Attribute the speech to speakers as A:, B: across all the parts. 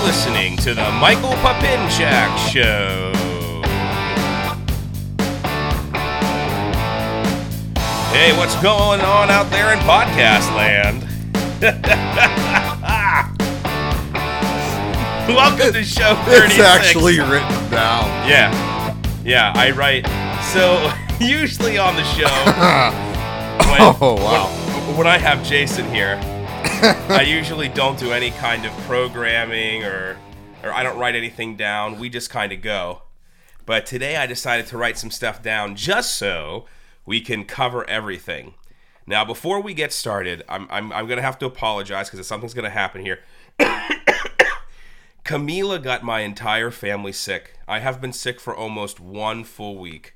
A: to the Michael Papinchak Show. Hey, what's going on out there in podcast land? Welcome to show 36.
B: It's actually written down.
A: yeah, yeah, I write. So usually on the show, when,
B: Oh, wow.
A: when- when I have Jason here, I usually don't do any kind of programming or or I don't write anything down. We just kind of go. But today I decided to write some stuff down just so we can cover everything. Now, before we get started, I'm I'm, I'm gonna have to apologize because something's gonna happen here. Camila got my entire family sick. I have been sick for almost one full week.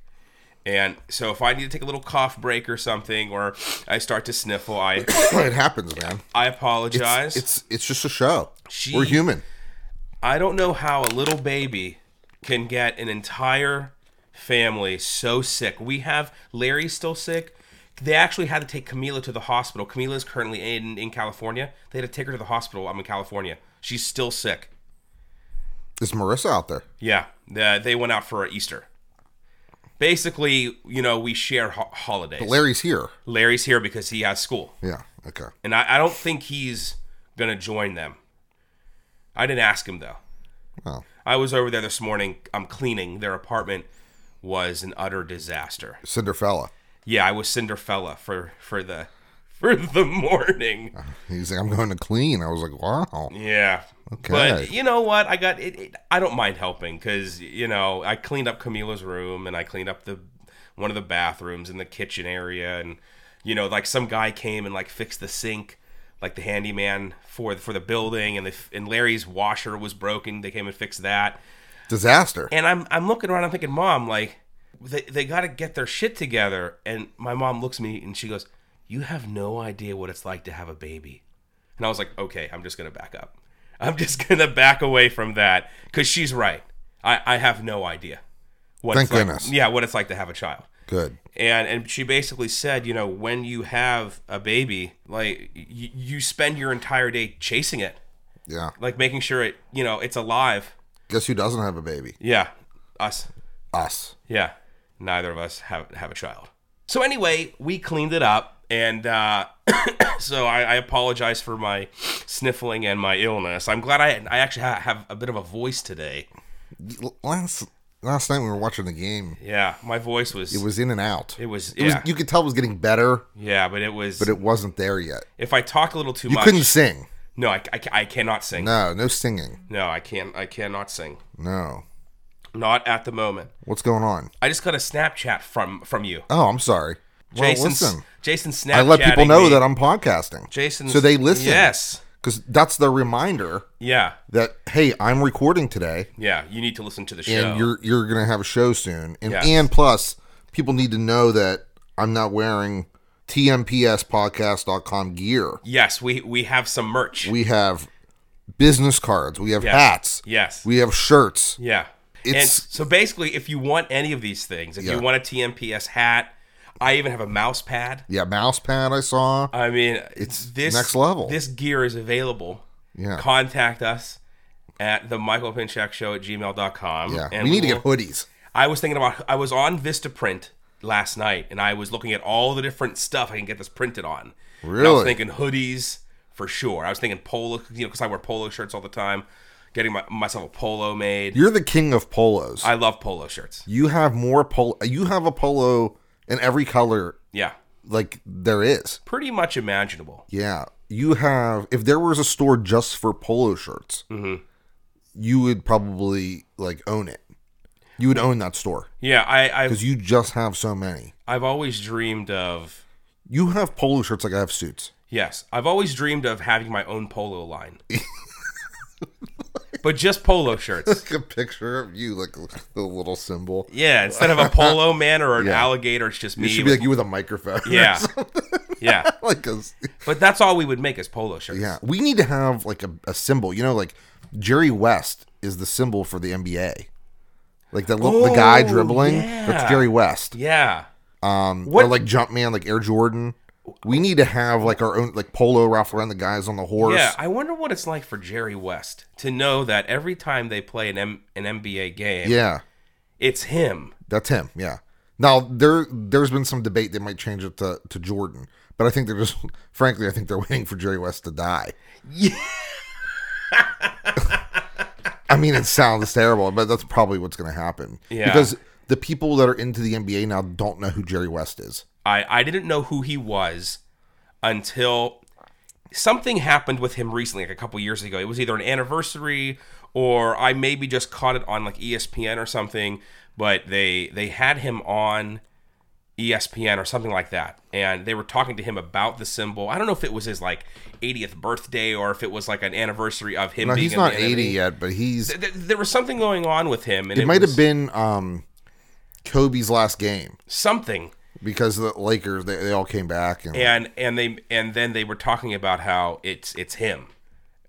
A: And so if I need to take a little cough break or something, or I start to sniffle, I
B: it happens, man.
A: I apologize.
B: It's it's just a show.
A: She-
B: We're human.
A: I don't know how a little baby can get an entire family so sick. We have Larry still sick. They actually had to take Camila to the hospital. Camila is currently in, in California. They had to take her to the hospital. I'm in California. She's still sick.
B: Is Marissa out there?
A: Yeah, the, they went out for Easter. Basically, you know, we share ho- holidays.
B: Larry's here.
A: Larry's here because he has school.
B: Yeah. Okay.
A: and I, I don't think he's gonna join them. I didn't ask him though.
B: Oh.
A: I was over there this morning. I'm cleaning. Their apartment was an utter disaster.
B: Cinderfella.
A: Yeah, I was Cinderfella for for the for the morning.
B: He's like, I'm going to clean. I was like, wow.
A: Yeah.
B: Okay.
A: But you know what? I got it, it I don't mind helping because you know I cleaned up Camila's room and I cleaned up the one of the bathrooms and the kitchen area and you know like some guy came and like fixed the sink like the handyman for for the building and the and Larry's washer was broken. They came and fixed that.
B: Disaster.
A: And I'm I'm looking around. I'm thinking, Mom, like they they got to get their shit together. And my mom looks at me and she goes, "You have no idea what it's like to have a baby." And I was like, "Okay, I'm just gonna back up. I'm just gonna back away from that because she's right. I I have no idea what
B: Thank
A: it's like-
B: goodness.
A: yeah, what it's like to have a child."
B: Good.
A: and and she basically said you know when you have a baby like y- you spend your entire day chasing it
B: Yeah.
A: like making sure it you know it's alive
B: Guess who doesn't have a baby?
A: yeah us
B: Us.
A: yeah neither of us have have a child so anyway we cleaned it up and uh so I, I apologize for my sniffling and my illness i'm glad i i actually ha- have a bit of a voice today
B: L- Last last night we were watching the game.
A: yeah my voice was
B: It was in and out.
A: it was,
B: It was-
A: yeah,
B: you could tell it was getting better,
A: yeah, but it was.
B: but it wasn't there yet.
A: if I talk a little too
B: You
A: much,
B: couldn't sing.
A: no, I, I, I cannot sing.
B: No, no singing.
A: No, I can't. I cannot sing.
B: No.
A: Not at the moment.
B: What's going on?
A: I just got a Snapchat from from you,
B: Oh, I'm sorry. Well,
A: Jason's-
B: listen.
A: Jason. Snapchat.
B: I let people know that I'm podcasting.
A: Jason.
B: So they listen.
A: Yes.
B: Because that's the reminder
A: Yeah.
B: that hey, I'm recording today,
A: Yeah. You need to listen to the show.
B: and you're you're gonna have a show soon, and
A: Yes.
B: and plus people need to know that I'm not wearing tmpspodcast.com gear.
A: yes. We we have some merch.
B: We have business cards, we have hats,
A: yes.
B: we have shirts.
A: yeah. and
B: It's-
A: so basically, if you want any of these things, if
B: Yeah.
A: you want a TMPS hat, I even have a mouse pad.
B: Yeah, mouse pad I saw.
A: I mean, it's this
B: next level.
A: This gear is available.
B: Yeah.
A: Contact us at the Michael Pinchak Show at gmail.com.
B: Yeah, we need to get hoodies.
A: I was thinking about I was on Vistaprint last night and I was looking at all the different stuff I can get this printed on. And I was
B: Really?
A: thinking hoodies for sure. I was thinking polo, you know, because I wear polo shirts all the time. Getting my, myself a polo made.
B: You're the king of polos.
A: I love polo shirts.
B: you have more polo. You have a polo in every color
A: Yeah,
B: like there is.
A: pretty much imaginable.
B: Yeah, you have. If there was a store just for polo shirts,
A: Mm-hmm.
B: you would probably like own it. You would own that store
A: Yeah, I I've,
B: because you just have so many.
A: I've always dreamed of
B: You have polo shirts like I have suits.
A: yes, I've always dreamed of having my own polo line. but just polo shirts.
B: Like a picture of you, like the little symbol.
A: Yeah, instead of a polo man or an alligator, it's just me.
B: It should be
A: with-
B: like you with a microphone. or
A: yeah.
B: something,
A: Yeah.
B: like a,
A: But that's all we would make is polo shirts.
B: yeah. We need to have like a, a symbol. You know, like Jerry West is the symbol for the NBA. Like the little the guy
A: Oh,
B: dribbling.
A: yeah.
B: That's Jerry West.
A: Yeah.
B: Um,
A: What-
B: or like Jumpman, like Air Jordan. We need to have like our own like polo Ralph Lauren, the guys on the horse.
A: Yeah, I wonder what it's like for Jerry West to know that every time they play an M- an NBA game,
B: Yeah,
A: it's him.
B: that's him. Yeah. Now there there's been some debate they might change it to, to Jordan, but I think they're just frankly I think they're waiting for Jerry West to die.
A: Yeah.
B: I mean, it sounds terrible, but that's probably what's going to happen.
A: Yeah.
B: Because the people that are into the NBA now don't know who Jerry West is.
A: I I didn't know who he was until something happened with him recently, like a couple years ago. It was either an anniversary or I maybe just caught it on like E ESPN or something, but they they had him on E ESPN or something like that. And they were talking to him about the symbol. I don't know if it was his like 80th birthday or if it was like an anniversary of him
B: Now,
A: being
B: he's
A: in the
B: not
A: NBA.
B: 80 yet, but he's.
A: Th- there was something going on with him, and it,
B: It might
A: was
B: have been um, Kobe's last game
A: something.
B: because the Lakers, they, they all came back. And,
A: And and they and then they were talking about how it's it's him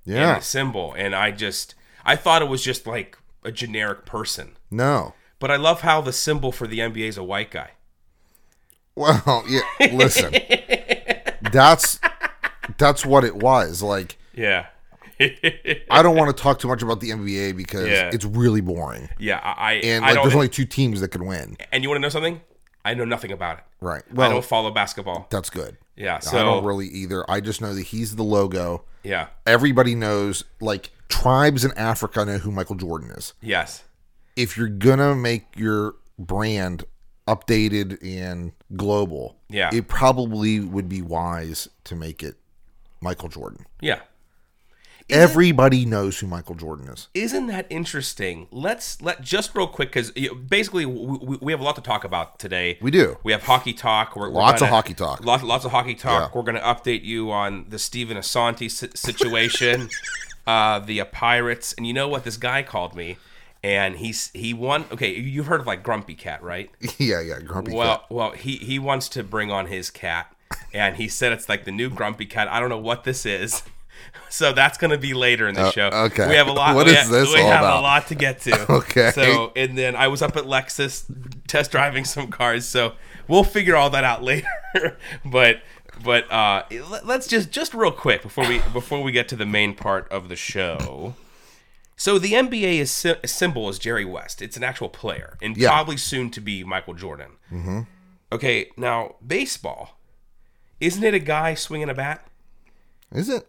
A: and
B: yeah.
A: the symbol, and I just I thought it was just like a generic person,
B: No.
A: but I love how the symbol for the NBA is a white guy.
B: Well, yeah. Listen, that's that's what it was. Like,
A: Yeah,
B: I don't want to talk too much about the NBA because
A: Yeah.
B: it's really boring.
A: yeah. I I,
B: And
A: I
B: like,
A: don't.
B: there's only two teams that can win.
A: and you want to know something? I know nothing about it.
B: Right.
A: I
B: Well,
A: don't follow basketball.
B: that's good.
A: Yeah.
B: I
A: So
B: don't really either. I just know that he's the logo.
A: yeah.
B: Everybody knows, like tribes in Africa know who Michael Jordan is.
A: Yes.
B: If you're gonna make your brand updated and global,
A: Yeah.
B: it probably would be wise to make it Michael Jordan.
A: Yeah.
B: Everybody knows who Michael Jordan is.
A: isn't that interesting let's let just real quick because basically we, we, we have a lot to talk about today
B: We do.
A: we have hockey talk we're, we're
B: Lots of
A: gonna-
B: hockey talk.
A: lots, lots of hockey talk we're going to update you on the steven asante si- situation uh, the uh, pirates and you know what this guy called me and he's he won okay you- you've heard of like grumpy cat right
B: yeah, yeah, grumpy.
A: well,
B: cat.
A: well, he he wants to bring on his cat, and he said it's like the new grumpy cat. I don't know what this is, so that's gonna be later in the show.
B: Oh, okay.
A: we have a lot.
B: What
A: we
B: is
A: ha-
B: this
A: We
B: all
A: have a
B: about?
A: lot to get to.
B: Okay.
A: So and then I was up at Lexus test driving some cars, so we'll figure all that out later. but but uh, let- let's just just real quick before we before we get to the main part of the show. So the NBA is sy- symbol is Jerry West. It's an actual player, and
B: Yeah.
A: probably soon to be Michael Jordan. Mm-hmm. Okay, now baseball, isn't it a guy swinging a bat?
B: Is it?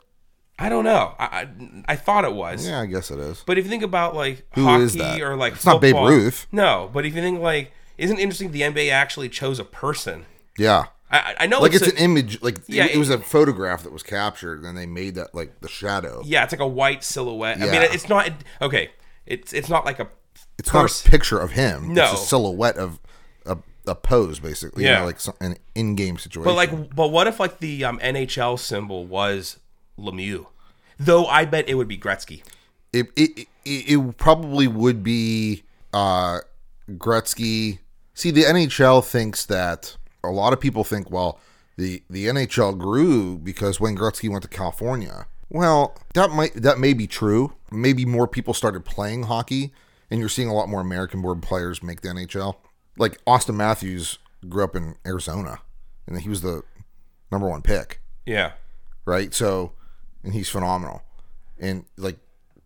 A: I don't know. I I, I thought it was,
B: Yeah, I guess it is.
A: but if you think about like
B: Who
A: hockey
B: is that?
A: or like
B: It's not Babe
A: football-
B: Ruth.
A: no. But if you think like, isn't it interesting the NBA actually chose a person?
B: Yeah.
A: I- I I know
B: Like it's,
A: a-
B: an image, like
A: Yeah,
B: it, it was a photograph that was captured, and they made that like the shadow.
A: yeah, it's like a white silhouette. I mean,
B: Yeah.
A: it's not okay. It's it's not like a
B: it's
A: pers-
B: not a picture of him.
A: No.
B: it's a silhouette of a, a pose, basically.
A: Yeah.
B: you know, like some, an in-game situation.
A: But like, but what if like the um, NHL symbol was Lemieux? Though I bet it would be Gretzky.
B: it, it, it, it probably would be uh, Gretzky. See, the NHL thinks that a lot of people think, well, the the NHL grew because Wayne Gretzky went to California. Well, that might that may be true. Maybe more people started playing hockey, and you're seeing a lot more American-born players make the NHL. Like Austin Matthews grew up in Arizona, and he was the number one pick
A: Yeah,
B: right? So, and he's phenomenal. And like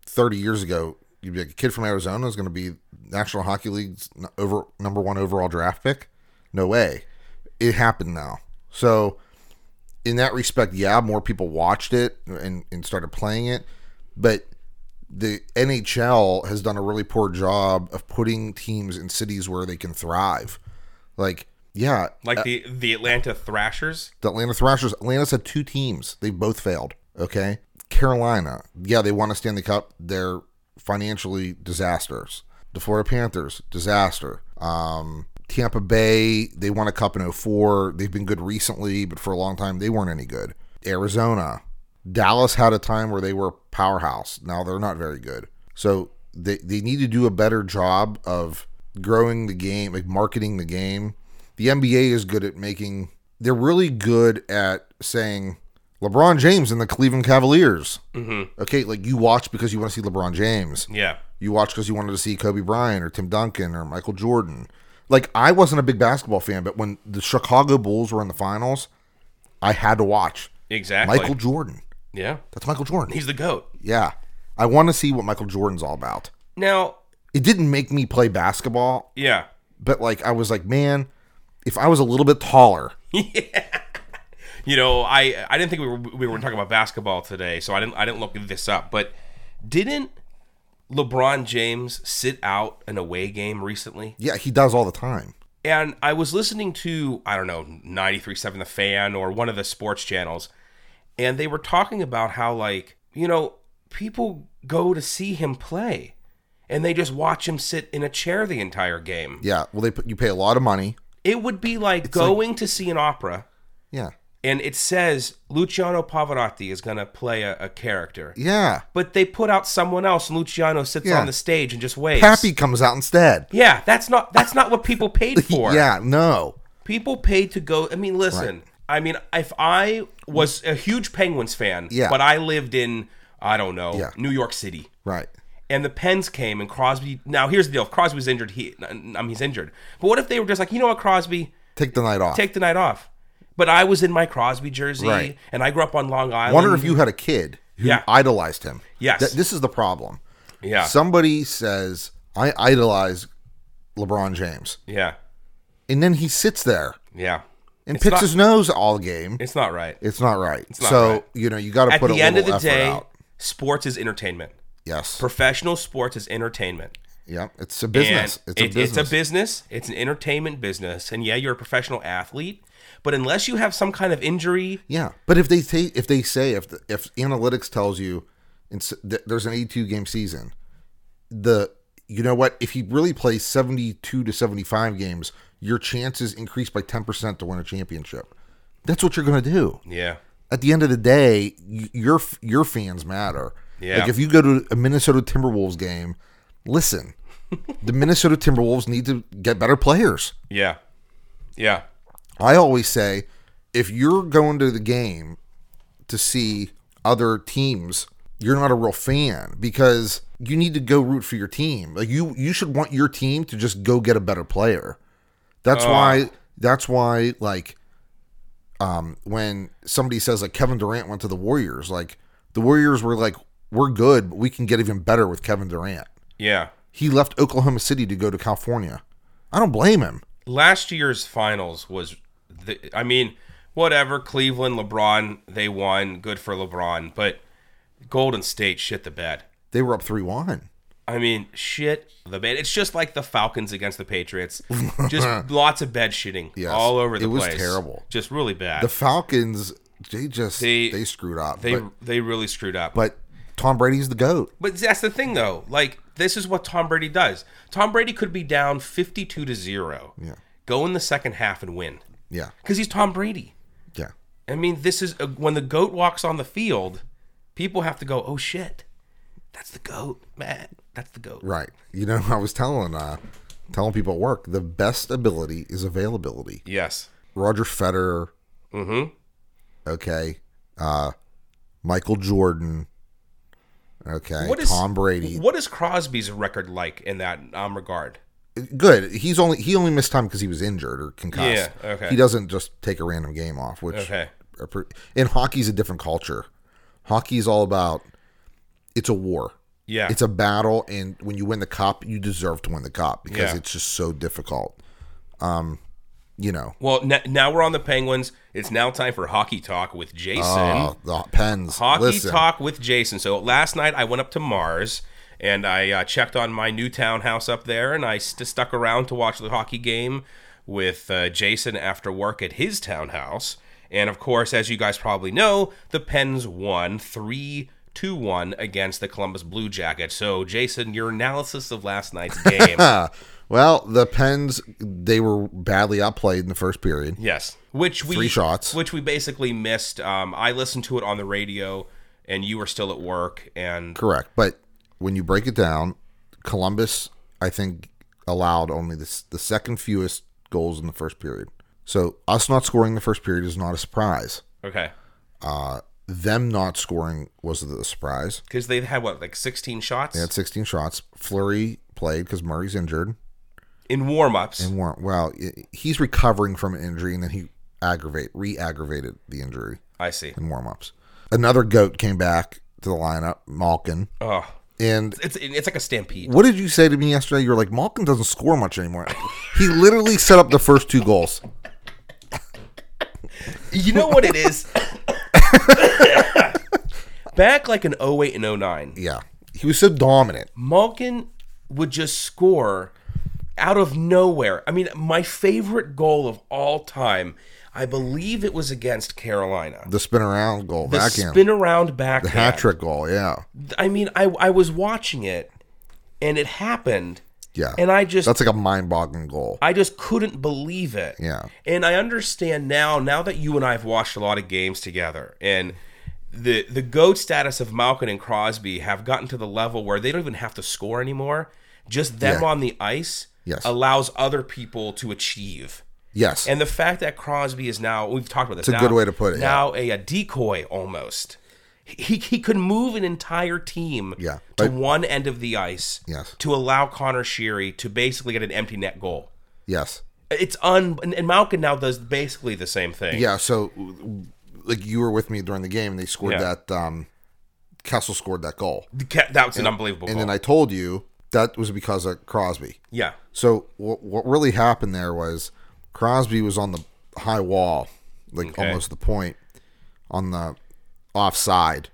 B: 30 years ago, you'd be like, a kid from Arizona is going to be National Hockey League's n- over number one overall draft pick. No way. It happened now. So, in that respect, yeah, more people watched it and, and started playing it, but the NHL has done a really poor job of putting teams in cities where they can thrive. Like, yeah,
A: like the the Atlanta Thrashers.
B: the Atlanta Thrashers. Atlanta's had two teams. They both failed. Okay. Carolina. Yeah, they want to stand the cup. They're financially disasters. The Florida Panthers, disaster. Um, Tampa Bay, they won a cup in 04. They've been good recently, but for a long time, they weren't any good. Arizona. Dallas had a time where they were a powerhouse. Now they're not very good. So they, they need to do a better job of growing the game, like marketing the game. The NBA is good at making, they're really good at saying LeBron James and the Cleveland Cavaliers. Mm-hmm. Okay, like you watch because you want to see LeBron James.
A: Yeah,
B: You watch because you wanted to see Kobe Bryant or Tim Duncan or Michael Jordan. Like I wasn't a big basketball fan, but when the Chicago Bulls were in the finals, I had to watch.
A: Exactly.
B: Michael Jordan.
A: Yeah.
B: That's Michael Jordan.
A: He's the GOAT.
B: Yeah. I want to see what Michael Jordan's all about.
A: Now,
B: It didn't make me play basketball,
A: yeah.
B: but like I was like, man, if I was a little bit taller,
A: You know, I I didn't think we were we were talking about basketball today, so I didn't I didn't look this up. But didn't LeBron James sit out an away game recently?
B: yeah, he does all the time.
A: And I was listening to, I don't know, 93.7 The Fan or one of the sports channels, and they were talking about how, like, you know, people go to see him play and they just watch him sit in a chair the entire game.
B: Yeah. Well, they put, you pay a lot of money.
A: It would be like going to see an opera
B: Yeah.
A: and it says Luciano Pavarotti is going to play a, a character.
B: Yeah.
A: But they put out someone else and Luciano sits
B: Yeah.
A: on the stage and just waits.
B: Happy comes out instead.
A: Yeah, that's not that's not what people paid for.
B: Yeah. No.
A: People pay to go. I mean, listen. I mean, if I was a huge Penguins fan,
B: Yeah.
A: but I lived in I don't know
B: Yeah.
A: New York City,
B: Right.
A: and the Pens came and Crosby. Now here's the deal: if Crosby's injured, he I mean, he's injured. But what if they were just like, you know what, Crosby,
B: Take the night off.
A: take the night off? But I was in my Crosby jersey,
B: Right.
A: and I grew up on Long Island.
B: wonder if you had a kid who
A: Yeah.
B: idolized him.
A: Yes.
B: Th- this is the problem.
A: yeah,
B: Somebody says, I idolize LeBron James.
A: yeah,
B: And then he sits there
A: yeah.
B: and
A: It's
B: picks
A: not-
B: his nose all game.
A: It's not right.
B: It's not right.
A: not
B: so,
A: right.
B: you know, you got to
A: At
B: put a
A: the
B: little
A: end of the
B: effort
A: day,
B: out.
A: sports is entertainment.
B: Yes.
A: Professional sports is entertainment.
B: yep. It's a
A: And
B: business. It's a
A: it-
B: business.
A: It's a business. It's an entertainment business, and yeah, you're a professional athlete, but unless you have some kind of injury,
B: yeah. But if they say, if they say, if the, if analytics tells you it's, th- there's an 82 game season, the, you know what? If he really plays 72 to 75 games, your chances increase by 10% to win a championship. That's what you're going to do.
A: yeah,
B: at the end of the day, y- your your fans matter.
A: Yeah.
B: Like if you go to a Minnesota Timberwolves game, listen, the Minnesota Timberwolves need to get better players.
A: yeah, yeah,
B: I always say, if you're going to the game to see other teams, you're not a real fan because you need to go root for your team. Like you, you should want your team to just go get a better player. That's why. That's why. Like, um, when somebody says like Kevin Durant went to the Warriors, like the Warriors were like, we're good, but we can get even better with Kevin Durant.
A: yeah.
B: He left Oklahoma City to go to California. I don't blame him.
A: Last year's finals was, the, I mean, whatever. Cleveland, LeBron, they won. Good for LeBron, but Golden State shit the bed.
B: They were up three one.
A: I mean, shit the bed. It's just like the Falcons against the Patriots. Just lots of bed shitting
B: Yes.
A: all over the
B: It was
A: place.
B: terrible.
A: Just really bad.
B: The Falcons, they just
A: They-
B: they, screwed up.
A: they
B: but,
A: they really screwed up.
B: but Tom Brady's the goat.
A: But that's the thing, though. Like this is what Tom Brady does. Tom Brady could be down fifty-two to zero.
B: Yeah.
A: Go in the second half and win
B: Yeah,
A: because he's Tom Brady.
B: yeah,
A: I mean, this is when the goat walks on the field. People have to go, oh shit, that's the goat, man. That's the goat.
B: right. You know, I was telling uh, telling people at work the best ability is availability.
A: Yes.
B: Roger Federer. Mm-hmm. Okay. Uh, Michael Jordan. Okay.
A: What is
B: Tom Brady.
A: What is Crosby's record like in that um, regard?
B: Good. He's only he only missed time because he was injured or concussed.
A: Yeah, okay.
B: He doesn't just take a random game off, which
A: Okay.
B: are pre- and hockey's a different culture. Hockey is all about it's a war.
A: Yeah.
B: It's a battle and when you win the cup, you deserve to win the cup because
A: Yeah.
B: it's just so difficult. Um, you know,
A: well, n- now we're on the Penguins. It's now time for hockey talk with Jason.
B: uh, the Pens.
A: Hockey
B: listen,
A: talk with Jason. So last night I went up to Mars and I uh, checked on my new townhouse up there, and I st- stuck around to watch the hockey game with uh, Jason after work at his townhouse. And of course, as you guys probably know, the Pens won three two one against the Columbus Blue Jackets. So Jason, your analysis of last night's game.
B: Uh, well, the Pens they were badly outplayed in the first period.
A: Yes, which we
B: Three shots.
A: which we basically missed. Um, I listened to it on the radio, and you were still at work, and
B: Correct, but when you break it down, Columbus I think allowed only the, s- the second fewest goals in the first period. So us not scoring the first period is not a surprise.
A: okay.
B: Uh, them not scoring was the surprise.
A: because they had what like 16 shots
B: They had 16 shots. Flurry played because Murray's injured
A: in warm-ups
B: and weren't well. i- He's recovering from an injury, and then he aggravate re-aggravated the injury
A: I see.
B: in warm-ups. Another goat came back to the lineup, Malkin.
A: Oh,
B: And
A: it's it's like a stampede.
B: what did you say to me yesterday? You were like, Malkin doesn't score much anymore. he literally set up the first two goals.
A: You know what it is? Back like an 08 and 09,
B: Yeah. He was so dominant.
A: Malkin would just score out of nowhere. I mean, my favorite goal of all time, I believe it was against Carolina.
B: The spin around goal,
A: The
B: backhand,
A: spin around back
B: hat trick goal. Yeah.
A: I mean, I I was watching it and it happened.
B: Yeah.
A: And I just
B: That's like a mind boggling goal.
A: I just couldn't believe it.
B: Yeah.
A: And I understand now, now that you and I have watched a lot of games together and the the GOAT status of Malkin and Crosby have gotten to the level where they don't even have to score anymore. Just them on the ice
B: Yes.
A: allows other people to achieve.
B: yes.
A: And the fact that Crosby is now we've talked about this.
B: a good way to put it, yeah.
A: Now a, a decoy almost. He, he could move an entire team
B: Yeah,
A: to
B: but-
A: one end of the ice
B: Yes.
A: to allow Connor Sheary to basically get an empty net goal.
B: yes.
A: It's un and, and Malkin now does basically the same thing.
B: Yeah. So, like, you were with me during the game, and they scored
A: Yeah.
B: that. Um, Kessel scored that goal.
A: The ca- that was an unbelievable
B: And
A: goal.
B: then I told you that was because of Crosby.
A: yeah,
B: So what what really happened there was Crosby was on the high wall, like
A: Okay.
B: almost the point on the offside.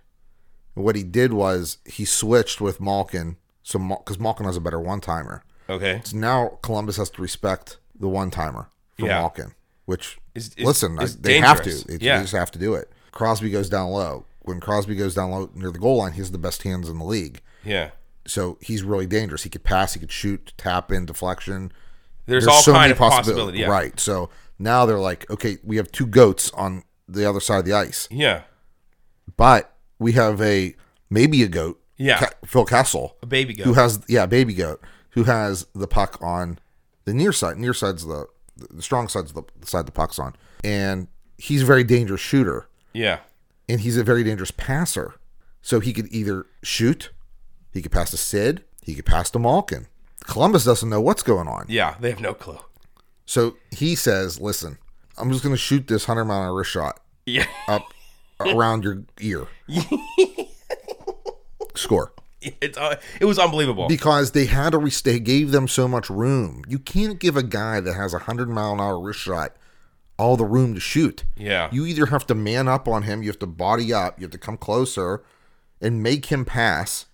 B: And What he did was he switched with Malkin, so because Malkin has a better one timer.
A: okay.
B: So now Columbus has to respect the one timer for
A: Yeah.
B: Malkin, which
A: Is- is-
B: listen, I-
A: is
B: they have to.
A: dangerous.
B: They, they
A: Yeah.
B: just have to do it. Crosby goes down low. When Crosby goes down low near the goal line, he has the best hands in the league.
A: Yeah.
B: So he's really dangerous. He could pass, he could shoot, tap in, deflection
A: There's, all kind of
B: possibili-
A: possibility. Yeah.
B: Right. So now they're like, okay, we have two goats on the other side of the ice,
A: Yeah.
B: but we have a maybe a goat,
A: Yeah.
B: Ca- Phil Castle,
A: A baby goat.
B: who has yeah, baby goat, who has the puck on the near side. Near side's the the strong side's the, the side the puck's on, and he's a very dangerous shooter,
A: yeah.
B: and he's a very dangerous passer. So he could either shoot, he could pass to Sid, he could pass to Malkin. Columbus doesn't know what's going on.
A: Yeah. They have no clue.
B: So he says, "Listen, I'm just going to shoot this hundred mile an hour wrist shot
A: Yeah.
B: up around your ear. Score."
A: It's uh, it was unbelievable.
B: Because they had to, re- they gave them so much room. You can't give a guy that has a hundred mile an hour wrist shot all the room to shoot.
A: Yeah.
B: You either have to man up on him, you have to body up, you have to come closer, and make him pass.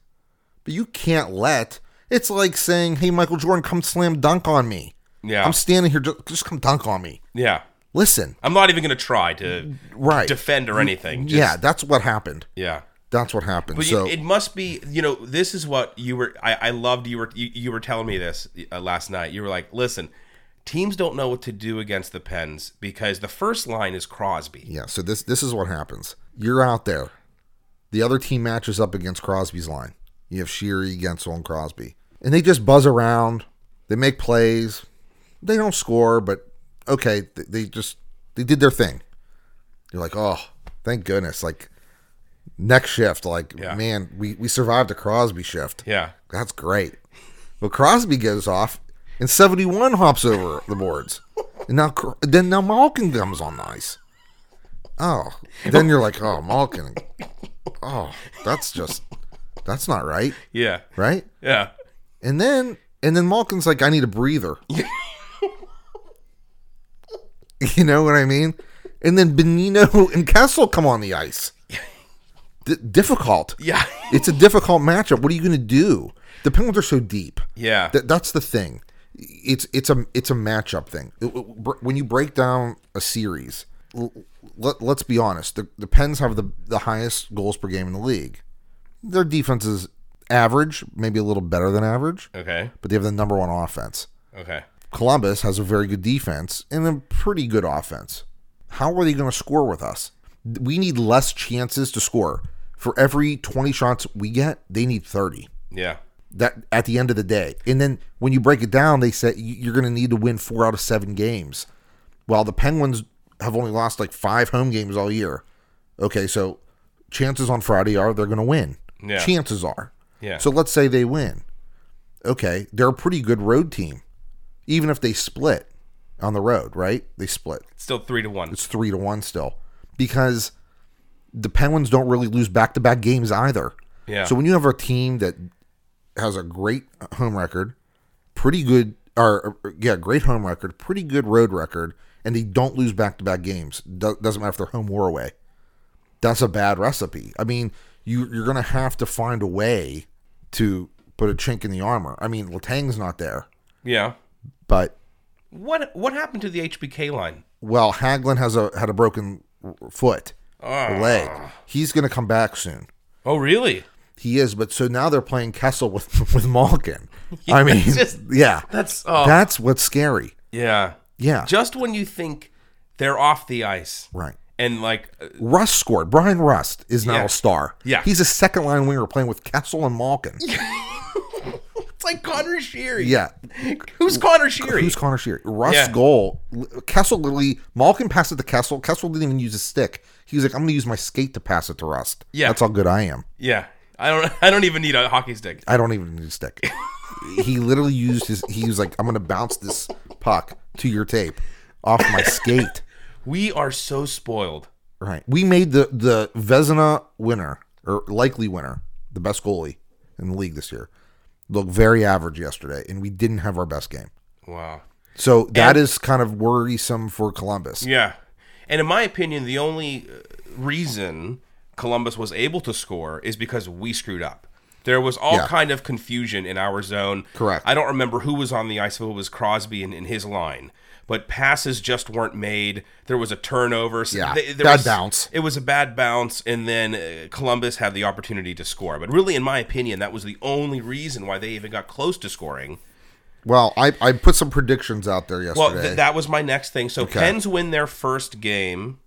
B: But you can't let. It's like saying, "Hey, Michael Jordan, come slam dunk on me."
A: yeah.
B: I'm standing here, just, just come dunk on me.
A: yeah.
B: Listen,
A: I'm not even gonna try to
B: right
A: defend or anything. Just,
B: yeah that's what happened
A: Yeah.
B: that's what happened
A: But
B: so
A: it, it must be, you know, this is what you were. I, I loved you were you, you were telling me this uh, last night. You were like, listen, teams don't know what to do against the Pens because the first line is Crosby.
B: yeah so this this is what happens you're out there the other team matches up against crosby's line you have Sheary, Gensel, and Crosby. And they just buzz around. They make plays. They don't score, but okay, th- they just they did their thing. You're like, oh, thank goodness. Like next shift, like
A: Yeah.
B: man, we, we survived a Crosby shift.
A: Yeah.
B: That's great. But Crosby goes off, and seventy one hops over the boards, and now Cro- then now Malkin comes on the ice. Oh, then you're like, oh Malkin, oh that's just that's not right,
A: Yeah.
B: right?
A: Yeah.
B: And then and then Malkin's like, I need a breather. you know what I mean? And then Benino and Kessel come on the ice. D- difficult.
A: Yeah.
B: It's a difficult matchup. What are you going to do? The Penguins are so deep.
A: Yeah.
B: That that's the thing. It's it's a it's a matchup thing. It- it- when you break down a series, l- let, let's be honest. The the Pens have the the highest goals per game in the league. Their defense is average, maybe a little better than average,
A: okay.
B: but they have the number one offense.
A: Okay.
B: Columbus has a very good defense and a pretty good offense. How are they going to score with us? We need less chances to score. For every 20 shots we get, they need 30.
A: Yeah.
B: That at the end of the day. And then when you break it down, they say you- you're going to need to win 4 out of 7 games. While the Penguins have only lost like 5 home games all year. Okay, so chances on Friday are they're going to win.
A: Yeah.
B: Chances are.
A: Yeah.
B: So let's say they win. Okay, they're a pretty good road team, even if they split. on the road, right? They split.
A: Still three to one.
B: It's three to one still because the Penguins don't really lose back to back games either.
A: Yeah.
B: So when you have a team that has a great home record, pretty good, or or, yeah, great home record, pretty good road record, and they don't lose back to back games, do- doesn't matter if they're home or away. That's a bad recipe. I mean, you you're gonna have to find a way to put a chink in the armor. I mean, Latang's not there,
A: yeah.
B: but
A: What what happened to the HBK line?
B: well, Haglin has a had a broken foot,
A: Ah.
B: or leg. He's gonna come back soon.
A: Oh, really?
B: He is, but so now they're playing Kessel with with Malkin. I mean,
A: just-
B: yeah,
A: That's oh
B: that's uh, what's scary.
A: yeah.
B: Yeah,
A: Just when you think they're off the ice
B: right.
A: and like uh,
B: Rust scored. Brian Rust is now
A: Yeah.
B: a star.
A: Yeah.
B: he's a second line winger playing with Kessel and Malkin.
A: it's like Connor Sheary.
B: Yeah,
A: Who's Connor Sheary?
B: who's Connor Sheary? Rust's
A: Yeah.
B: goal. Kessel literally. Malkin passed it to Kessel. Kessel didn't even use his stick. He was like, "I'm going to use my skate to pass it to Rust."
A: Yeah.
B: that's how good I am.
A: yeah. I don't I don't even need a hockey stick.
B: I don't even need a stick. he literally used his. He was like, "I'm going to bounce this puck to your tape off my skate."
A: We are so spoiled.
B: Right. We made the the Vezina winner or likely winner, the best goalie in the league this year, look very average yesterday, and we didn't have our best game.
A: Wow.
B: So that is kind of worrisome for Columbus.
A: Yeah. And in my opinion, the only uh, reason Columbus was able to score is because we screwed up. There was all
B: Yeah.
A: kind of confusion in our zone.
B: Correct.
A: I don't remember who was on the ice, if it was Crosby and in his line, but passes just weren't made. There was a turnover. So
B: Yeah.
A: th- there
B: Bad
A: was-
B: bounce.
A: It was a bad bounce, and then uh, Columbus had the opportunity to score. But really, in my opinion, that was the only reason why they even got close to scoring.
B: Well, I, I put some predictions out there yesterday.
A: Well, th- that was my next thing. So Pens win their first game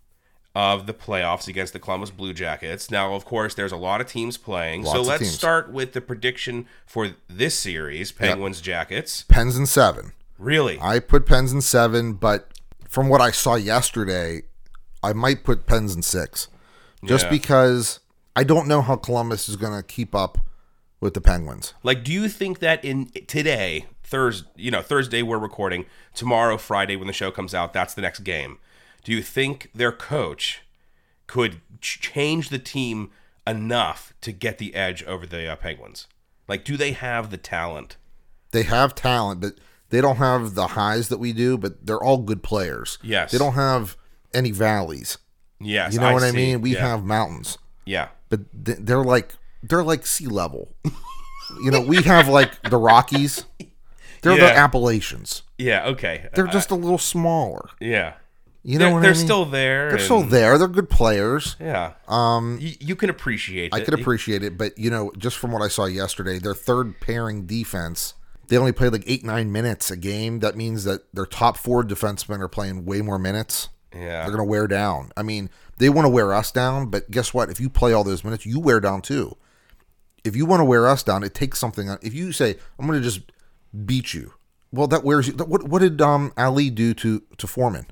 A: of the playoffs against the Columbus Blue Jackets. Now, of course, there's a lot of teams playing. so
B: Lots of
A: let's
B: teams.
A: start with the prediction for this series: Penguins Jackets.
B: Pens in seven.
A: Really?
B: I put Pens in seven, but from what I saw yesterday, I might put Pens in six, just
A: Yeah. because
B: because I don't know how Columbus is going to keep up with the Penguins.
A: like, do you think that in today, Thursday, you know, Thursday we're recording tomorrow, Friday when the show comes out, that's the next game. Do you think their coach could ch- change the team enough to get the edge over the uh, Penguins? Like, do they have the talent?
B: they have talent, but they don't have the highs that we do. But they're all good players.
A: Yes.
B: they don't have any valleys.
A: Yes,
B: You know what I
A: see.
B: mean? We
A: yeah.
B: have mountains,
A: yeah,
B: but th- they're like they're like sea level. you know, we have like the Rockies. They're
A: Yeah.
B: the Appalachians.
A: yeah. Okay,
B: They're
A: Uh,
B: just a little smaller.
A: yeah.
B: You know
A: They're,
B: what
A: they're
B: I mean?
A: still there.
B: they're still there. They're good players.
A: yeah. Um, you, you can appreciate.
B: I
A: it.
B: could appreciate it, but you know, just from what I saw yesterday, their third pairing defense, they only played like eight, nine minutes a game. That means that their top four defensemen are playing way more minutes.
A: Yeah,
B: They're gonna wear down. I mean, they want to wear us down, but guess what? If you play all those minutes, you wear down too. If you want to wear us down, it takes something. If you say, "I'm gonna just beat you," well, that wears you. What what did um Ali do to to Foreman?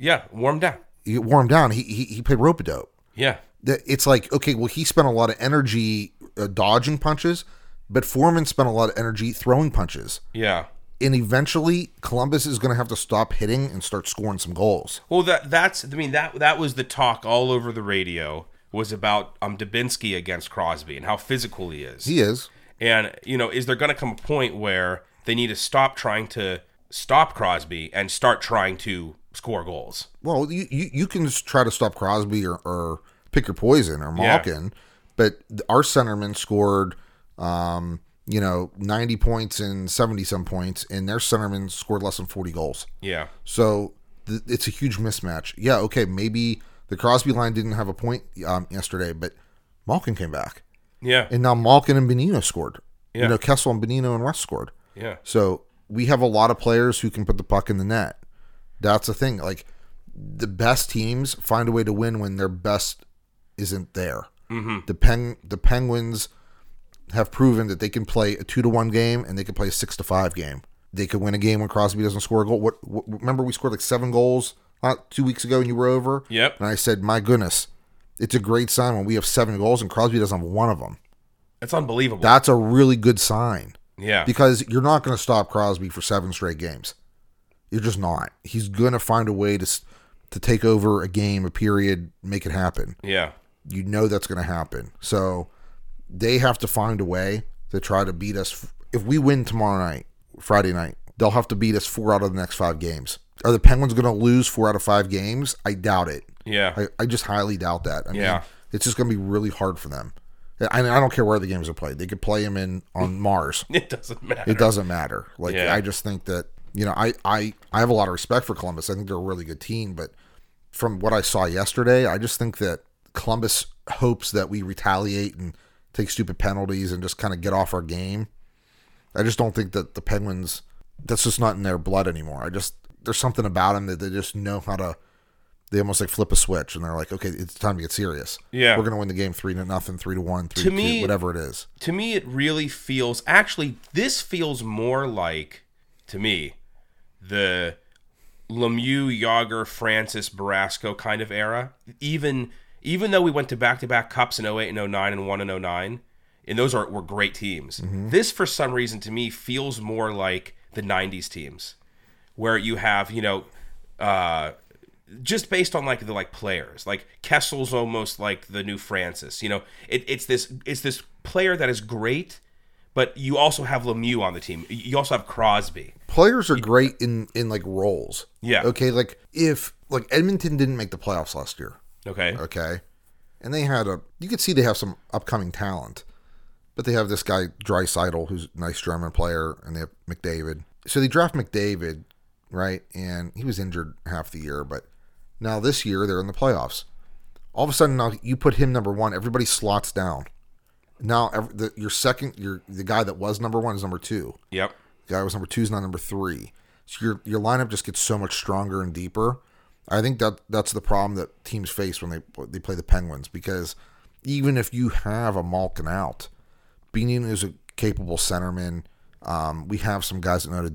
A: yeah. Warm down.
B: He wore him down. He he, he played rope a dope
A: Yeah,
B: that it's like okay, well, he spent a lot of energy uh, dodging punches, but Foreman spent a lot of energy throwing punches,
A: yeah.
B: and eventually Columbus is going to have to stop hitting and start scoring some goals.
A: Well, that that's. I mean that that was the talk all over the radio was about um Dubinsky against Crosby and how physical he is.
B: He is
A: and you know, is there going to come a point where they need to stop trying to stop Crosby and start trying to score goals?
B: well. You you, you can just try to stop Crosby or, or pick your poison or
A: Yeah.
B: Malkin, but our centerman scored. Um, you know, 90 points and 70 some points, and their centerman scored less than 40 goals.
A: Yeah,
B: So th- it's a huge mismatch. Yeah, okay, maybe the Crosby line didn't have a point um, yesterday, but Malkin came back,
A: yeah,
B: and now Malkin and Benino scored.
A: Yeah.
B: You know, Kessel and Benino and West scored.
A: yeah.
B: So we have a lot of players who can put the puck in the net. That's the thing. Like the best teams find a way to win when their best isn't there. Mm-hmm. The Pen the Penguins have proven that they can play a two to one game and they can play a six to five game. They could win a game when Crosby doesn't score a goal. What, what remember we scored like seven goals uh, two weeks ago and you were over.
A: Yep.
B: And I said, my goodness, it's a great sign when we have seven goals and Crosby doesn't have one of them.
A: That's unbelievable.
B: That's a really good sign
A: yeah.
B: because you're not going to stop Crosby for seven straight games. You're just not. He's gonna find a way to s- to take over a game, a period, make it happen.
A: Yeah.
B: You know that's gonna happen. So they have to find a way to try to beat us. If we win tomorrow night, Friday night, they'll have to beat us four out of the next five games. Are the Penguins gonna lose four out of five games? I doubt it.
A: Yeah.
B: I, I just highly doubt that. I mean,
A: Yeah.
B: it's just going to be really hard for them. I, I don't care where the games are played. They could play them in on Mars.
A: it doesn't matter.
B: It doesn't matter. Like
A: Yeah.
B: I just think that you know I, I I have a lot of respect for Columbus. I think they're a really good team, but from what I saw yesterday, I just think that Columbus hopes that we retaliate and take stupid penalties and just kind of get off our game. I just don't think that the Penguins. That's just not in their blood anymore. I just there's something about them that they just know how to. They almost like flip a switch and they're like, okay, it's time to get serious.
A: Yeah.
B: we're gonna win the game three to nothing, three to one, three
A: To
B: to,
A: me-
B: two, whatever it is.
A: to me it really feels actually this feels more like to me the Lemieux, Yager, Francis, Barasco kind of era. Even even though we went to back-to-back cups in 08 and 09 and 1 and 09, and those are were great teams. This for some reason to me feels more like the 90s teams where you have, you know, uh just based on like the like players like kessel's almost like the new francis you know it, it's this it's this player that is great but you also have lemieux on the team you also have crosby
B: players are great in in like roles.
A: Yeah.
B: Okay, like if like Edmonton didn't make the playoffs last year,
A: okay
B: okay? And they had a you could see they have some upcoming talent. But they have this guy Dreisaitl who's a nice German player and they have McDavid. So they draft McDavid, right? And he was injured half the year, but now this year they're in the playoffs. All of a sudden now you put him number 1, everybody slots down. Now ev- the, your second your the guy that was number 1 is number 2
A: yep
B: guy was number two is now number three. So your your lineup just gets so much stronger and deeper. I think that that's the problem that teams face when they they play the Penguins because even if you have a Malkin out, Beanie is a capable centerman. Um, we have some guys that know to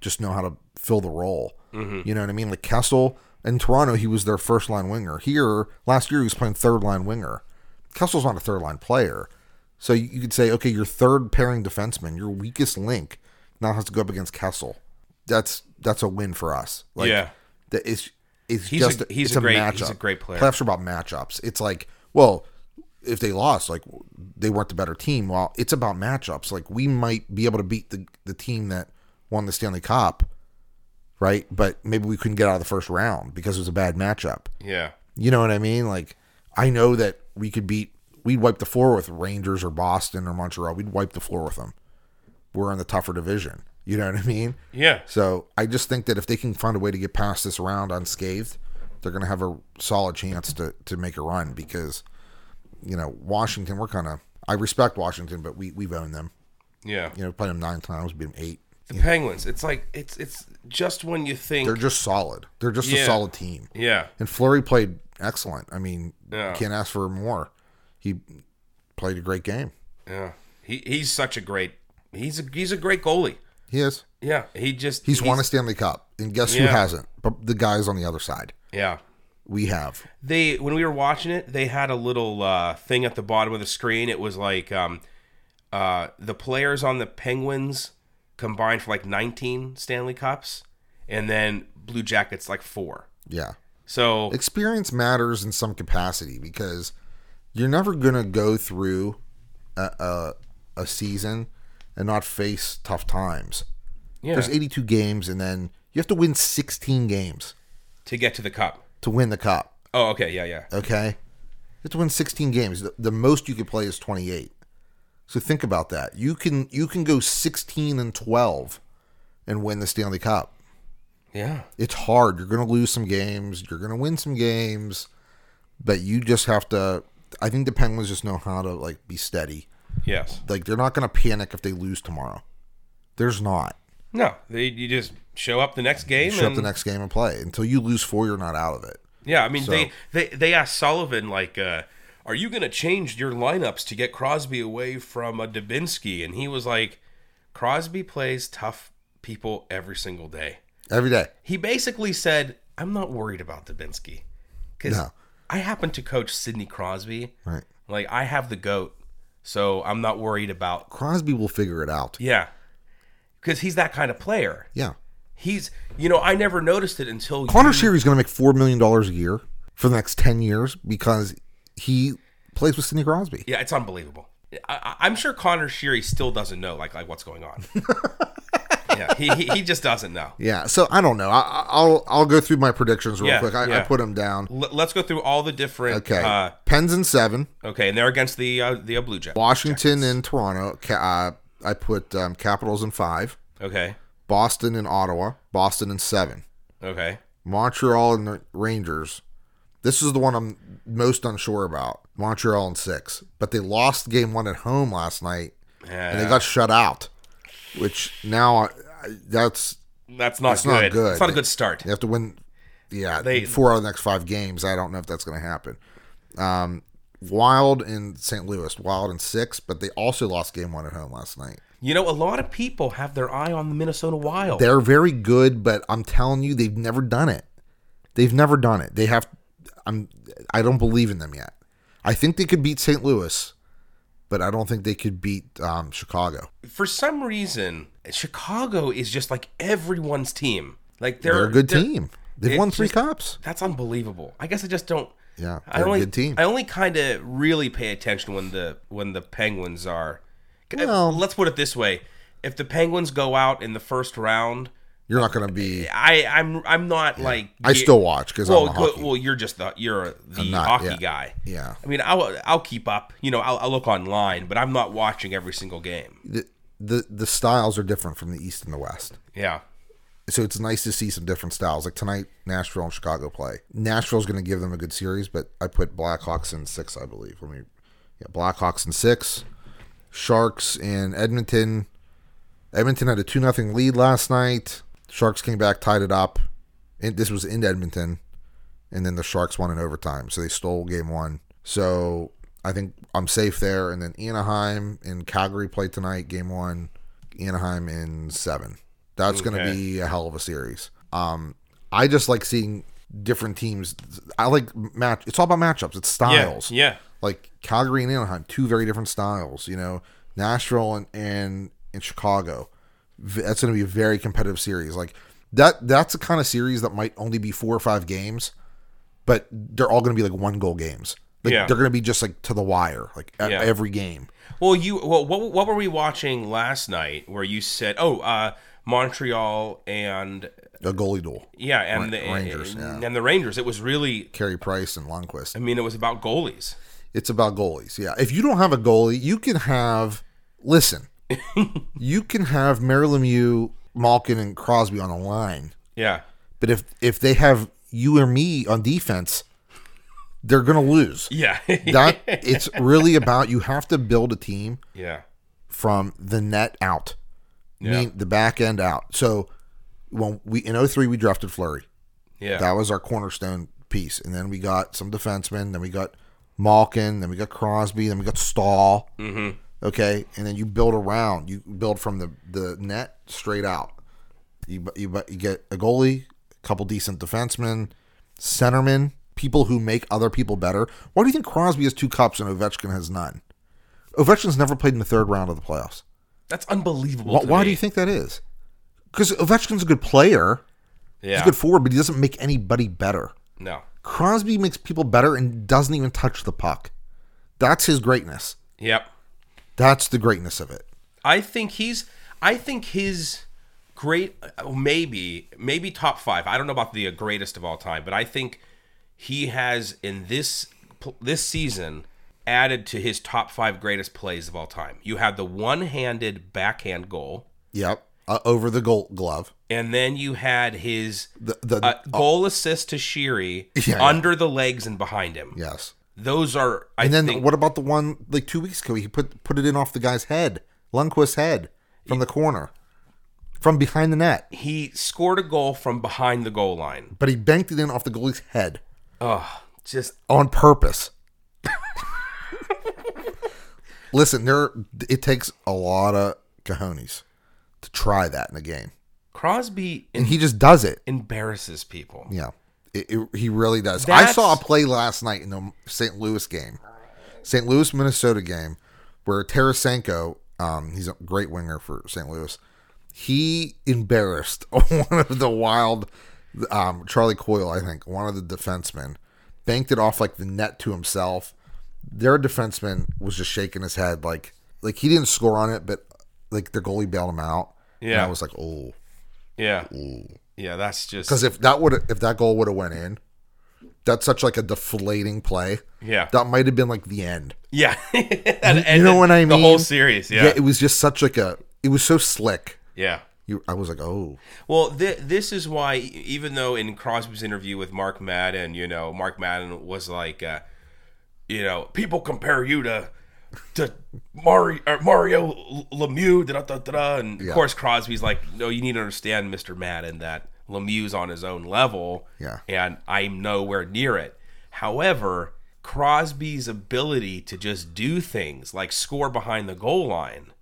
B: just know how to fill the role. You know what I mean? Like Kessel in Toronto, he was their first line winger. Here last year, he was playing third line winger. Kessel's not a third line player. So you you could say, okay, your third pairing defenseman, your weakest link, now has to go up against Kessel. That's that's a win for us. Like,
A: Yeah.
B: that is it's
A: He's
B: just
A: a- he's
B: it's
A: a great-
B: matchup.
A: he's a great player.
B: Playoffs are about matchups. It's like well, if they lost, like they weren't the better team. Well, it's about matchups. Like we might be able to beat the the team that won the Stanley Cup, right? But maybe we couldn't get out of the first round because it was a bad matchup.
A: yeah
B: You know what I mean? Like, I know that we could beat, we'd wipe the floor with Rangers or Boston or Montreal. We'd wipe the floor with them. We're in the tougher division. You know what I mean?
A: yeah
B: So I just think that if they can find a way to get past this round unscathed, they're going to have a solid chance to, to make a run because, you know, Washington, we're kind of, I respect Washington, but we, we've owned them.
A: yeah
B: You know, played them nine times, beat them eight.
A: the penguins it's like it's it's just when you think
B: They're just solid. They're just
A: Yeah.
B: a solid team.
A: yeah
B: And Flurry played excellent. I mean,
A: Yeah.
B: can't ask for more. He played a great game.
A: yeah he, he's such a great he's a he's a great goalie
B: He is.
A: yeah he just
B: He's, won a Stanley Cup, and guess who
A: Yeah.
B: hasn't? But the guys on the other side,
A: yeah
B: we have.
A: they when we were watching it they had a little uh, thing at the bottom of the screen it was like um, uh, the players on the penguins combined for like 19 stanley cups and then blue jackets like four
B: Yeah,
A: so
B: experience matters in some capacity because you're never gonna go through a a, a season and not face tough times.
A: yeah,
B: There's 82 games, and then you have to win 16 games
A: to get to the cup
B: to win the cup.
A: oh okay yeah yeah
B: Okay. You have to win 16 games. The, the most you could play is 28. So think about that. You can you can go 16 and 12 and win the Stanley Cup.
A: yeah
B: It's hard. You're going to lose some games, you're going to win some games, but you just have to I think the Penguins just know how to like be steady.
A: yes
B: Like they're not going to panic if they lose tomorrow. There's not.
A: no they you just show up the next game
B: Show up
A: and-
B: the next game and play. Until you lose 4, you're not out of it.
A: Yeah, I mean they, they they asked Sullivan like, uh, "Are you going to change your lineups to get Crosby away from a Dubinsky?" And he was like, "Crosby plays tough people every single day."
B: Every day.
A: He basically said, "I'm not worried about Dubinsky because
B: No.
A: I happen to coach Sidney Crosby.
B: Right.
A: Like I have the goat, so I'm not worried about
B: Crosby will figure it out.
A: yeah, because he's that kind of player.
B: Yeah.
A: He's, you know, I never noticed it until
B: Connor
A: you,
B: Sheary's going to make four million dollars a year for the next ten years because he plays with Sidney Crosby.
A: Yeah, it's unbelievable. I, I- I'm sure Connor Sheary still doesn't know like like what's going on. yeah, he, he he just doesn't know.
B: Yeah, so I don't know. I- I, I'll I'll go through my predictions real
A: Yeah,
B: quick. I, I
A: yeah.
B: put them down.
A: L- let's go through all the different.
B: Okay,
A: Uh,
B: Pens in seven,
A: okay, and they're against the uh, the uh, Blue Jackets.
B: Washington and Toronto. Ca- uh, I put um, Capitals in five,
A: Okay,
B: Boston and Ottawa, Boston in seven,
A: okay,
B: Montreal and the Rangers. This is the one I'm most unsure about. Montreal in six, but they lost game one at home last night, and they
A: yeah,
B: got shut out. Which now I, I- that's
A: that's not
B: not
A: good.
B: good.
A: It's not a good start.
B: They have to win. Yeah,
A: They-
B: four out of the next five games. I don't know if that's going to happen. Um, Wild in St. Louis, Wild in six, but they also lost game one at home last night.
A: You know, a lot of people have their eye on the Minnesota Wild.
B: They're very good, but I'm telling you, they've never done it. They've never done it. They have. I'm. I don't believe in them yet. I think they could beat St. Louis, but I don't think they could beat um, Chicago.
A: for some reason, Chicago is just like everyone's team. Like they're,
B: They're a good
A: they're-
B: team. They've
A: it
B: won three
A: just-
B: cups.
A: That's unbelievable. I guess I just don't.
B: Yeah,
A: I
B: they're a
A: only,
B: good team.
A: I only kind of really pay attention when the when the Penguins are.
B: Well-
A: let's put it this way: if the Penguins go out in the first round,
B: You're not going to be.
A: I I'm I'm not like
B: I still watch because
A: well
B: I'm a
A: go-
B: hockey.
A: well you're just the you're the
B: not,
A: hockey
B: yeah.
A: guy.
B: yeah.
A: I mean, I'll I'll keep up. You know, I'll, I'll look online, but I'm not watching every single game.
B: the the the styles are different from the East and the West.
A: Yeah,
B: So it's nice to see some different styles. Like tonight, Nashville and Chicago play. Nashville's going to give them a good series, but I put Blackhawks in six, I believe. Let me, yeah, Blackhawks in six, Sharks in Edmonton. Edmonton had a two nothing lead last night. Sharks came back, tied it up. And this was in Edmonton, and then the Sharks won in overtime, so they stole game one. So I think I'm safe there. And then Anaheim and Calgary play tonight, game one. Anaheim in seven. That's going to
A: Okay.
B: be a hell of a series. Um, I just like seeing different teams. I like match. It's all about matchups. It's
A: yeah,
B: styles
A: yeah.
B: like Calgary and Anaheim, two very different styles. You know, Nashville and and, and Chicago. V- That's going to be a very competitive series. Like that. That's the kind of series that might only be four or five games, but they're all going to be like one goal games. Like,
A: Yeah.
B: They're going to be just like to the wire, like e-
A: Yeah.
B: every game.
A: Well, you well, what what were we watching last night where you said, "Oh, uh Montreal and
B: A goalie duel.
A: yeah, and the eh,
B: Rangers, yeah.
A: and the Rangers." It was really
B: Carey Price and
A: I
B: Lundqvist.
A: mean, it was about goalies.
B: It's about goalies. Yeah. If you don't have a goalie, you can have. Listen, you can have Mary Lemieux, Malkin, and Crosby on a line.
A: Yeah.
B: But if if they have you or me on defense, they're gonna lose.
A: Yeah.
B: That it's really about you have to build a team
A: yeah.
B: from the net out,
A: Yeah.
B: mean the back end out. So when we in 03 we drafted Flurry.
A: Yeah.
B: That was our cornerstone piece, and then we got some defensemen. Then we got Malkin. Then we got Crosby. Then we got Stahl.
A: Mhm.
B: Okay, and then you build around. You build from the the net straight out. You bu- you bu- you get a goalie, a couple decent defensemen, centermen, people who make other people better. Why do you think Crosby has two cups and Ovechkin has none? Ovechkin's never played in the third round of the playoffs.
A: That's unbelievable.
B: Why,
A: to
B: why
A: me.
B: do you think that is? Because Ovechkin's a good player.
A: Yeah.
B: He's good forward, but he doesn't make anybody better.
A: no.
B: Crosby makes people better and doesn't even touch the puck. That's his greatness.
A: Yep.
B: That's the greatness of it.
A: I think he's. I think his great, uh, maybe maybe top five. I don't know about the uh, greatest of all time, but I think he has in this pl- this season added to his top five greatest plays of all time. You had the one-handed backhand goal,
B: Yep. Uh, over the goal glove.
A: and then you had his
B: The the
A: uh, goal assist to Shiri
B: oh. Yeah, yeah.
A: under the legs and behind him.
B: yes.
A: Those are. I
B: And then
A: think,
B: what about the one like two weeks ago? He put put it in off the guy's head, Lundqvist's head, from the corner, from behind the net.
A: he scored a goal from behind the goal line.
B: But he banked it in off the goalie's head
A: Oh, just
B: on purpose. Listen, there it takes a lot of cojones to try that in a game,
A: Crosby
B: and he just does it.
A: embarrasses people.
B: Yeah, it, it, he really does. I
A: That's-
B: saw a play last night in the St. Louis game, St. Louis Minnesota game, where Tarasenko, um, he's a great winger for St. Louis. He embarrassed one of the wild um, Charlie Coyle, I think, one of the defensemen, banked it off like the net to himself. Their defenseman was just shaking his head like like he didn't score on it, but like their goalie bailed him out. And
A: Yeah.
B: I was like, oh,
A: Yeah. Yeah, that's just
B: because if that would if that goal would have went in, that's such like a deflating play.
A: yeah.
B: That might have been like the end.
A: Yeah.
B: you know what I
A: The whole
B: mean?
A: series, yeah.
B: it was just such like a. It was so slick.
A: yeah.
B: You, I was like, oh,
A: Well, th- this is why, e- even though in Crosby's interview with Mark Madden, you know, Mark Madden was like, uh, you know, people compare you to to Mario, or Mario L- Lemieux, da, da, da, da. and of
B: Yeah.
A: course Crosby's like, no, you need to understand, Mister Madden, that Lemieux's on his own level,
B: Yeah.
A: and I'm nowhere near it. However, Crosby's ability to just do things like score behind the goal line,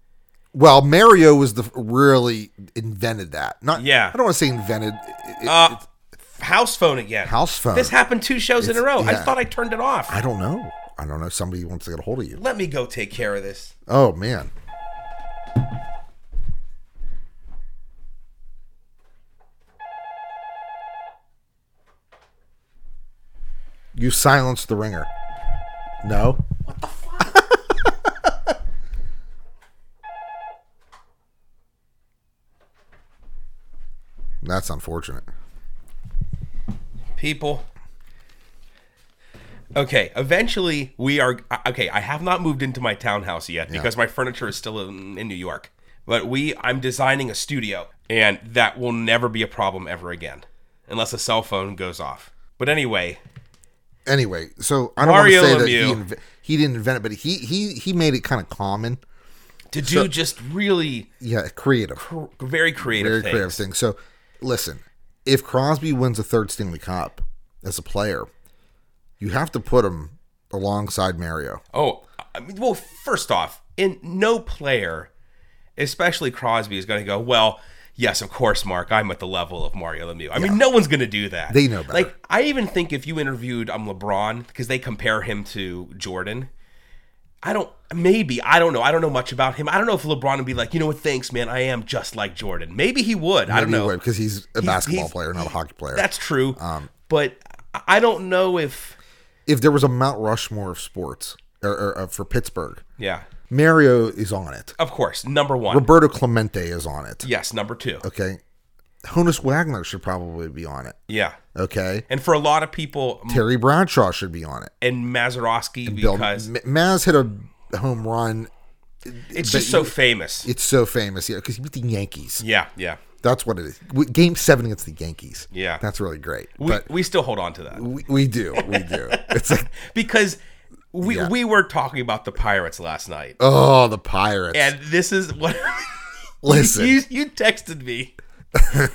B: well, Mario was the really invented that. Not
A: Yeah.
B: I don't want to say invented. It-
A: uh, house phone again,
B: house phone.
A: This happened two shows in a row. I
B: Uh, yeah.
A: thought I turned it off.
B: I don't know. I don't know. if Somebody wants to get a hold of you.
A: Let me go take care of this.
B: Oh man. You silenced the ringer. No. That's unfortunate.
A: People. Okay, eventually we are. I- Okay, I have not moved into my townhouse yet because my furniture is still in, in New York. But we, I'm designing a studio, and that will never be a problem ever again, unless a cell phone goes off. But anyway,
B: Anyway, so I don't want
A: Mario
B: to say that he,
A: Lemieux.
B: inve- he didn't invent it, but he he he made it kind of common.
A: to do just really
B: Yeah, creative.
A: cr- very creative
B: very
A: things.
B: creative thing. So, listen, if Crosby wins a third Stanley Cup as a player, you have to put him alongside Mario.
A: Oh, I mean, well, first off, in no player, especially Crosby, is going to go, well, yes, of course, Mark, I'm at the level of Mario Lemieux. I mean, no one's going to do that.
B: They know better.
A: Like, I even think if you interviewed um, LeBron, because they compare him to Jordan, I don't, maybe, I don't know. I don't know much about him. I don't know if LeBron would be like, you know what, thanks, man, I am just like Jordan. Maybe he would. I don't know.
B: because he's a basketball
A: he's-
B: player, not a hockey player.
A: That's true.
B: Um,
A: but I- I don't know if,
B: if there was a Mount Rushmore of sports or, or, uh, for Pittsburgh,
A: yeah,
B: Mario is on it.
A: of course, number one.
B: Roberto Clemente is on it.
A: yes, number two.
B: Okay, Honus Wagner should probably be on it.
A: Yeah.
B: Okay,
A: And for a lot of people,
B: Terry Bradshaw should be on it.
A: and Mazeroski
B: Bill,
A: because
B: M- Maz hit a home run.
A: it's just so famous.
B: It's so famous, yeah, because he beat the Yankees.
A: yeah, yeah.
B: That's what it is. We- Game seven against the Yankees.
A: Yeah.
B: that's really great.
A: We,
B: but
A: we still hold on to that
B: we, we do, we do. It's like,
A: because we
B: Yeah.
A: we were talking about the Pirates last night,
B: oh, the Pirates.
A: and this is what
B: Listen,
A: you you texted me.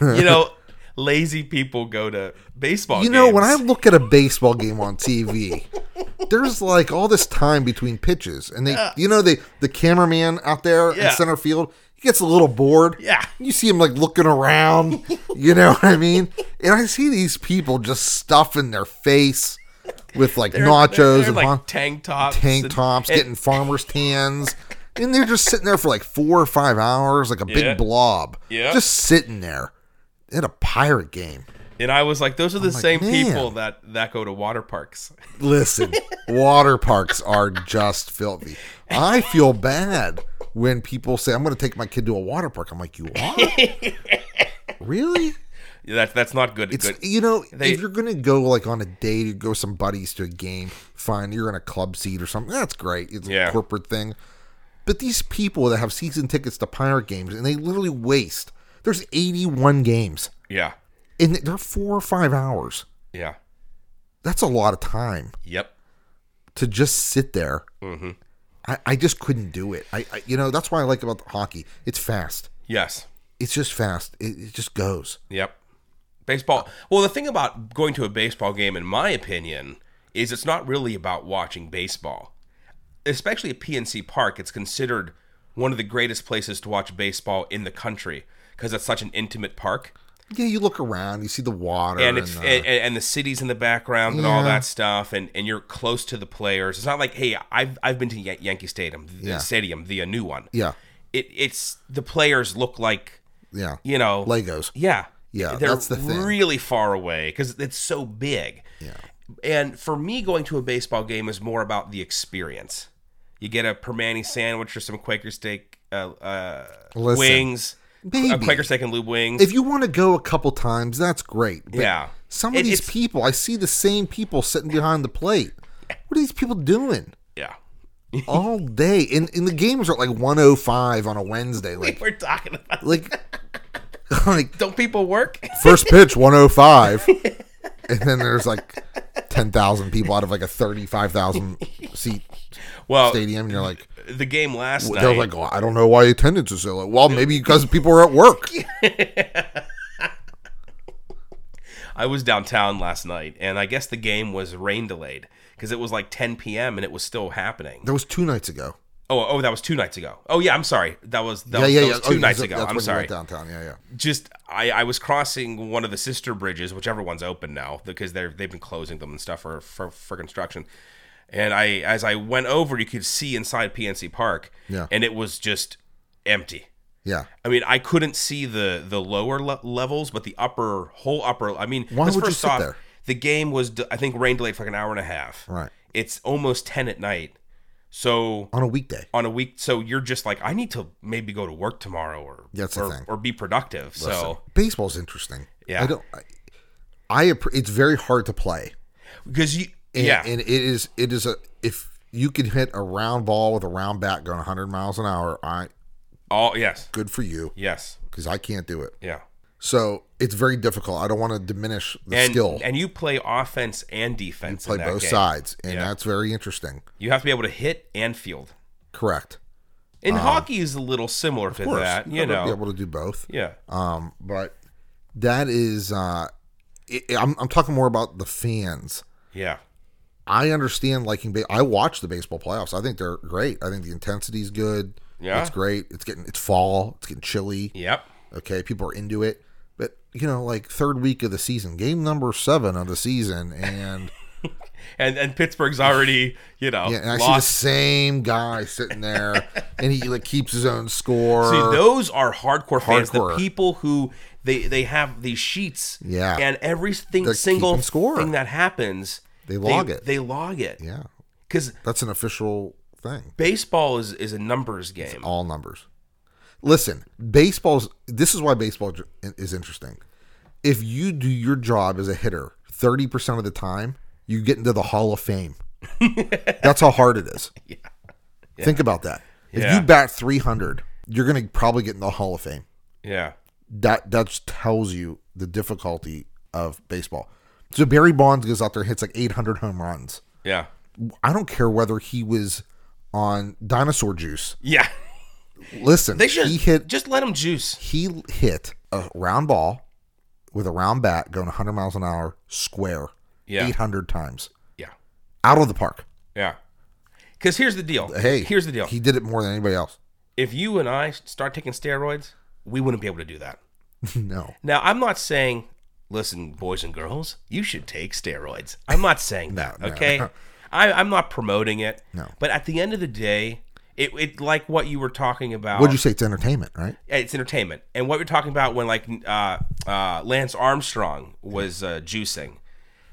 A: You know, lazy people go to baseball.
B: you know when I
A: games.
B: look at a baseball game on TV, there's like all this time between pitches, and they, you know, they the cameraman out there in
A: Yeah.
B: center field, he gets a little bored.
A: Yeah.
B: you see him like looking around. you know what I mean? And I see these people just stuffing their face with like
A: They're-
B: nachos
A: they're
B: and
A: like
B: hon-
A: tank tops,
B: tank
A: and-
B: tops,
A: and-
B: getting farmers tans. And they're just sitting there for like four or five hours, like a
A: Yeah.
B: big blob.
A: Yeah.
B: Just sitting there. At a pirate game.
A: and I was like, those are the
B: like,
A: same
B: man.
A: people that that go to water parks.
B: Listen, water parks are just filthy. I feel bad when people say, I'm going to take my kid to a water park. I'm like, you are? really?
A: That's that's not good.
B: It's
A: good.
B: you know
A: They-
B: if you're gonna go like on a date, you go with some buddies to a game. Fine, you're in a club seat or something. That's great. It's
A: Yeah.
B: a corporate thing. But these people that have season tickets to pirate games and they literally waste. There's 81 games
A: Yeah,
B: and they're four or five hours.
A: yeah,
B: That's a lot of time
A: yep.
B: to just sit there. Mm-hmm. I, I just couldn't do it. I, I you know that's why I like about hockey. It's fast.
A: Yes.
B: It's just fast. It, it just goes.
A: Yep. Baseball. Well, the thing about going to a baseball game, in my opinion, is it's not really about watching baseball. Especially at PNC Park, it's considered one of the greatest places to watch baseball in the country because it's such an intimate park,
B: Yeah, you look around, you see the water,
A: and it's
B: uh,
A: and, and, and the cities in the background and all that stuff, and, and you're close to the players. It's not like, hey, I've I've been to Yan- Yankee Stadium, the
B: Yeah.
A: stadium, the uh, new one.
B: yeah.
A: It it's the players look like
B: Yeah.
A: you know,
B: Legos.
A: yeah,
B: Yeah,
A: they're
B: that's the thing.
A: really far away because it's so big.
B: Yeah.
A: And for me, going to a baseball game is more about the experience. You get a permani sandwich or some Quaker steak uh, uh,
B: Listen,
A: wings, a
B: maybe.
A: Quaker steak and lube wings.
B: If you want to go a couple times, that's great. But
A: yeah,
B: Some
A: It-
B: of these
A: it's-
B: people, I see the same people sitting behind the plate. What are these people doing
A: yeah.
B: all day? And and the games are at like 105 on a Wednesday. Like
A: We're talking about.
B: like like
A: Don't people work?
B: first pitch 105 and then there's like 10,000 people out of like a 35,000 seat
A: Well,
B: stadium and you're like
A: the game last night.
B: they're like oh, I don't know why attendance is so low. Well, maybe because people are at work.
A: I was downtown last night, and I guess the game was rain delayed because it was like 10 p.m. and it was still happening.
B: That was 2 nights ago.
A: Oh, oh, that was two nights ago. Oh yeah, I'm sorry. That was that,
B: Yeah,
A: was,
B: yeah,
A: that
B: yeah.
A: was
B: Oh,
A: two nights
B: that's-
A: ago.
B: that's
A: I'm
B: when you
A: sorry.
B: went Downtown. Yeah, yeah.
A: Just I, I was crossing one of the sister bridges, whichever one's open now because they're they've been closing them and stuff for for, for construction. And I as I went over, you could see inside PNC Park.
B: Yeah.
A: And it was just empty.
B: Yeah.
A: I mean, I couldn't see the the lower le- levels, but the upper whole upper. I mean,
B: Why
A: 'cause
B: would you
A: first
B: sit
A: off,
B: there?
A: The game was d- I think rain delayed for like an hour and a half.
B: Right.
A: It's almost ten at night, so
B: On a weekday.
A: on a week. So you're just like, I need to maybe go to work tomorrow or
B: That's the
A: or,
B: thing.
A: or be productive. So
B: Baseball's interesting.
A: Yeah.
B: I don't I, I appre- it's very hard to play.
A: because you
B: And,
A: yeah
B: and it is it is a if you can hit a round ball with a round bat going 100 miles an hour, I
A: all yes
B: good for you
A: yes
B: because I can't do it.
A: yeah
B: So it's very difficult. I don't want to diminish the
A: and
B: skill.
A: and you play offense and defense.
B: play
A: in that
B: both
A: game.
B: sides, and
A: Yeah.
B: that's very interesting.
A: You have to be able to hit and field.
B: Correct.
A: And hockey is a little similar to
B: Uh-huh. Of course,
A: that. You
B: gotta
A: know.
B: be able to do both.
A: yeah.
B: Um, but that is, uh, it, I'm I'm talking more about the fans.
A: Yeah.
B: I understand liking. Ba- I watch the baseball playoffs. I think they're great. I think the intensity's good.
A: Yeah.
B: it's great. It's getting it's fall. It's getting chilly.
A: Yep.
B: Okay, people are into it. But you know, like third week of the season, game number seven of the season, and
A: And and Pittsburgh's already you know
B: Yeah, and I see the
A: lost.
B: same guy sitting there, and he like keeps his own score.
A: See, those are hardcore fans. The
B: Hardcore.
A: people who they they have these sheets.
B: Yeah.
A: And everything
B: They're
A: single
B: keeping score.
A: thing that happens,
B: They log it.
A: They log it.
B: yeah,
A: Because
B: that's an official thing.
A: baseball is is a numbers game.
B: All numbers. Listen, baseball's. This is why baseball j- is interesting. If you do your job as a hitter thirty percent of the time, you get into the Hall of Fame. that's how hard it is. Think about that. If
A: Yeah.
B: you bat three hundred, you're gonna probably get in the Hall of Fame.
A: yeah.
B: that that just tells you the difficulty of baseball. So Barry Bonds goes out there and hits like 800 home runs.
A: Yeah.
B: I don't care whether he was on dinosaur juice.
A: Yeah.
B: Listen,
A: They should
B: he hit
A: just let them juice.
B: he hit a round ball with a round bat going 100 miles an hour square
A: Yeah.
B: 800 times
A: Yeah.
B: out of the park.
A: Yeah. Because here's the deal.
B: Hey,
A: here's the deal.
B: He did it more than anybody else.
A: if you and I start taking steroids, we wouldn't be able to do that.
B: no,
A: Now, I'm not saying, listen, boys and girls, you should take steroids. I'm not saying that.
B: no.
A: okay, I, I'm not promoting it.
B: No.
A: But at the end of the day, it, it like what you were talking about.
B: what'd you say? It's entertainment, right?
A: It's entertainment, and what you're talking about when like uh, uh, Lance Armstrong was uh, juicing,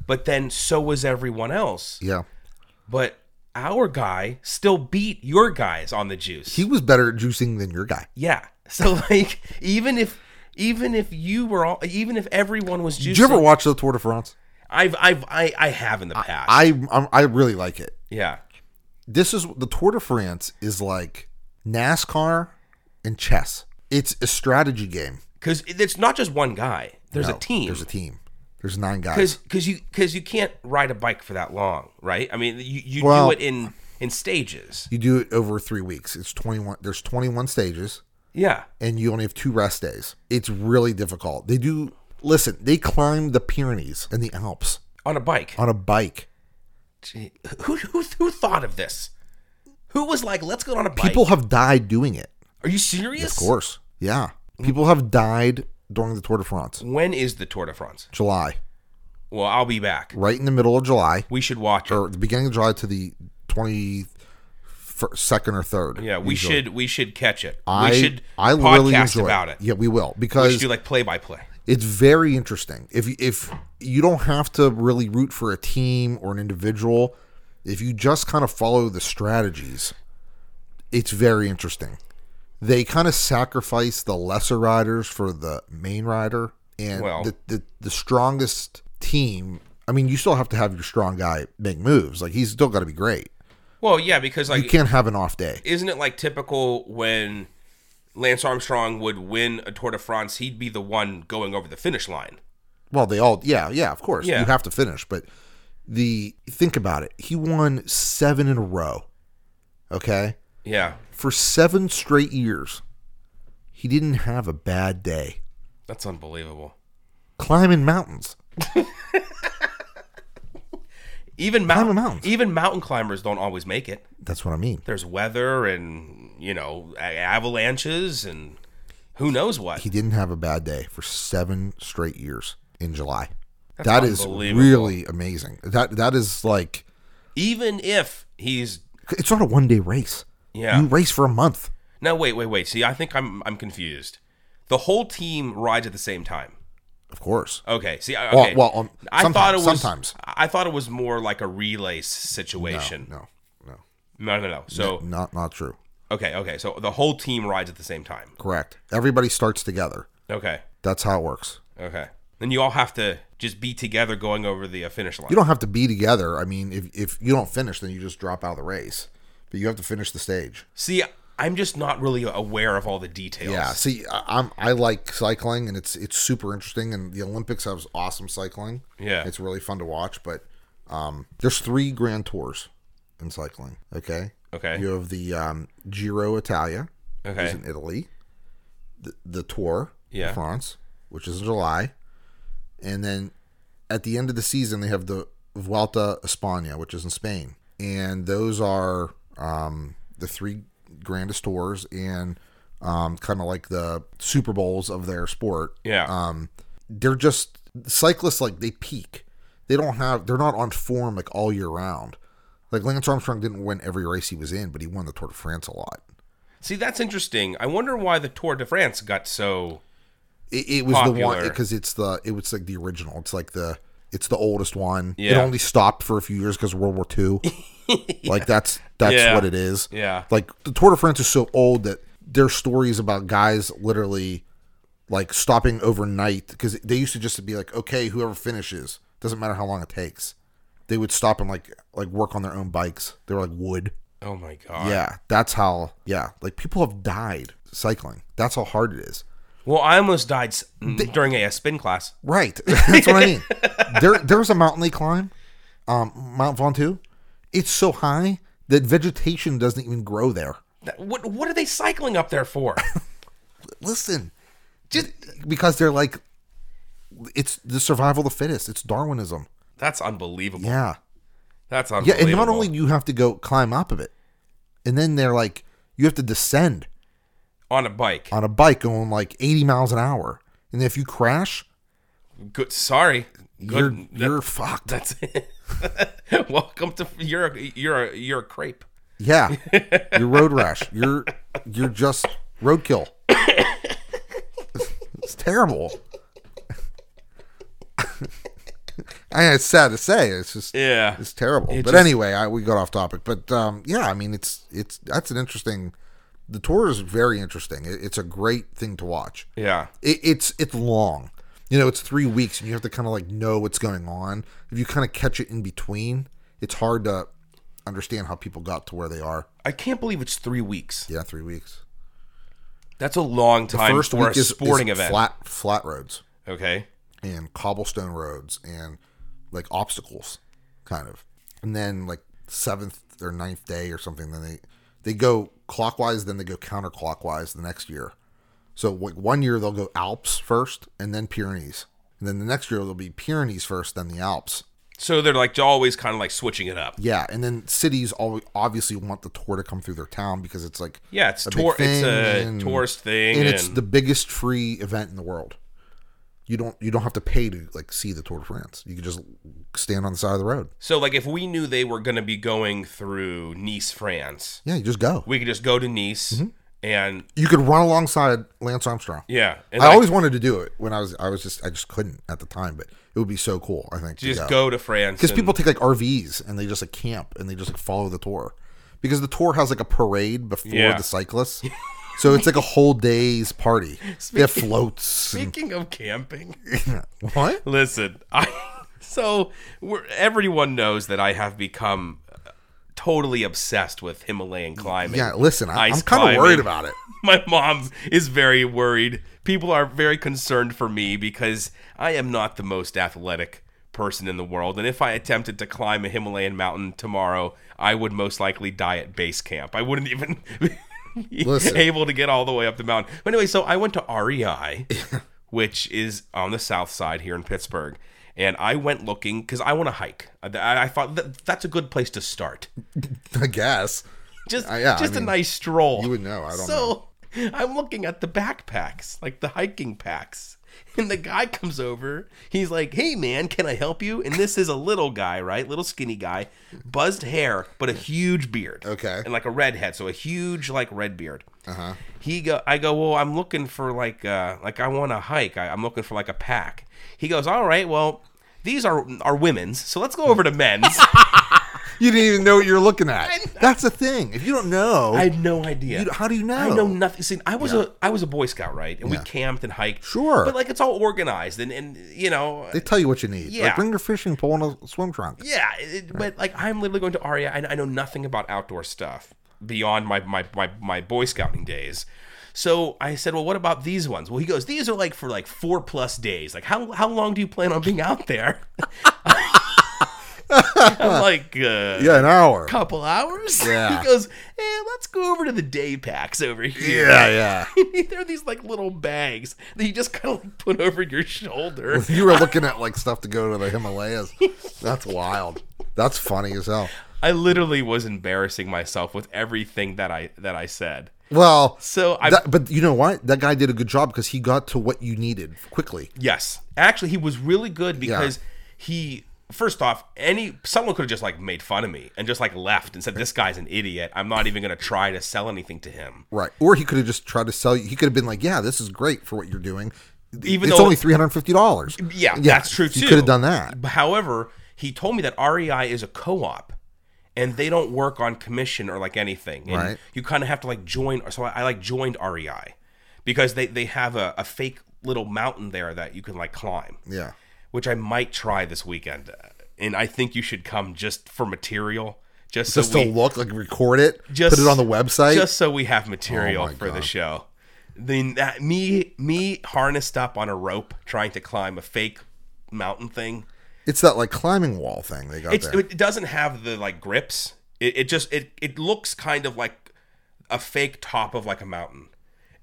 A: but then so was everyone else.
B: Yeah,
A: But our guy still beat your guys on the juice.
B: he was better at juicing than your guy.
A: Yeah. So like even if even if you were all even if everyone was juicing,
B: Did you ever watch the Tour de France?
A: I've I've I, I have in the past.
B: I I'm, I really like it.
A: yeah.
B: this is the Tour de France is like NASCAR and chess. It's a strategy game.
A: Cuz it's not just one guy. There's a
B: No,
A: team.
B: There's a team. There's nine guys.
A: Cuz cuz you cuz you can't ride a bike for that long, right? I mean, you you
B: Well-
A: do it in in stages.
B: You do it over three weeks. It's twenty one. There's twenty one stages,
A: Yeah.
B: and you only have two rest days. It's really difficult. They do. Listen, they climb the Pyrenees and the Alps
A: On a bike.
B: on a bike.
A: Gee, who, who who thought of this? Who was like, "Let's go on a bike?"
B: People have died doing it.
A: Are you serious?
B: Of course, yeah.
A: Mm.
B: People have died during the Tour de France.
A: When is the Tour de France?
B: July,
A: Well, I'll be back.
B: right in the middle of July,
A: We should watch it.
B: or the beginning of July to the twenty fir- second or third.
A: Yeah, we
B: usually.
A: should we should catch it.
B: I
A: we should
B: I
A: podcast
B: really enjoy
A: about it.
B: Yeah, we will
A: We
B: because
A: should do like play by play.
B: it's very interesting. If if you don't have to really root for a team or an individual, if you just kind of follow the strategies, it's very interesting. They kind of sacrifice the lesser riders for the main rider, and
A: Well-
B: the, the the strongest team. I mean, you still have to have your strong guy make moves. Like he's still got to be great.
A: Well, yeah, because
B: You
A: like
B: can't have an off day.
A: isn't it like typical when Lance Armstrong would win a Tour de France, he'd be the one going over the finish line.
B: Well, they all, yeah, yeah, of course.
A: Yeah.
B: You have to finish, but the think about it. He won seven in a row. Okay,
A: Yeah,
B: for seven straight years, he didn't have a bad day
A: that's unbelievable.
B: climbing mountains.
A: Even mountain,
B: Climbing mountains.
A: even mountain climbers don't always make it.
B: That's what I mean.
A: There's weather and you know a- avalanches and who knows what.
B: He didn't have a bad day for seven straight years in July. That's
A: unbelievable.
B: really amazing. That that is like
A: Even if he's
B: it's not a one day race.
A: Yeah.
B: you race for a month.
A: no, wait, wait, wait. See, I think I'm I'm confused. The whole team rides at the same time.
B: Of course.
A: Okay. See, I-
B: Well-
A: okay.
B: well, um,
A: I thought it
B: sometimes-
A: was
B: sometimes.
A: I thought it was more like a relay s- situation.
B: No, no,
A: No, no, no. So
B: not not true.
A: okay, okay. So the whole team rides at the same time.
B: Correct. Everybody starts together.
A: Okay,
B: That's how it works.
A: okay. Then you all have to just be together going over the uh, finish line.
B: You don't have to be together. I mean, if if you don't finish, then you just drop out of the race. But you have to finish the stage.
A: See, I'm just not really aware of all the details.
B: Yeah. See, I- I'm I like cycling, and it's it's super interesting. And the Olympics has awesome cycling.
A: Yeah.
B: it's really fun to watch. But um, there's three Grand Tours in cycling. Okay.
A: Okay.
B: You have the um, Giro Italia, which is
A: Okay.
B: in Italy. The, the Tour, in
A: Yeah.
B: France, which is in July, and then at the end of the season they have the Vuelta a España, which is in Spain, and those are um, the three grandest tours and um, kind of like the Super Bowls of their sport.
A: Yeah.
B: Um, they're just cyclists like they peak. They don't have they're not on form like all year round. Like Lance Armstrong didn't win every race he was in, but he won the Tour de France a lot.
A: See, that's interesting. I wonder why the Tour de France got so.
B: It, it was the one
A: Popular.
B: because it's the it was like the original. It's like the it's the oldest one. It
A: Yeah.
B: only stopped for a few years because World War II. Like that's that's
A: Yeah.
B: what it is.
A: Yeah.
B: Like the Tour de France is so old that there's stories about guys literally like stopping overnight because they used to just be like, okay, whoever finishes doesn't matter how long it takes. They would stop and like like work on their own bikes. They were like wood.
A: Oh my god.
B: Yeah, that's how. Yeah, like people have died cycling. That's how hard it is.
A: Well, I almost died s- mm, during a, a spin class.
B: Right. That's what I mean. there there was a mountain they climb, um, Mount Ventoux. It's so high that vegetation doesn't even grow there.
A: That- what What are they cycling up there for?
B: Listen, just because they're like, it's the survival of the fittest. It's Darwinism.
A: that's unbelievable.
B: Yeah,
A: That's
B: yeah.
A: unbelievable.
B: And not only do you have to go climb up of it, and then they're like, you have to descend
A: on a bike.
B: on a bike going like eighty miles an hour, and if you crash,
A: Good. Sorry.
B: you're
A: Good. that-
B: you're fucked.
A: That's it. Welcome to you're a, you're a, you're a crepe.
B: Yeah, you're road rash. You're you're just roadkill. it's, it's terrible. I mean, it's sad to say. It's just
A: Yeah.
B: it's terrible. but
A: just-
B: anyway, I, we got off topic. But um, yeah, I mean, it's it's that's an interesting. The tour is very interesting. It, it's a great thing to watch.
A: Yeah.
B: It, it's it's long. You know, it's three weeks, and you have to kind of like know what's going on. If you kind of catch it in between, it's hard to understand how people got to where they are.
A: I can't believe it's three weeks.
B: Yeah, three weeks.
A: That's a long time
B: First
A: for
B: week
A: a
B: is
A: sporting
B: is
A: event.
B: flat flat roads
A: Okay.
B: and cobblestone roads and like obstacles, kind of. And then like seventh or ninth day or something, then they they go clockwise, then they go counterclockwise the next year. So like one year they'll go Alps first and then Pyrenees, and then the next year they'll be Pyrenees first, then the Alps.
A: So they're like always kind of like switching it up.
B: Yeah, and then cities al obviously want the tour to come through their town because it's like
A: Yeah, it's
B: a big
A: tour. It's
B: thing
A: a
B: and-
A: tourist thing,
B: and it's the biggest free event in the world. You don't you don't have to pay to like see the Tour de France. You can just stand on the side of the road.
A: So, like, if we knew they were going to be going through Nice, France,
B: Yeah, you just go.
A: we could just go to Nice
B: Mm-hmm.
A: and
B: You could run alongside Lance Armstrong.
A: yeah, and
B: I
A: like,
B: always wanted to do it when I was I was just I just couldn't at the time, but it would be so cool. I think to
A: just
B: go.
A: go to France
B: because
A: and-
B: people take like RVs and they just like camp and they just like follow the tour because the tour has like a parade before
A: Yeah.
B: the cyclists, so it's like a whole day's party. They have floats. and-
A: Speaking of camping,
B: what?
A: listen, I so we're, everyone knows that I have become totally obsessed with Himalayan climbing.
B: Yeah, listen, I,
A: Ice
B: I'm kind
A: climbing.
B: of worried about it.
A: My mom is very worried. People are very concerned for me because I am not the most athletic person in the world. And if I attempted to climb a Himalayan mountain tomorrow, I would most likely die at base camp. I wouldn't even be
B: Listen.
A: able to get all the way up the mountain. But anyway, so I went to REI, which is on the south side here in Pittsburgh. And I went looking because I want to hike. I, I thought that, that's a good place to start
B: I guess.
A: just
B: Uh, yeah, I
A: just
B: mean,
A: a nice stroll.
B: you would know, I don't
A: so, know. I'm looking at the backpacks, like the hiking packs. And the guy comes over. He's like, "Hey man, can I help you?" And this is a little guy, right? Little skinny guy, buzzed hair, but a huge beard.
B: Okay.
A: And like a redhead, so a huge like red beard. Uh-huh. He go I go, "Well, I'm looking for like uh like I want to hike. I, I'm looking for like a pack." He goes, "All right, well, these are are women's. So let's go over to men's."
B: You didn't even know what you're looking at. That's the thing. If you don't know,
A: I had no idea.
B: You- how do you know?
A: I know nothing. See, I was a I was a Boy Scout, right? And we camped and hiked.
B: Sure.
A: but like it's all organized and and you know.
B: they tell you what you need.
A: Yeah.
B: Like bring your fishing pole and a swim trunk.
A: yeah, it, but like I'm literally going to Aria, and I know nothing about outdoor stuff beyond my my my, my Boy Scouting days. So I said, well, what about these ones? Well, he goes, these are like for like four plus days. Like, how how long do you plan on being out there? I'm like, uh,
B: Yeah, an hour.
A: couple hours.
B: Yeah.
A: he goes, eh, let's go over to the day packs over here.
B: Yeah, yeah.
A: there are these like little bags that you just kind of like put over your shoulder.
B: You were looking at like stuff to go to the Himalayas. That's wild. That's funny as hell.
A: I literally was embarrassing myself with everything that I that I said.
B: Well,
A: So I
B: that, but you know what? That guy did a good job because he got to what you needed quickly.
A: yes, actually he was really good because he first off any someone could have just like made fun of me and just like left and said this guy's an idiot. I'm not even going to try to sell anything to him.
B: Right. Or he could have just tried to sell you. He could have been like, yeah, this is great for what you're doing.
A: Even
B: it's
A: though-
B: only $350.
A: Yeah, that's true too.
B: You could have done that.
A: However, he told me that REI is a co-op, and they don't work on commission or like anything. And
B: Right.
A: You kind of have to like join. So I, I like joined REI because they they have a, a fake little mountain there that you can like climb,
B: Yeah.
A: which I might try this weekend. And I think you should come just for material, just,
B: Just
A: so
B: to
A: we,
B: look, like record it,
A: Just-
B: put it on the website. Oh
A: just so we have material for the show. Then that me me harnessed up on a rope trying to climb a fake mountain thing.
B: it's that like climbing wall thing they got
A: It's,
B: there.
A: it doesn't have the like grips. It, it just it it looks kind of like a fake top of like a mountain,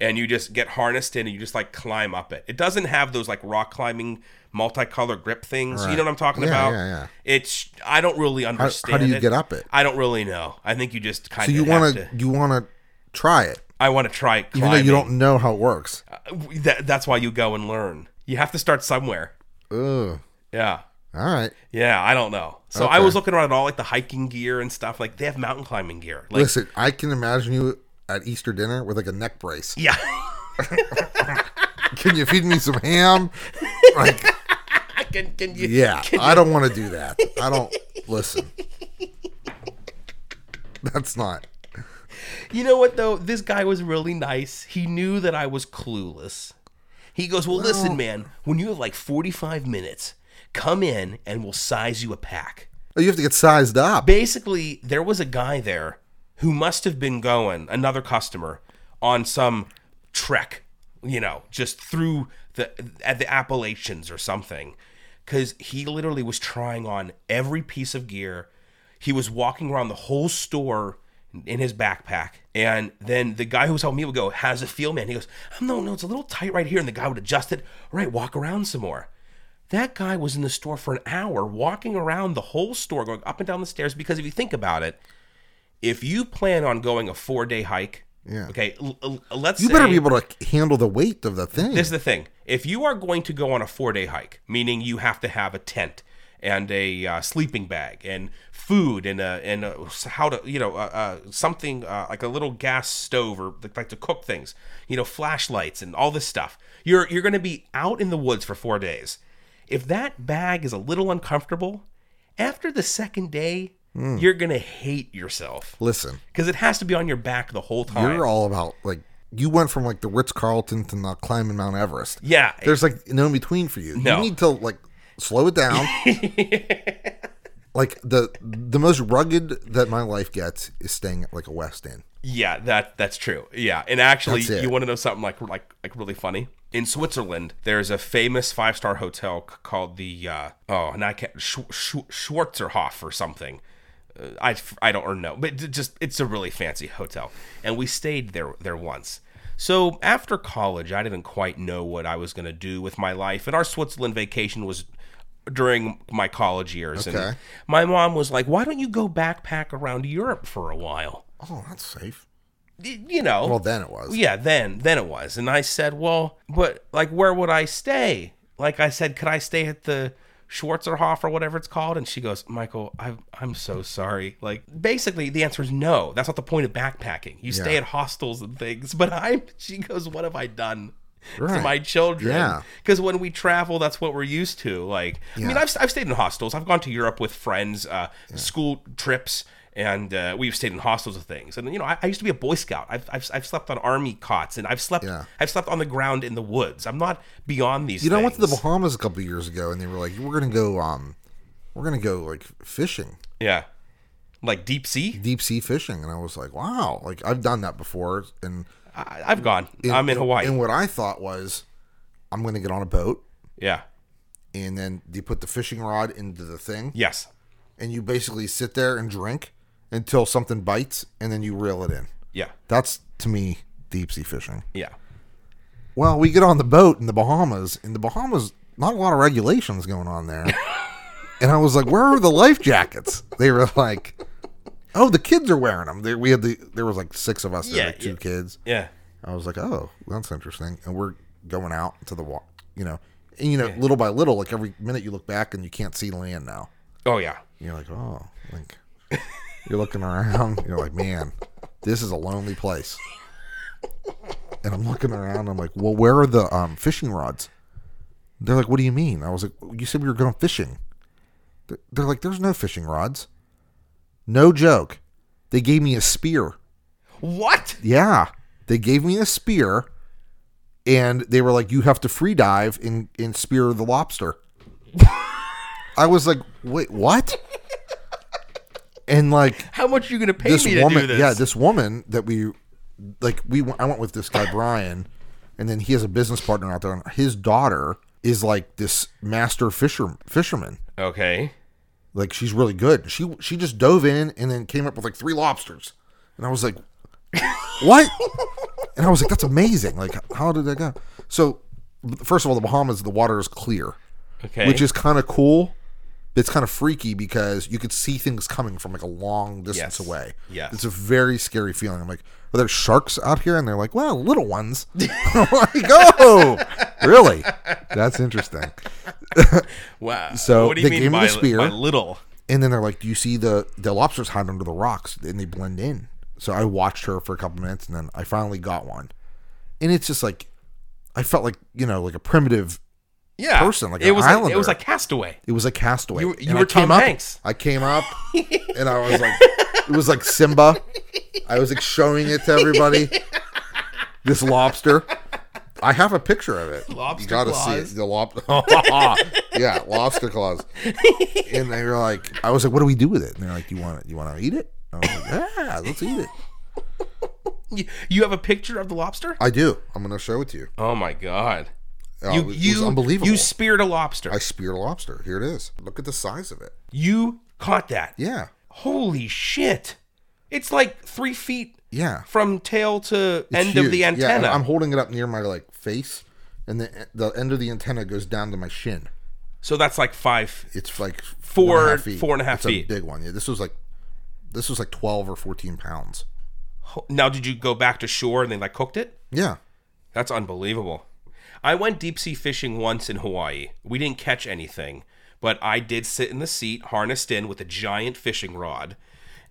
A: and you just get harnessed in and you just like climb up it. It doesn't have those like rock climbing multicolor grip things. You know what I'm talking
B: Yeah,
A: about?
B: yeah, yeah.
A: It's I don't really understand.
B: you get up it?
A: I don't really know. I think you just kind
B: So
A: of
B: you
A: want
B: want to you want to try it,
A: I want to try
B: even though
A: climbing.
B: you don't know how it works.
A: That, that's why you go and learn. You have to start somewhere.
B: Ugh.
A: Yeah.
B: All right.
A: Yeah, I don't know. So I
B: Okay.
A: was looking around at all like the hiking gear and stuff. Like they have mountain climbing gear. Like
B: Listen, I can imagine you at Easter dinner with like a neck brace.
A: yeah,
B: Can you feed me some ham? Like,
A: can, can you?
B: yeah, I don't want to do that. I don't listen. That's not.
A: You know what though? This guy was really nice. He knew that I was clueless. He goes, "Well, listen, man. When you have like forty-five minutes, come in and we'll size you a pack."
B: Oh, you have to get sized up.
A: basically there was a guy there who must have been going another customer on some trek you know just through the at the appalachians or something because he literally was trying on every piece of gear he was walking around the whole store in his backpack and then the guy who was helping me would go how's it feel man he goes oh, no no it's a little tight right here and the guy would adjust it all right walk around some more that guy was in the store for an hour, walking around the whole store, going up and down the stairs. Because if you think about it, if you plan on going a four day hike,
B: Yeah.
A: okay, l- l- let's
B: You
A: say,
B: better be able to handle the weight of the thing.
A: This is the thing. If you are going to go on a four day hike, meaning you have to have a tent and a uh, sleeping bag and food and a, and a, how to you know uh, uh, something uh, like a little gas stove or like, like to cook things, you know, flashlights and all this stuff. You're you're going to be out in the woods for four days. If that bag is a little uncomfortable, after the second day, you're going to hate yourself
B: Listen,
A: because it has to be on your back the whole time.
B: you're all about like you went from like the Ritz Carlton to not climbing Mount Everest.
A: yeah,
B: There's like no in between for you.
A: No.
B: You need to like slow it down. like the the most rugged that my life gets is staying at like a West Inn.
A: Yeah, that that's true. Yeah, and actually,
B: That's it.
A: you want to know something like like like really funny? In Switzerland, there's a famous five star hotel c- called the uh, oh, and I can't Sch- Sch- Schwarzerhof or something. Uh, I I don't or know, but d- just it's a really fancy hotel, and we stayed there there once. So after college, I didn't quite know what I was gonna do with my life, and our Switzerland vacation was during my college years.
B: Okay.
A: And my mom was like, "Why don't you go backpack around Europe for a while?"
B: Oh, that's safe.
A: Y- You know,
B: Well, then it was.
A: yeah, then then it was. And I said, "Well, but like where would I stay?" Like I said, "Could I stay at the Schwarzerhof or whatever it's called?" And she goes, "Michael, I I'm so sorry." Like basically the answer is no. That's not the point of backpacking. You stay at hostels and things. But I'm she goes, "What have I done?" To
B: Right.
A: my children,
B: Yeah.
A: Because when we travel, that's what we're used to. Like, I mean,
B: Yeah.
A: I've, I've stayed in hostels. I've gone to Europe with friends, uh, school trips, and uh, we've stayed in hostels and things. And you know, I, I used to be a Boy Scout. I've, I've, I've slept on army cots, and I've slept
B: Yeah.
A: I've slept on the ground in the woods. I'm not beyond these.
B: You know, I
A: things.
B: went to the Bahamas a couple years ago, and they were like, "We're gonna go, um, we're gonna go like fishing,
A: yeah, like deep sea.
B: deep sea fishing," and I was like, "Wow!" Like I've done that before, and
A: I, I've gone. I'm in Hawaii.
B: And what I thought was, I'm gonna get on a boat,
A: yeah.
B: and then you put the fishing rod into the thing,
A: Yes.
B: and you basically sit there and drink until something bites, and then you reel it in.
A: Yeah.
B: That's to me deep sea fishing.
A: Yeah.
B: Well, we get on the boat in the Bahamas. In the Bahamas, not a lot of regulations going on there. and I was like, "Where are the life jackets?" They were like, "Oh, the kids are wearing them." There, we had the there was like six of us. There
A: Yeah,
B: like two
A: yeah.
B: kids.
A: Yeah.
B: I was like, "Oh, that's interesting." And we're going out to the wa you know, and you know, little by little, like every minute you look back and you can't see land now.
A: Oh yeah.
B: You're like, "Oh," like you're looking around. You're like, "Man, this is a lonely place." And I'm looking around. I'm like, "Well, where are the um, fishing rods?" They're like, "What do you mean?" I was like, "You said we were going fishing." They're- They're like, "There's no fishing rods." No joke. They gave me a spear.
A: What?
B: Yeah. They gave me a spear and they were like, you have to free dive and, and spear the lobster. I was like, wait, what? And like
A: How much are you gonna pay
B: this
A: me to
B: woman,
A: do this?
B: yeah, this woman that we like, we went- I went with this guy Brian, and then he has a business partner out there, and his daughter is like this master fisher fisherman.
A: okay.
B: Like she's really good. She she just dove in and then came up with like three lobsters, and I was like, "What?" and I was like, "That's amazing! Like, how did that go?" So, first of all, the Bahamas, the water is clear,
A: Okay.
B: which is kind of cool. It's kind of freaky because you could see things coming from like a long distance
A: Yes.
B: away.
A: Yes.
B: it's a very scary feeling. I'm like, "Are there sharks out here?" And they're like, "Well, little ones." I'm like, "Oh, really? That's interesting."
A: wow.
B: so
A: what do you
B: they
A: mean
B: gave me the
A: by,
B: spear.
A: by little?
B: And then they're like, "Do you see the the lobsters hide under the rocks and they blend in?" So I watched her for a couple minutes, and then I finally got one. And it's just like, I felt like you know, like a primitive.
A: Yeah.
B: Person, like
A: it
B: an
A: was like, it
B: islander.
A: was like Castaway.
B: It was a castaway.
A: You- you
B: And
A: were
B: I came
A: Tom
B: up,
A: Hanks.
B: I came up, and I was like, it was like Simba. I was like showing it to everybody. This lobster. I have a picture of it.
A: Lobster
B: you gotta
A: claws.
B: see it. The lob- yeah, lobster claws. And they were like, I was like, what do we do with it? And they're like, you want it? You want to eat it? I was like, yeah, let's eat it.
A: You, you have a picture of the lobster?
B: I do. I'm gonna show it to you.
A: Oh my god.
B: Oh,
A: you
B: it was, it was
A: you
B: unbelievable.
A: You speared a lobster.
B: I spear lobster. Here it is. Look at the size of it.
A: you caught that.
B: Yeah,
A: Holy shit. It's like three feet
B: yeah.
A: from tail to
B: It's
A: end
B: huge.
A: of the
B: Yeah,
A: antenna.
B: I'm holding it up near my like face, and the the end of the antenna goes down to my shin.
A: so that's like five.
B: It's like
A: Four-
B: four and a half
A: four and a half
B: It's
A: feet.
B: A big one. Yeah, this was like this was like twelve or fourteen pounds.
A: Now, did you go back to shore and they like cooked it?
B: Yeah,
A: That's unbelievable. I went deep sea fishing once in Hawaii. We didn't catch anything, but I did sit in the seat, harnessed in with a giant fishing rod.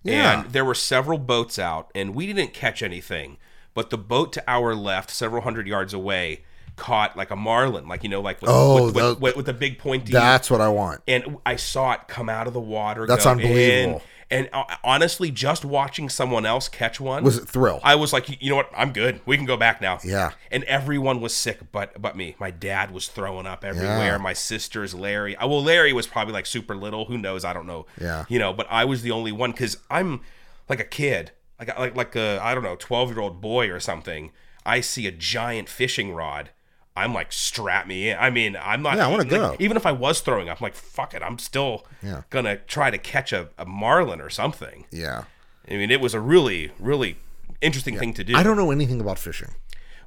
B: Yeah.
A: And there were several boats out, and we didn't catch anything. But the boat to our left, several hundred yards away, caught like a marlin, like, you know, like with,
B: Oh,
A: with,
B: the-
A: with, with, with the big pointy
B: That's what I want.
A: and I saw it come out of the water.
B: That's
A: go
B: unbelievable.
A: In, and uh, honestly, just watching someone else catch one,
B: Was it thrill?
A: I was like, you know what? I'm good. We can go back now.
B: Yeah.
A: And everyone was sick, but but me. My dad was throwing up everywhere.
B: Yeah.
A: My sisters, Larry. uh, Well, Larry was probably like super little. Who knows? I don't know.
B: Yeah.
A: You know, but I was the only one because I'm like a kid, like like like a I don't know, twelve year old boy or something. I see a giant fishing rod. I'm like, strap me in. I mean, I'm not.
B: Yeah, I wanna
A: like,
B: go.
A: Even if I was throwing up, I'm like, fuck it. I'm still
B: Yeah.
A: gonna try to catch a, a marlin or something.
B: yeah.
A: I mean, it was a really, really interesting thing to do.
B: I don't know anything about fishing.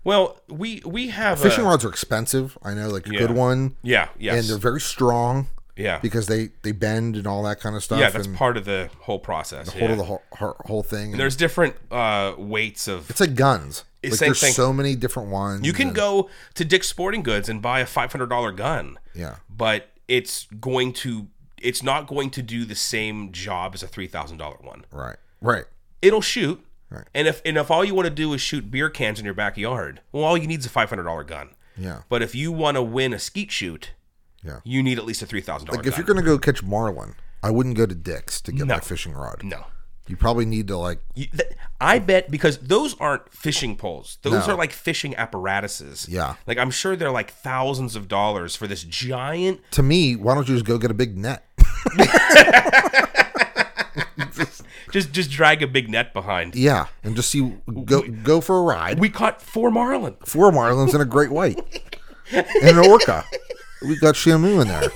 A: Well, we we have
B: Fishing
A: a,
B: rods are expensive. I know, like a
A: Yeah.
B: good one,
A: Yeah,
B: and
A: yes,
B: they're very strong
A: yeah,
B: because they they bend and all that kind of stuff.
A: yeah. That's
B: and
A: part of the whole process.
B: hold
A: yeah.
B: of the whole, her- whole thing.
A: There's different uh, weights of.
B: it's like guns.
A: It's
B: Like,
A: same
B: there's
A: thing.
B: so many different ones.
A: You can go to Dick's Sporting Goods and buy a five hundred dollar gun,
B: Yeah.
A: but it's going to it's not going to do the same job as a three thousand dollar one.
B: Right. Right.
A: It'll shoot,
B: Right.
A: and if and if all you want to do is shoot beer cans in your backyard, well, all you need is a five hundred dollar gun.
B: Yeah.
A: But if you want to win a skeet shoot,
B: Yeah.
A: you need at least a three thousand dollar
B: Like
A: gun.
B: if you're gonna go catch marlin, I wouldn't go to Dick's to get
A: No.
B: my fishing rod.
A: no.
B: You probably need to like
A: You, th- I bet because those aren't fishing poles. Those
B: No.
A: are like fishing apparatuses.
B: Yeah.
A: Like I'm sure they're like thousands of dollars for this giant.
B: to me, why don't you just go get a big net?
A: Just just drag a big net behind.
B: Yeah, and just see go go for a ride.
A: We caught four marlin.
B: Four marlins and a great white and an orca. We got Shamu in there,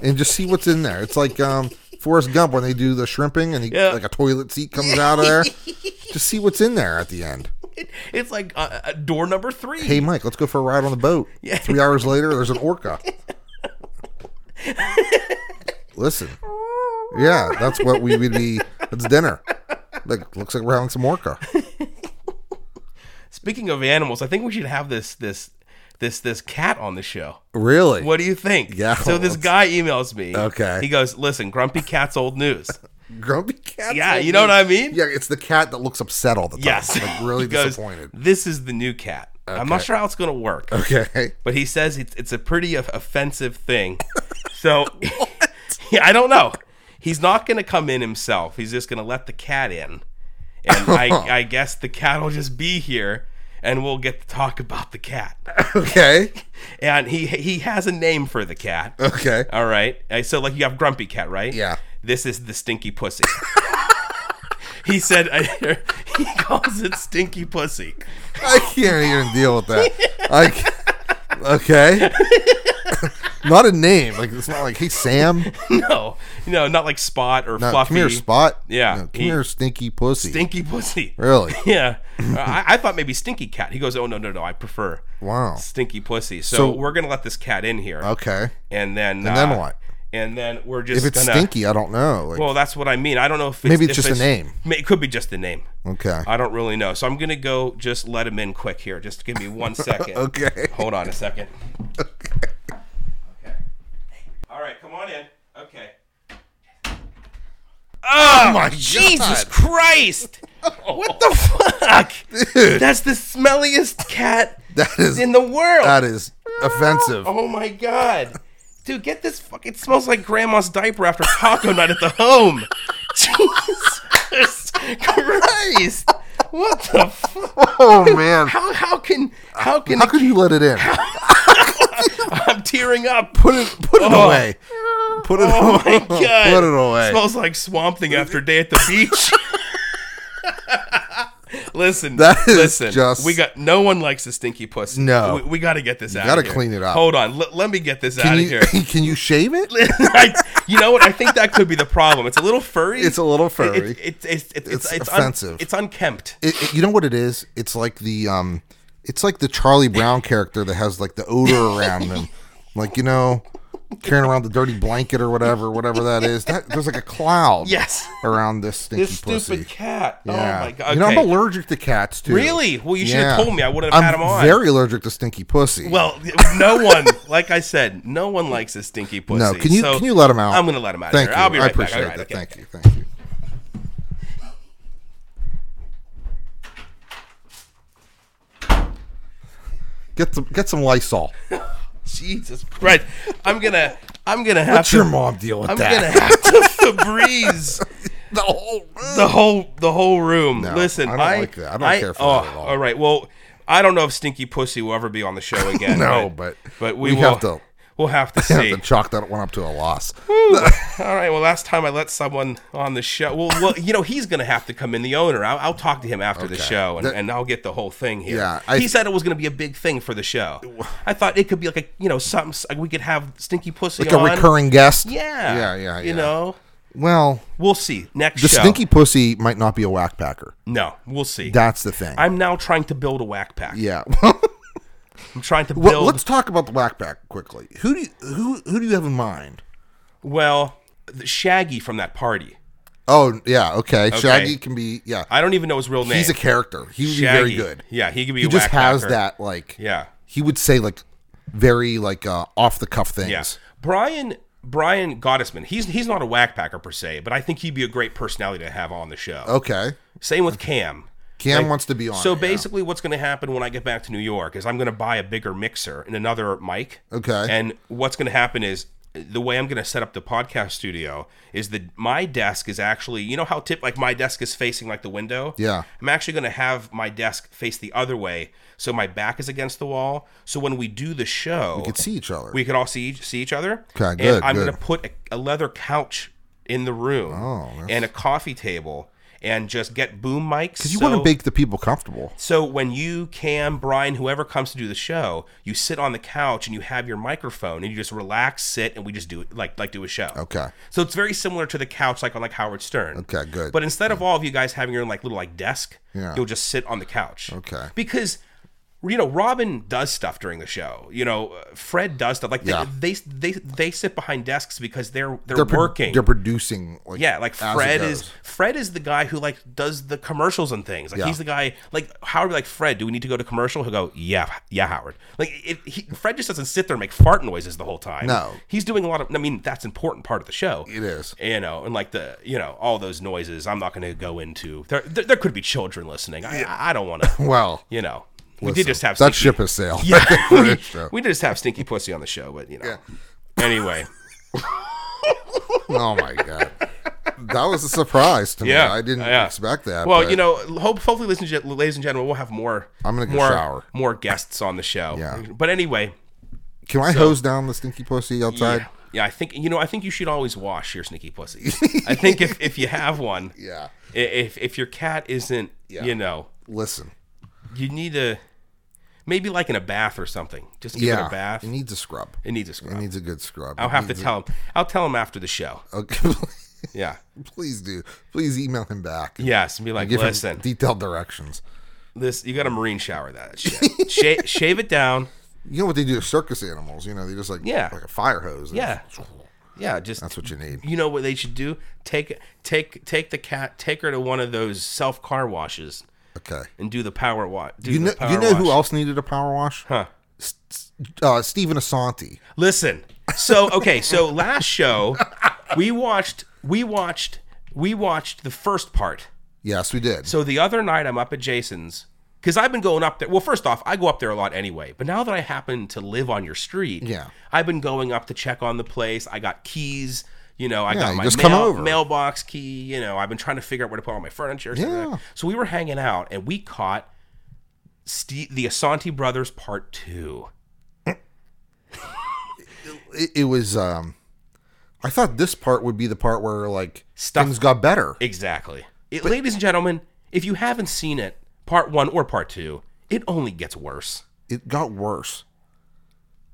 B: and just see what's in there. It's like um, Forrest Gump when they do the shrimping and he,
A: Yeah.
B: like a toilet seat comes out of there. just see what's in there at the end.
A: It, it's like uh, uh, door number three.
B: Hey Mike, let's go for a ride on the boat. Three hours later, there's an orca. Listen, yeah, that's what we would be. It's dinner. Like, looks like we're having some orca.
A: Speaking of animals, I think we should have this this this this cat on the show.
B: Really?
A: What do you think?
B: Yeah,
A: So this
B: let's-
A: guy emails me.
B: Okay.
A: He goes, "Listen, grumpy cat's old news."
B: Grumpy cat.
A: Yeah, you know what I mean?
B: Yeah, it's the cat that looks upset all the time.
A: Yes.
B: like really
A: He goes,
B: disappointed.
A: This is the new cat. I'm not sure how it's gonna work.
B: Okay.
A: but he says it's, it's a pretty of- offensive thing. So yeah, I don't know. He's not going to come in himself. He's just going to let the cat in, and I, I guess the cat will just be here, and we'll get to talk about the cat.
B: Okay.
A: And he he has a name for the cat.
B: Okay.
A: All right. Uh, So like you have Grumpy Cat, right?
B: Yeah.
A: This is the Stinky Pussy. he said he calls it Stinky Pussy.
B: I can't even deal with that. I ca- okay. not a name. Like it's not like hey Sam.
A: No, no, not like Spot or
B: No,
A: Fluffy.
B: Uh, come here, Spot.
A: Yeah,
B: No, come
A: he-
B: here, stinky pussy.
A: Stinky Pussy.
B: really?
A: Yeah, I, I thought maybe Stinky Cat. He goes, "Oh no, no, no! I prefer
B: Wow.
A: Stinky Pussy." So,
B: So-
A: we're gonna let this cat in here,
B: Okay.
A: and then and
B: then what?
A: And then we're
B: If
A: just
B: it's
A: Ah, gonna.
B: stinky, I don't know. Like,
A: Well, that's what I mean. I don't know if it's,
B: Maybe it's
A: if
B: just a name.
A: ma- It could be just the name.
B: okay.
A: I don't really know. So I'm gonna go just let him in quick here. Just give me one second.
B: okay.
A: Hold on a second. Okay. All right, come on in. Okay. Oh,
B: my
A: Jesus
B: God.
A: Christ! What the fuck? That's the smelliest cat
B: That is
A: in the world.
B: that is offensive.
A: Oh my god. Dude, get this fuck it smells like grandma's diaper after taco night at the home. Jesus Christ. What the fuck?
B: Oh man.
A: How how can how can
B: How could you let it in?
A: I'm tearing up.
B: Put it put it
A: Oh.
B: away. Put it
A: Oh
B: away.
A: my god.
B: Put it away.
A: Smells like swamp thing after day at the beach. Listen,
B: That is
A: listen.
B: just-
A: we got no one likes the stinky pussy.
B: No.
A: we, we got to get this out.
B: gotta
A: of here.
B: clean it up.
A: Hold on, L- let me get this out
B: can,
A: of
B: you,
A: here.
B: can you shave it?
A: I, you know what? I think that could be the problem. It's a little furry.
B: It's a little
A: It-
B: furry.
A: It, it's it's it's, it's, un-
B: offensive.
A: it's unkempt.
B: It, it- you know what it is? It's like the um, it's like the Charlie Brown character that has like the odor around him, like you know, carrying around the dirty blanket or whatever, whatever that is. That there's like a cloud
A: Yes.
B: around this stinky
A: This stupid
B: pussy.
A: cat.
B: Yeah.
A: Oh my god. Okay.
B: You know I'm allergic to cats too.
A: Really? Well, you should have
B: Yeah.
A: told me. I would have
B: I'm
A: had him on.
B: very allergic to stinky pussy.
A: well, no one, like I said, no one likes this stinky pussy.
B: no, can you
A: so
B: can you let him out?
A: I'm gonna let him out. of
B: Thank
A: here.
B: you.
A: I'll be right
B: I appreciate
A: back. All right, okay.
B: that. Thank you. Thank you. Get some get some Lysol.
A: Jesus Christ. I'm gonna. I'm gonna have
B: What's
A: to.
B: your mom deal with
A: I'm
B: that?
A: gonna have to Febreze
B: the whole
A: the whole the whole room.
B: No,
A: Listen,
B: I don't like that. I don't care for
A: oh,
B: that at all.
A: All right. Well, I don't know if Stinky Pussy will ever be on the show again.
B: No, but
A: but we,
B: we
A: will
B: have to-
A: We'll have to
B: have
A: see.
B: to chalk that one up to a loss.
A: All right. Well, last time I let someone on the show. Well, well you know, he's going to have to come in. The owner. I'll, I'll talk to him after the show, and,
B: That-
A: and I'll get the whole thing here.
B: Yeah, I-
A: he said it was going to be a big thing for the show. I thought it could be like a you know something like we could have Stinky Pussy
B: Like
A: on.
B: a recurring guest.
A: Yeah.
B: Yeah, yeah,
A: You
B: yeah.
A: know,
B: Well,
A: we'll see next
B: the
A: show.
B: stinky pussy might not be a whack packer.
A: no, we'll see.
B: That's the thing.
A: I'm now trying to build a whack pack.
B: yeah.
A: I'm trying to build.
B: well, let's talk about the whack pack quickly. Who do you, who who do you have in mind?
A: Well, the Shaggy from that party.
B: Oh yeah, okay. Shaggy can be yeah.
A: I don't even know his real name.
B: He's a character. He would
A: Shaggy.
B: be very good.
A: Yeah, he could be.
B: He
A: a
B: just has
A: whack-packer.
B: that like
A: Yeah.
B: he would say like very like uh off the cuff things.
A: Yeah. Brian Brian Gottesman. He's he's not a whack packer per se, but I think he'd be a great personality to have on the show.
B: Okay.
A: Same with Cam.
B: Cam wants to be on.
A: So
B: it, Oh. yeah.
A: basically what's going to happen when I get back to New York is I'm going to buy a bigger mixer and another mic.
B: Okay.
A: And what's going to happen is the way I'm going to set up the podcast studio is that my desk is actually, you know how tip like my desk is facing like the window?
B: Yeah.
A: I'm actually going to have my desk face the other way so my back is against the wall. So when we do the show,
B: we could see each other.
A: we could all see each, see each other.
B: Okay,
A: And
B: good,
A: I'm
B: good. Oh,
A: going to put a, a leather couch in the room and a coffee table and just get boom mics. Because
B: you want to make the people comfortable.
A: So when you, Cam, Brian, whoever comes to do the show, you sit on the couch and you have your microphone and you just relax, sit, and we just do it like like do a show.
B: Okay.
A: So it's very similar to the couch, like on like Howard Stern.
B: Okay, good.
A: But instead of all of you guys having your own like little like desk,
B: Yeah.
A: you'll just sit on the couch.
B: Okay.
A: Because you know Robin does stuff during the show. You know uh, Fred does stuff. Like they
B: Yeah.
A: they, they they sit behind desks because they're they're,
B: pro-
A: working.
B: They're producing. Like,
A: yeah, like
B: as it
A: Fred is
B: goes.
A: Fred is the guy who like does the commercials and things. Like
B: Yeah.
A: he's the guy. Like Howard, be like Fred, do we need to go to commercial? He'll go, yeah, yeah, Howard. Like it, he, Fred just doesn't sit there and make fart noises the whole time.
B: No.
A: he's doing a lot of. I mean, that's an important part of the show.
B: It is.
A: You know, and like the you know all those noises. I'm not going to go into. There, there, there could be children listening. I, I don't want to.
B: Well,
A: you know, we
B: listen,
A: did just have
B: that
A: stinky,
B: ship has sailed.
A: Yeah, we,
B: For this show.
A: we did just have stinky pussy on the show, but you know. Anyway,
B: Oh my god, that was a surprise to me.
A: Yeah,
B: I didn't
A: yeah.
B: expect that.
A: well,
B: but
A: you know, hope, hopefully, ladies and gen- ladies and gentlemen, we'll have more.
B: I'm gonna go
A: more
B: shower.
A: more guests on the show.
B: Yeah.
A: But anyway,
B: can I hose down the stinky pussy outside?
A: yeah, yeah, I think you know, I think you should always wash your sneaky pussy. I think if, if you have one,
B: Yeah.
A: i- if if your cat isn't, you know,
B: Listen,
A: you need to maybe like in a bath or something. Just give
B: yeah,
A: it a bath.
B: It needs a scrub.
A: It needs a scrub.
B: It needs a good scrub.
A: I'll have to tell him. I'll tell him after the show.
B: Okay,
A: Yeah.
B: please do. Please email him back.
A: Yes, and be like,
B: Give him
A: listen,
B: detailed directions.
A: this you got to marine shower that shit. shave, shave it down.
B: You know what they do to circus animals? You know they just like
A: Yeah.
B: like a fire hose.
A: Yeah. Yeah, just
B: that's what you need.
A: you know what they should do? Take take take the cat, take her to one of those self car washes
B: Okay.
A: and do the power wash.
B: You know, you know who else needed a power wash?
A: Huh.
B: S- s- uh, Stephen Asante.
A: Listen. So okay, so last show we watched we watched we watched the first part.
B: Yes, we did.
A: So the other night I'm up at Jason's because I've been going up there. Well, first off, I go up there a lot anyway. But now that I happen to live on your street,
B: Yeah.
A: I've been going up to check on the place. I got keys. You know, I got
B: you
A: my
B: just
A: mail,
B: come over.
A: mailbox key. You know, I've been trying to figure out where to put all my furniture. or something like
B: Yeah.
A: that. So we were hanging out and we caught Ste the Asante Brothers Part Two.
B: it, it was um I thought this part would be the part where like
A: Stuff-
B: things got better.
A: Exactly. It, ladies and gentlemen, if you haven't seen it, Part One or Part Two, it only gets worse.
B: It got worse.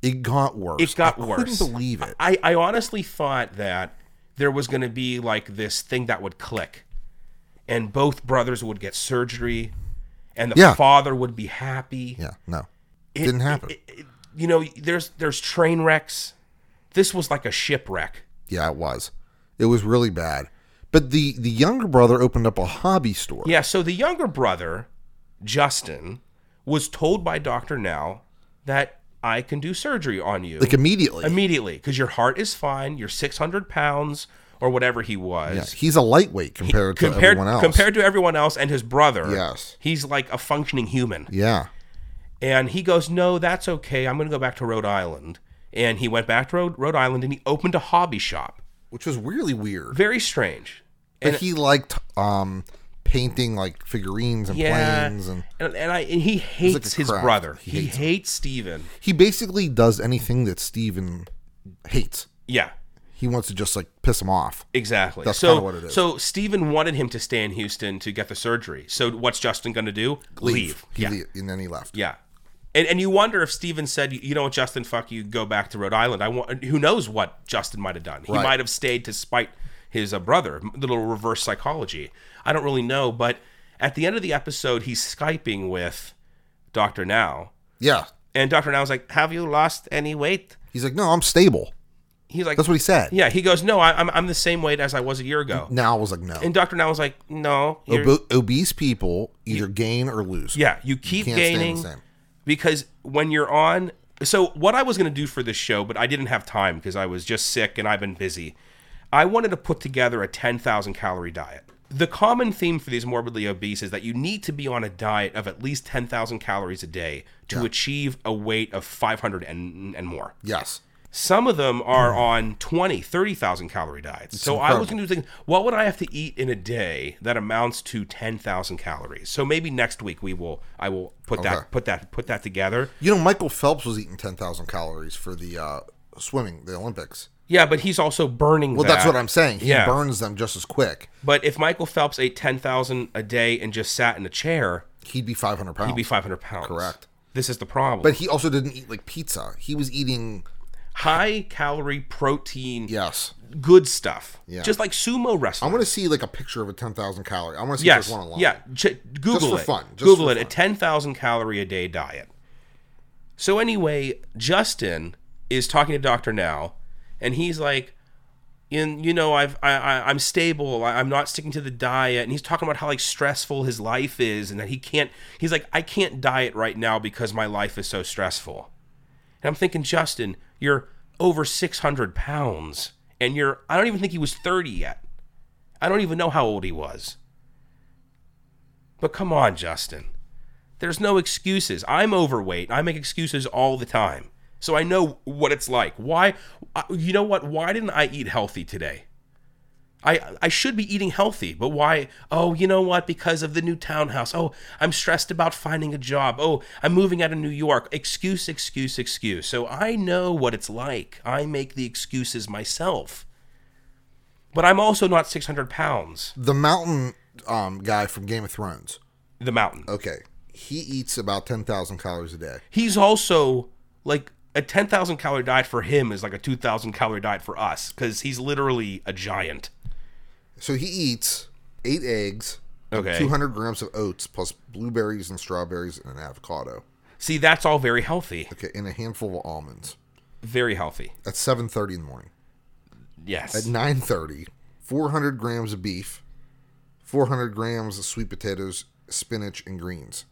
B: It got worse.
A: It got
B: I
A: worse.
B: Couldn't believe it.
A: I, I honestly thought that there was going to be like this thing that would click and both brothers would get surgery and the
B: Yeah.
A: father would be happy.
B: Yeah, no,
A: It
B: didn't happen.
A: it- you know, there's there's train wrecks, This was like a shipwreck.
B: Yeah, it was. It was really bad. But the the younger brother opened up a hobby store.
A: Yeah, so the younger brother, Justin, was told by Dr. Now that I can do surgery on you
B: Like immediately.
A: immediately because your heart is fine, you're 600 pounds or whatever he was.
B: Yeah, he's a lightweight compared to
A: Compared,
B: everyone else.
A: compared to everyone else and his brother,
B: Yes.
A: he's like a functioning human.
B: yeah.
A: And he goes, No, that's okay. I'm going to go back to Rhode Island. And he went back to Rhode, Rhode Island and he opened a hobby shop.
B: Which was really weird.
A: Very strange.
B: But he liked um painting like figurines and
A: Yeah.
B: planes and
A: And, and, I, and he hates
B: like a
A: his
B: craft.
A: brother.
B: He
A: He, hates, Steven.
B: he basically does anything that Steven hates.
A: Yeah,
B: He wants to just like piss him off.
A: exactly.
B: That's
A: so,
B: kinda what it is.
A: So Steven wanted him to stay in Houston to get the surgery. So what's Justin going to do? Leave.
B: He
A: yeah.
B: le- and then he left.
A: Yeah. And, and you wonder if Steven said, you know what, Justin, fuck you, go back to Rhode Island. I want, who knows what Justin might have done. He
B: Right.
A: might have stayed to spite his uh, brother. A little reverse psychology. I don't really know, but at the end of the episode, he's skyping with Doctor Now,
B: Yeah.
A: and Doctor Now's like, "Have you lost any weight?"
B: He's like, no, I'm stable.
A: He's like,
B: That's what he said.
A: "Yeah." He goes, "No, I, I'm I'm the same weight as I was a year ago."
B: Now I was like, no.
A: And Doctor Now was like, "No, you're,
B: Obo- obese people either gain or lose.
A: yeah, you keep
B: Can't stay
A: gaining."
B: the same.
A: because when you're on so what i was going to do for this show but i didn't have time because i was just sick and i've been busy i wanted to put together a 10000 calorie diet the common theme for these morbidly obese is that you need to be on a diet of at least 10000 calories a day to achieve a weight of 500 and, and more
B: Yes.
A: some of them are
B: Hmm.
A: on 20 30,000 calorie diets. so I was going to think what would I have to eat in a day that amounts to 10,000 calories. So maybe next week we will I will put
B: Okay.
A: that put that put that together.
B: You know, Michael Phelps was eating 10,000 calories for the uh, swimming, the Olympics.
A: Yeah, but he's also burning
B: Well,
A: that.
B: that's what I'm saying. He
A: Yeah.
B: burns them just as quick.
A: But if Michael Phelps ate 10,000 a day and just sat in a chair,
B: He'd be 500 pounds.
A: he'd be 500 pounds.
B: Oh, Correct.
A: This is the problem.
B: but he also didn't eat like pizza. He was eating,
A: High calorie protein
B: yes.
A: good stuff.
B: Yeah.
A: Just like sumo wrestling.
B: I want to see like a picture of a 10,000 calorie. I want to see if
A: Yes.
B: there's one online.
A: Yeah. Ch- Google
B: for
A: it.
B: fun. Just
A: Google
B: for
A: it. A ten thousand calorie a day diet. So anyway, Justin is talking to Doctor Now, and he's like, "In you know, I've I, I I'm stable. I, I'm not sticking to the diet." And he's talking about how like stressful his life is, and that he can't. He's like, "I can't diet right now because my life is so stressful." And I'm thinking, Justin, you're over 600 pounds, and you're, I don't even think he was 30 yet. I don't even know how old he was. But come on, Justin. There's no excuses. I'm overweight. I make excuses all the time. So I know what it's like. Why, I- you know what? Why didn't I eat healthy today? I, I should be eating healthy, but why? Oh, you know what? Because of the new townhouse. Oh, I'm stressed about finding a job. Oh, I'm moving out of New York. Excuse, excuse, excuse. So I know what it's like. I make the excuses myself. But I'm also not 600 pounds.
B: The mountain um, guy from Game of Thrones.
A: The mountain.
B: Okay. He eats about 10,000 calories a day.
A: He's also like a 10,000 calorie diet for him is like a 2,000 calorie diet for us because he's literally a giant.
B: So he eats eight eggs,
A: Okay.
B: 200 grams of oats, plus blueberries and strawberries and an avocado.
A: See, that's all very healthy.
B: Okay, and a handful of almonds
A: Very healthy.
B: at 7.30 in the morning. At
A: Yes.
B: 9.30, 400 grams of beef, 400 grams of sweet potatoes, spinach, and greens.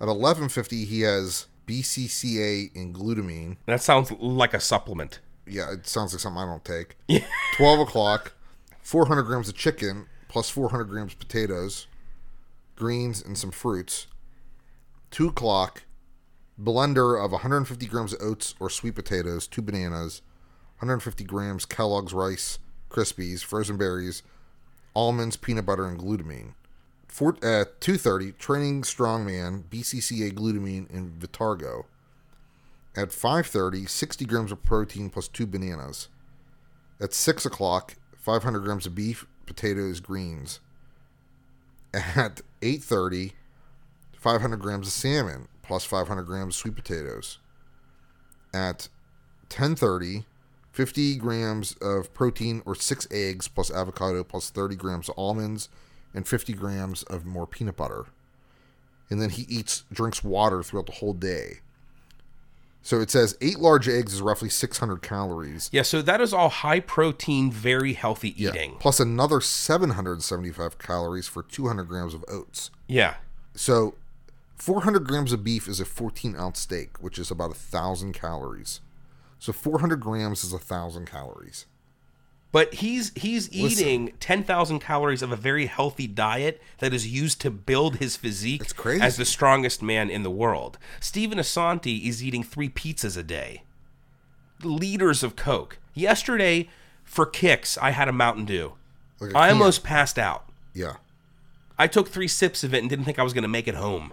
B: At 11.50, he has BCCA and glutamine.
A: That sounds like a supplement.
B: Yeah, it sounds like something I don't take. 12 o'clock, 400 grams of chicken plus 400 grams of potatoes, greens, and some fruits. 2 o'clock, blender of 150 grams of oats or sweet potatoes, two bananas, 150 grams Kellogg's Rice Krispies, frozen berries, almonds, peanut butter, and glutamine. Four, uh, 2.30, training strongman, BCCA glutamine, and Vitargo at 5.30 60 grams of protein plus two bananas at 6 o'clock 500 grams of beef potatoes greens at 8.30 500 grams of salmon plus 500 grams of sweet potatoes at 10.30 50 grams of protein or six eggs plus avocado plus 30 grams of almonds and 50 grams of more peanut butter and then he eats drinks water throughout the whole day So it says eight large eggs is roughly 600 calories.
A: Yeah, so that is all high protein, very healthy eating.
B: Plus another 775 calories for 200 grams of oats.
A: Yeah.
B: So 400 grams of beef is a 14 ounce steak, which is about a 1,000 calories. So 400 grams is a 1,000 calories.
A: But he's he's eating 10,000 calories of a very healthy diet that is used to build his physique
B: That's crazy.
A: as the strongest man in the world. Stephen Asante is eating 3 pizzas a day. Liters of Coke. Yesterday for kicks, I had a Mountain Dew.
B: Like a
A: I
B: can.
A: almost passed out.
B: Yeah.
A: I took three sips of it and didn't think I was going to make it home.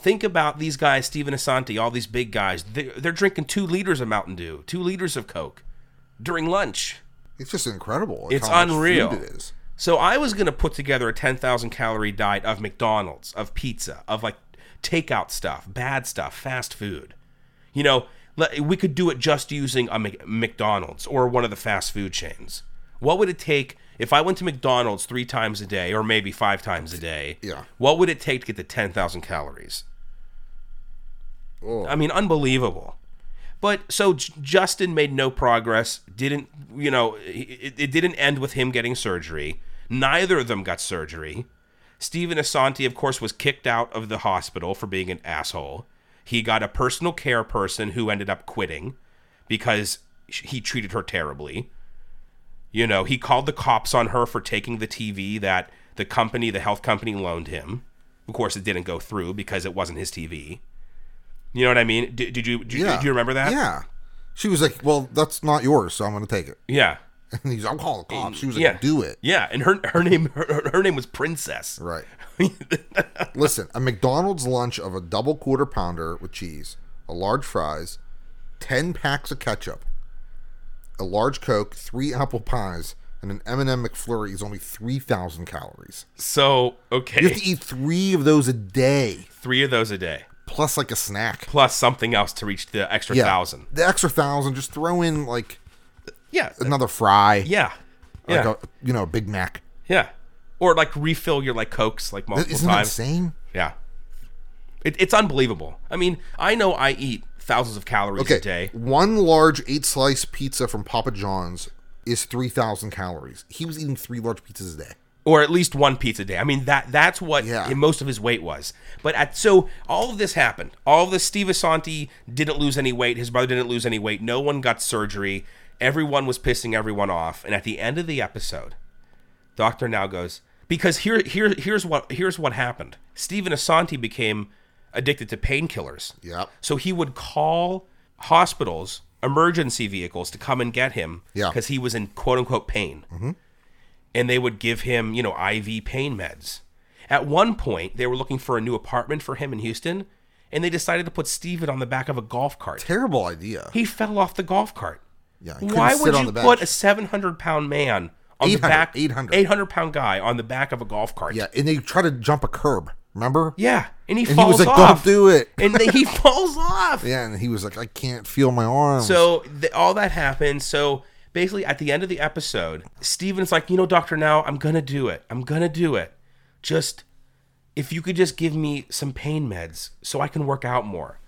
A: Think about these guys, Steven Asante, all these big guys. They're, they're drinking two liters of Mountain Dew, two liters of Coke during lunch.
B: It's just incredible.
A: It's
B: how much food
A: unreal.
B: It is.
A: So I was going to put together a 10,000 calorie diet of McDonald's, of pizza, of like takeout stuff, bad stuff, fast food. You know, le- we could do it just using a Mc- McDonald's or one of the fast food chains. What would it take if I went to McDonald's three times a day or maybe five times a day?
B: Yeah.
A: What would it take to get to 10,000 calories?
B: Oh.
A: I mean, unbelievable. But so J- Justin made no progress. Didn't you know? It, it didn't end with him getting surgery. Neither of them got surgery. Stephen Asante, of course, was kicked out of the hospital for being an asshole. He got a personal care person who ended up quitting because sh- he treated her terribly. You know, he called the cops on her for taking the TV that the company, the health company, loaned him. Of course, it didn't go through because it wasn't his TV. You know what I mean? Did, did you did, you-
B: Yeah.
A: did you remember that?
B: Yeah. She was like, well, that's not yours, so I'm going to take it.
A: yeah,
B: And he's, I'm calling the cops. She was like,
A: Mm, yeah.
B: do it.
A: yeah. And her her name her, her name was Princess.
B: Right. Listen, a McDonald's lunch of a double quarter pounder with cheese, a large fries, 10 packs of ketchup, a large Coke, three apple pies, and an M&M McFlurry is only 3,000 calories.
A: So
B: You have
A: okay,
B: to e- eat three of those a day,
A: three of those a day
B: plus like a snack.
A: plus something else to reach the extra thousand.
B: The extra thousand, just throw in like
A: Yeah,
B: another fry,
A: yeah, yeah,
B: Uh, like a, you know, a Big Mac.
A: yeah. Or like refill your like cokes like multiple
B: Isn't that
A: times.
B: insane?
A: Yeah. It, it's unbelievable. I mean, I know I eat thousands of calories a day.
B: One large eight slice pizza from Papa John's is 3,000 calories. He was eating three large pizzas a day.
A: Or at least one pizza a day. I mean that that's what
B: Yeah.
A: most of his weight was. But at so all of this happened. All of this Steve Asante didn't lose any weight, his brother didn't lose any weight, no one got surgery, everyone was pissing everyone off. And at the end of the episode, Doctor now goes because here here here's what here's what happened. Steven Asante became addicted to painkillers.
B: Yep.
A: So he would call hospitals, emergency vehicles to come and get him
B: Yeah.
A: because he was in quote unquote pain. And they would give him, you know, IV pain meds. At one point, they were looking for a new apartment for him in Houston, and they decided to put Steven on the back of a golf cart.
B: Terrible idea.
A: He fell off the golf cart.
B: Yeah, he couldn't
A: Why
B: sit
A: would
B: on
A: you
B: the
A: put
B: bench.
A: a 700 pound man on the
B: 800,
A: back,
B: 800.
A: 800 pound guy on the back of a golf cart?
B: Yeah, and they try to jump a curb, remember?
A: Yeah, and he
B: And he
A: falls
B: was like,
A: off.
B: don't do it.
A: And then he falls off.
B: Yeah, and he was like, I can't feel my arms.
A: So th- all that happened. So basically, at the end of the episode, Steven's like, you know, Doctor, now I'm gonna do it. I'm gonna do it. Just if you could just give me some pain meds so I can work out more.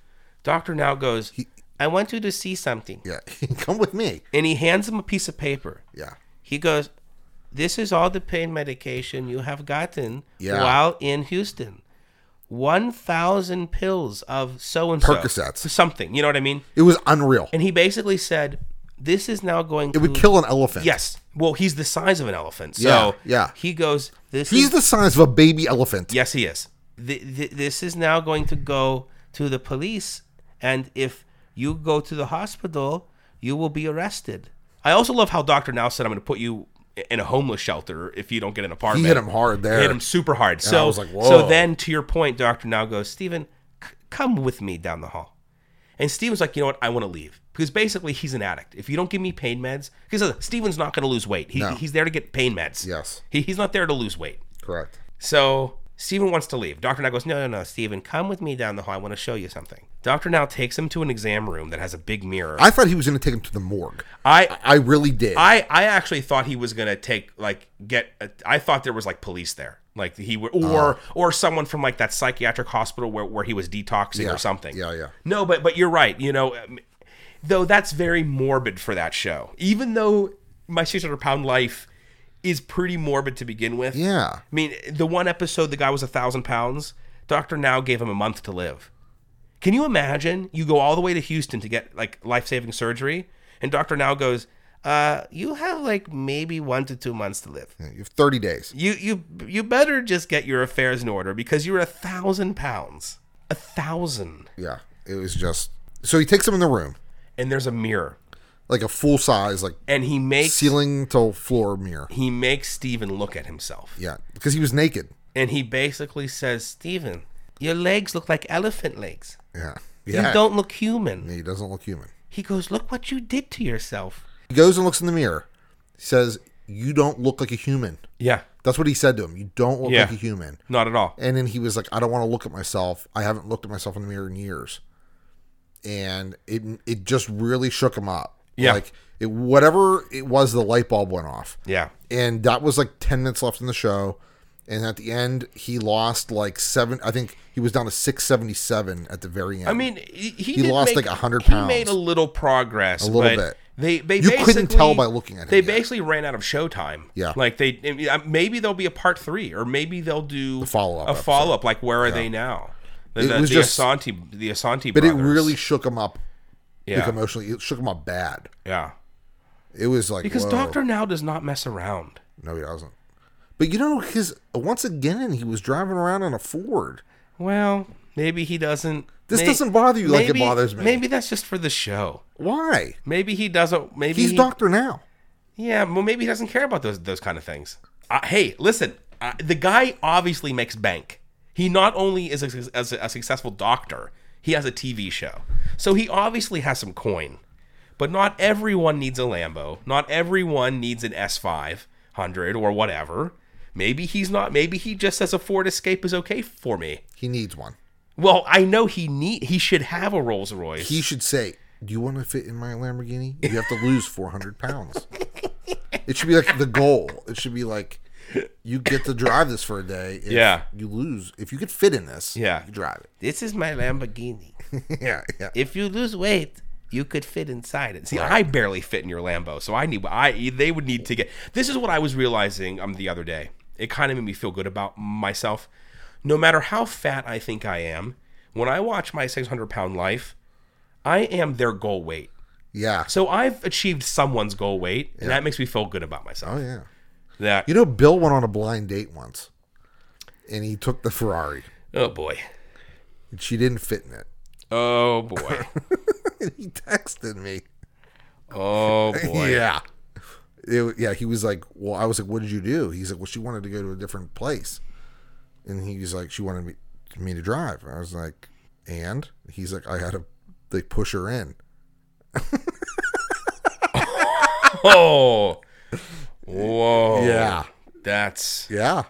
A: Doctor now goes, I want you to see something,
B: yeah, come with me.
A: and he hands him a piece of paper.
B: Yeah.
A: He goes, This is all the pain medication you have gotten
B: Yeah.
A: while in Houston. 1,000 pills of so and so.
B: Percocets.
A: Something. You know what I mean?
B: It was unreal.
A: And he basically said, This is now going
B: It would kill an elephant.
A: Yes. Well, he's the size of an elephant. So
B: Yeah, yeah.
A: he goes, This
B: He's
A: is.
B: the size of a baby elephant.
A: yes, he is. Th- th- this is now going to go to the police. And if you go to the hospital, you will be arrested. I also love how Dr. Now said, I'm going to put you in a homeless shelter if you don't get an apartment.
B: He hit him hard there.
A: Hit him super hard. So,
B: was like,
A: so
B: whoa.
A: then to your point, Doctor now goes, Steven, c- come with me down the hall. And Steven's like, you know what? I want to leave. Because basically, he's an addict. If you don't give me pain meds, because Steven's not going to lose weight. He, He's there to get pain meds.
B: Yes.
A: He, he's not there to lose weight.
B: Correct.
A: So Steven wants to leave. Dr. Now goes, No, no, no, Steven, come with me down the hall. I want to show you something. Dr. Now takes him to an exam room that has a big mirror.
B: I thought he was going to take him to the morgue.
A: I,
B: I really did.
A: uh, I, I actually thought he was gonna take like get. I thought there was like police there. Like he were, or
B: Uh.
A: or someone from like that psychiatric hospital where, where he was detoxing
B: Yeah.
A: or something.
B: Yeah, yeah.
A: No, but but you're right. You know, um, though that's very morbid for that show. Even though my 600 pound life is pretty morbid to begin with.
B: Yeah.
A: I mean, the one episode the guy was a thousand pounds. Doctor now gave him a month to live. Can you imagine? You go all the way to Houston to get like life saving surgery, and Doctor now goes, "Uh, you have like maybe one to two months to live.
B: You have 30 days.
A: You you you better just get your affairs in order because you're a thousand pounds, a thousand,
B: Yeah. It was just. So he takes him in the room,
A: and there's a mirror,
B: like a full size, like
A: and he makes
B: ceiling to floor mirror.
A: he makes Steven look at himself.
B: Yeah. Because he was naked.
A: and he basically says, Steven, your legs look like elephant legs.
B: Yeah. Yeah.
A: You don't look human.
B: he doesn't look human.
A: He goes, Look what you did to yourself.
B: He goes and looks in the mirror. He says, You don't look like a human.
A: Yeah,
B: That's what he said to him. You don't look
A: Yeah.
B: like a human.
A: not at all.
B: And then he was like, I don't want to look at myself. I haven't looked at myself in the mirror in years. And it it just really shook him up.
A: Yeah.
B: Like it whatever it was, the light bulb went off.
A: Yeah.
B: And that was like ten minutes left in the show. And at the end he lost like seven I think he was down to six seventy seven at the very end.
A: I mean, he, he,
B: He
A: did
B: lost,
A: make-
B: like, 100
A: He made a
B: pounds.
A: little progress. A
B: little bit.
A: They, they
B: You couldn't
A: basically-
B: tell by looking at him,
A: They
B: yeah.
A: basically ran out of showtime.
B: Yeah.
A: Like, they I mean, uh, maybe there'll be a part three, or maybe they'll do a
B: follow-up
A: A
B: episode.
A: follow up, like, Where Are They Now? The,
B: It
A: the,
B: was
A: the
B: just-
A: Asante, the Asante
B: but it
A: brothers.
B: really shook him up like
A: Yeah.
B: emotionally. It shook him up bad.
A: yeah.
B: It was like
A: Because
B: whoa.
A: Doctor Now does not mess around.
B: No, he doesn't. But you know, his once again he was driving around on a Ford.
A: Well, maybe he doesn't.
B: This doesn't bother you like it bothers me.
A: Maybe that's just for the show.
B: Why?
A: Maybe he doesn't. Maybe
B: He's
A: he,
B: doctor now.
A: Yeah, well, maybe he doesn't care about those those kind of things. Uh, hey, listen, uh, the guy obviously makes bank. He not only is a, as a, a successful doctor, he has a TV show, so he obviously has some coin. But not everyone needs a Lambo. Not everyone needs an S five hundred or whatever. Maybe he's not. Maybe he just says a Ford Escape is okay for me.
B: He needs one.
A: Well, I know he need he should have a Rolls Royce.
B: He should say, "Do you want to fit in my Lamborghini? You have to lose four hundred pounds." it should be like the goal. It should be like you get to drive this for a day. If
A: Yeah.
B: You lose if you could fit in this.
A: Yeah.
B: You could drive
A: this is my Lamborghini.
B: it. yeah. Yeah.
A: if you lose weight, you could fit inside it. See, I barely fit in your Lambo, so I need I they would need to get. This is what I was realizing um the other day. It kind of made me feel good about myself. No matter how fat I think I am, when I watch my 600 pound life, I am their goal weight.
B: Yeah.
A: So I've achieved someone's goal weight, and that makes me feel good about myself.
B: Oh yeah.
A: That
B: You know, Bill went on a blind date once, and he took the Ferrari,
A: oh boy,
B: and she didn't fit in it.
A: oh boy,
B: And he texted me.
A: oh boy.
B: Yeah. It, wa- yeah, he was like, Well, I was like, What did you do? He's like, Well, she wanted to go to a different place. And he was like, She wanted me, me to drive. I was like, And he's like, I had to like push her in.
A: Oh, whoa. That's
B: Yeah.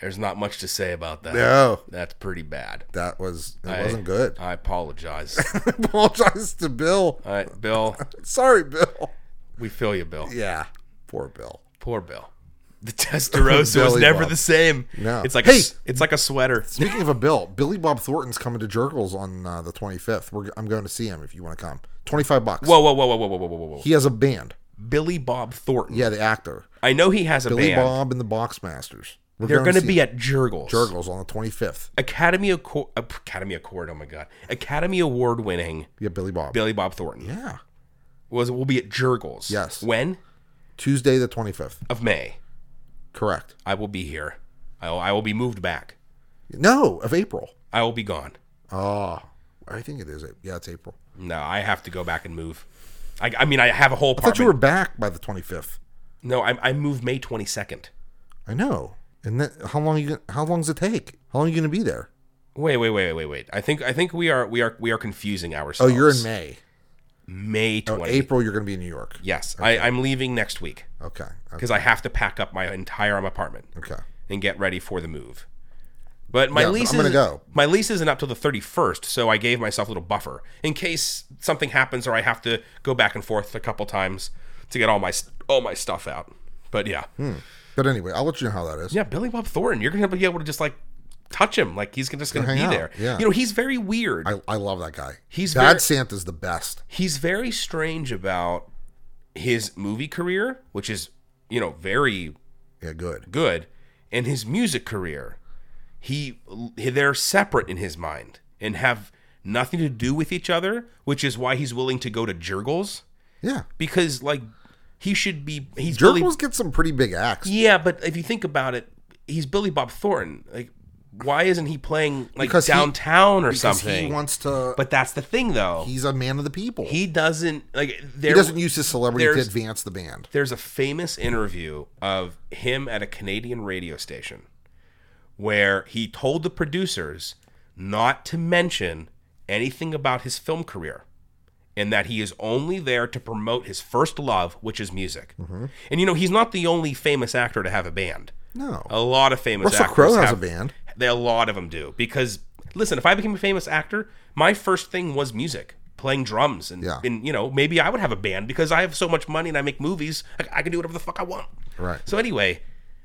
A: there's not much to say about that.
B: No.
A: That's pretty bad.
B: That was it
A: I-
B: wasn't good.
A: I apologize.
B: I apologize to Bill.
A: All right, Bill.
B: Sorry, Bill.
A: We feel you, Bill.
B: Yeah. Poor Bill.
A: Poor Bill. The Testarossa was
B: Billy
A: never
B: Bob.
A: the same.
B: No.
A: It's like a,
B: Hey!
A: s- it's like a sweater.
B: Speaking of a Bill, Billy Bob Thornton's coming to Jerkles on uh, the 25th. We're, I'm going to see him if you want to come. 25 bucks.
A: Whoa, whoa, whoa, whoa, whoa, whoa, whoa, whoa, whoa.
B: he has a band.
A: Billy Bob Thornton.
B: Yeah, the actor.
A: I know he has a
B: Billy
A: band.
B: Bob and the Boxmasters. We're
A: They're going to
B: see
A: be at Jurgles.
B: Jurgles on the 25th.
A: Academy Accord, Academy Accord. Oh my God, Academy Award winning
B: Yeah, Billy Bob.
A: Billy Bob Thornton
B: yeah.
A: was will be at Jurgles.
B: Yes.
A: When
B: Tuesday the 25th.
A: of May,
B: Correct.
A: I will be here. I will, I will be moved back.
B: No, of April.
A: I will be gone.
B: Oh, I think it is. April. Yeah, it's April.
A: No, I have to go back and move. I, I mean, I have a whole
B: I thought
A: apartment.
B: you were back by the 25th.
A: No, I, I move May 22nd.
B: I know. And then how long you gonna- how long does it take? How long are you going to be there?
A: Wait, wait, wait, wait, wait. I think I think we are we are we are confusing
B: Oh,
A: ourselves.
B: you're in May.
A: May 20th.
B: Oh, April you're going to be in New York.
A: Yes, I, I'm leaving next week
B: Okay. Okay.
A: because I have to pack up my entire apartment
B: okay.
A: and get ready for the move. But my
B: Yeah, but
A: lease
B: I'm gonna
A: isn't-
B: go.
A: My lease isn't up till the 31st, so I gave myself a little buffer in case something happens or I have to go back and forth a couple times to get all my s- all my stuff out. But yeah,
B: But anyway, I'll let you know how that is.
A: Yeah, Billy Bob Thornton. You're gonna be able to just like touch him. Like he's just gonna be
B: hang out,
A: there.
B: yeah.
A: You know, he's very weird.
B: I, I love that guy.
A: He's
B: Bad
A: very-
B: Santa's the best.
A: he's very strange about his movie career, which is, you know, very
B: Yeah, good.
A: good, and his music career. He they're separate in his mind and have nothing to do with each other, which is why he's willing to go to Jurgles
B: Yeah.
A: because like he should be he's Billy-
B: Jerkles get some pretty big acts.
A: Yeah, but if you think about it, he's Billy Bob Thornton. Like why isn't he playing like
B: Because he-
A: downtown or
B: because
A: something?
B: He wants to.
A: but that's the thing though. He,
B: he's a man of the people. He,
A: doesn't like there
B: doesn't use his celebrity to
A: there's-
B: advance the band.
A: there's a famous interview of him at a Canadian radio station where he told the producers not to mention anything about his film career and that he is only there to promote his first love, which is music. And you know, he's not the only famous actor to have a band.
B: Mm-hmm. No.
A: A lot of famous
B: Russell
A: actors
B: Crowe has
A: have-
B: a band.
A: They, a lot of them do because listen, if I became a famous actor, my first thing was music, playing drums, and,
B: Yeah.
A: and you know maybe I would have a band because I have so much money and I make movies. I, I can do whatever the fuck I want.
B: Right.
A: So anyway,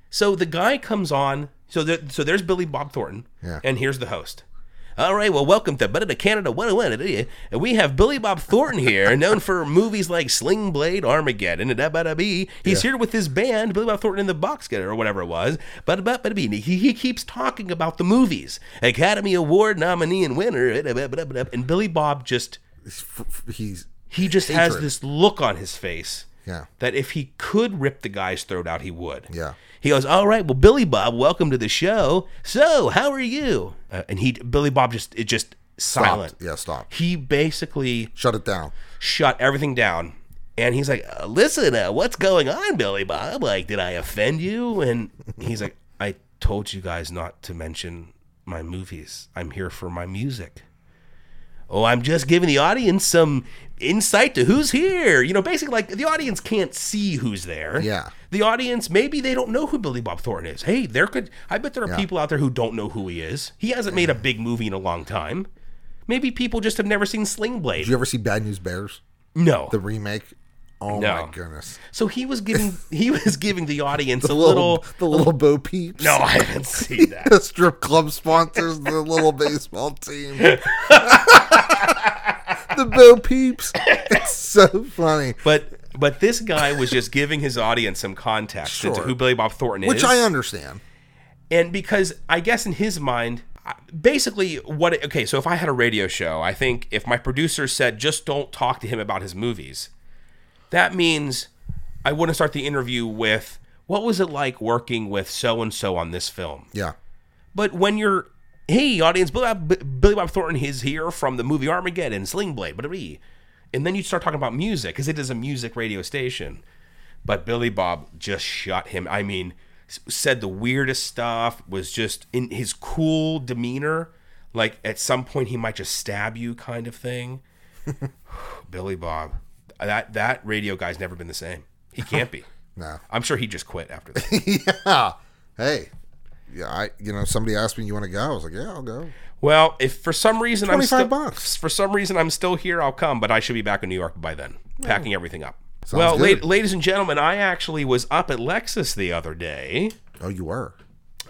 A: so the guy comes on. So there, so there's Billy Bob Thornton,
B: Yeah.
A: and here's the host. All right, well, welcome to Better to Canada 101. And we have Billy Bob Thornton here, known for movies like Sling Blade, Armageddon, and da ba da bee. He's here with his band, Billy Bob Thornton and the Box Getter, or whatever it was. But ba ba bee. He, he keeps talking about the movies. Academy Award nominee and winner. da ba ba da ba da. And Billy Bob just,
B: F- f- He's
A: he just has
B: Hatred.
A: this look on his face
B: yeah.
A: that if he could rip the guy's throat out, he would.
B: Yeah.
A: He goes, "All right, well, Billy Bob, welcome to the show. So, how are you?" Uh, and he, Billy Bob, just it just silent.
B: Stopped. Yeah, stop.
A: He basically
B: Shut it down.
A: shut everything down, and he's like, uh, "Listen, uh, what's going on, Billy Bob? Like, did I offend you?" And he's like, "I told you guys not to mention my movies. I'm here for my music." Oh, I'm just giving the audience some insight to who's here. You know, basically, like the audience can't see who's there.
B: Yeah.
A: The audience, maybe they don't know who Billy Bob Thornton is. Hey, there could, I bet there are people out there who don't know who he is. He hasn't made a big movie in a long time. Maybe people just have never seen Sling Blade.
B: Did you ever see Bad News Bears?
A: No.
B: The remake? Oh
A: No.
B: my goodness.
A: So he was giving he was giving the audience a
B: The
A: little.
B: little, the little Bo Peeps.
A: No, I haven't seen that.
B: The strip club sponsors the little baseball team. the Bo Peeps. It's so funny.
A: But but this guy was just giving his audience some context into
B: Sure.
A: who Billy Bob Thornton
B: Which
A: is,
B: I understand.
A: and because I guess in his mind, I- basically what it, okay. So if I had a radio show, I think if my producer said just don't talk to him about his movies, that means I wouldn't start the interview with what was it like working with so and so on this film.
B: Yeah.
A: But when you're, hey, audience, Billy Bob, Billy Bob Thornton is here from the movie Armageddon, Sling Blade, blah, blah, blah. and then you start talking about music because it is a music radio station. But Billy Bob just shut him. I mean, s- said the weirdest stuff. Was just in his cool demeanor, like at some point he might just stab you, kind of thing. Billy Bob, that that radio guy's never been the same. He can't be.
B: No.
A: I'm sure he just quit after that.
B: yeah. Hey. Yeah, I you know, somebody asked me you want to go. I was like, Yeah, I'll go.
A: Well, if for some reason I'm
B: 25
A: still,
B: bucks.
A: for some reason I'm still here, I'll come, but I should be back in New York by then, packing everything up. well,
B: Oh. good.
A: la- ladies and gentlemen, I actually was up at Lexus the other day.
B: Oh, you were.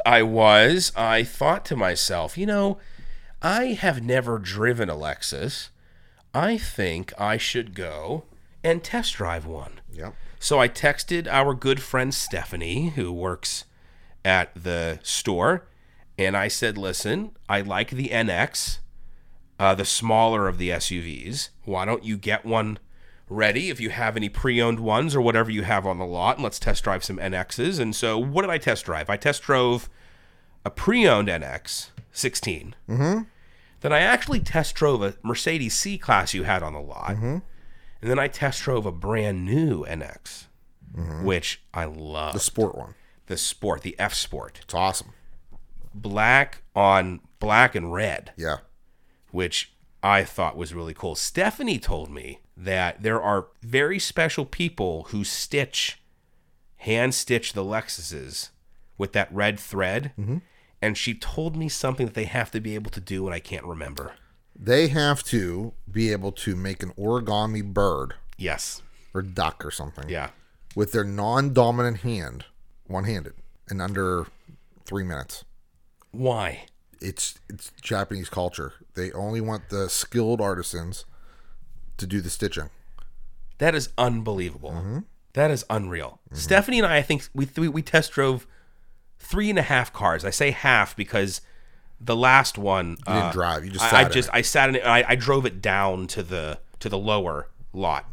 A: I was. I thought to myself, you know, I have never driven a Lexus. I think I should go and test drive one.
B: Yep.
A: So I texted our good friend Stephanie, who works at the store, and I said, "Listen, I like the NX, uh, the smaller of the SUVs. Why don't you get one ready if you have any pre-owned ones or whatever you have on the lot, and let's test drive some NXs." And so, what did I test drive? I test drove a pre-owned NX 16. Mm-hmm. Then I actually test drove a Mercedes C class you had on the lot. And then I test drove a brand new NX, which I love.
B: The sport one.
A: the sport, the F Sport,
B: It's awesome.
A: black on black and red,
B: Yeah.
A: which I thought was really cool. Stephanie told me that there are very special people who stitch, hand stitch the Lexuses with that red thread.
B: Mm-hmm.
A: And she told me something that they have to be able to do, and I can't remember.
B: They have to be able to make an origami bird
A: Yes.
B: or duck or something
A: Yeah.
B: with their non dominant hand one handed in under three minutes.
A: Why?
B: It's it's Japanese culture. They only want the skilled artisans to do the stitching.
A: That is unbelievable.
B: Mm-hmm.
A: That is unreal. Stephanie and I, I think we we, we test drove three and a half cars. I say half because the last one
B: You didn't drive. You just
A: Uh, I,
B: sat
A: I just I sat in it. And I, I drove it down to the to the lower lot,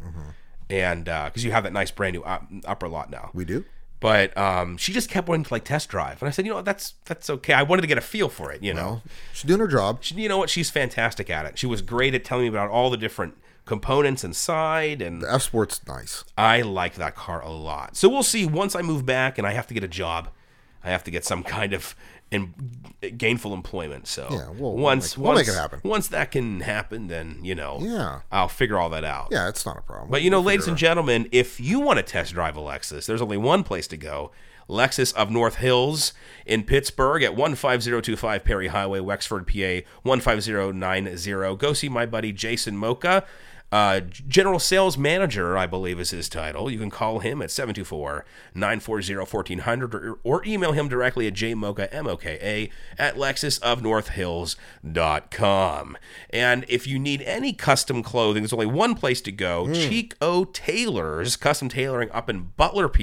A: and because you have that nice brand new up, upper lot now.
B: We do.
A: But um, she just kept wanting to like test drive, and I said, you know, what, that's that's okay. I wanted to get a feel for it, you know.
B: She's doing her job.
A: She- you know what? She's fantastic at it. She was great at telling me about all the different components inside, and
B: F Sport's nice.
A: I liked that car a lot. So we'll see. Once I move back and I have to get a job, I have to get some kind of in, gainful employment. So
B: Yeah, we'll- we'll
A: once
B: make- we'll make
A: once-
B: it happen.
A: Once that can happen, then you know,
B: Yeah.
A: I'll figure all that out.
B: Yeah, it's not a problem.
A: But you know, ladies and gentlemen, if you want to test drive a Lexus, there's only one place to go. Lexus of North Hills in Pittsburgh at 15025 Perry Highway, Wexford, PA 15090. Go see my buddy Jason Mocha, uh, General Sales Manager, I believe is his title. You can call him at 724 940 1400 or- or email him directly at jmocha, M O K A, at lexusofnorthhills.com. And if you need any custom clothing, there's only one place to go Chico Tailors, custom tailoring up in Butler, PA,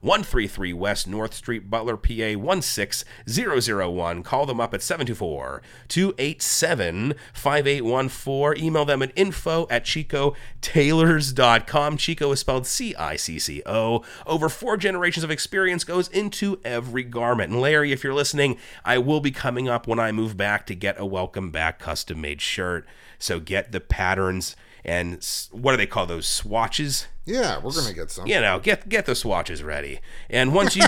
A: 133 West North Street, Butler, PA, 16001. Call them up at 724 287 5814. Email them at info at chicotailors.com. Chico is spelled C I C C O. Over four generations of experience goes into every garment. And Larry, if you're listening, I will be coming up when I move back to get a welcome back custom made shirt. So get the patterns and s- what do they call those swatches?
B: yeah, we're gonna get some.
A: you know, get get the swatches ready. And once you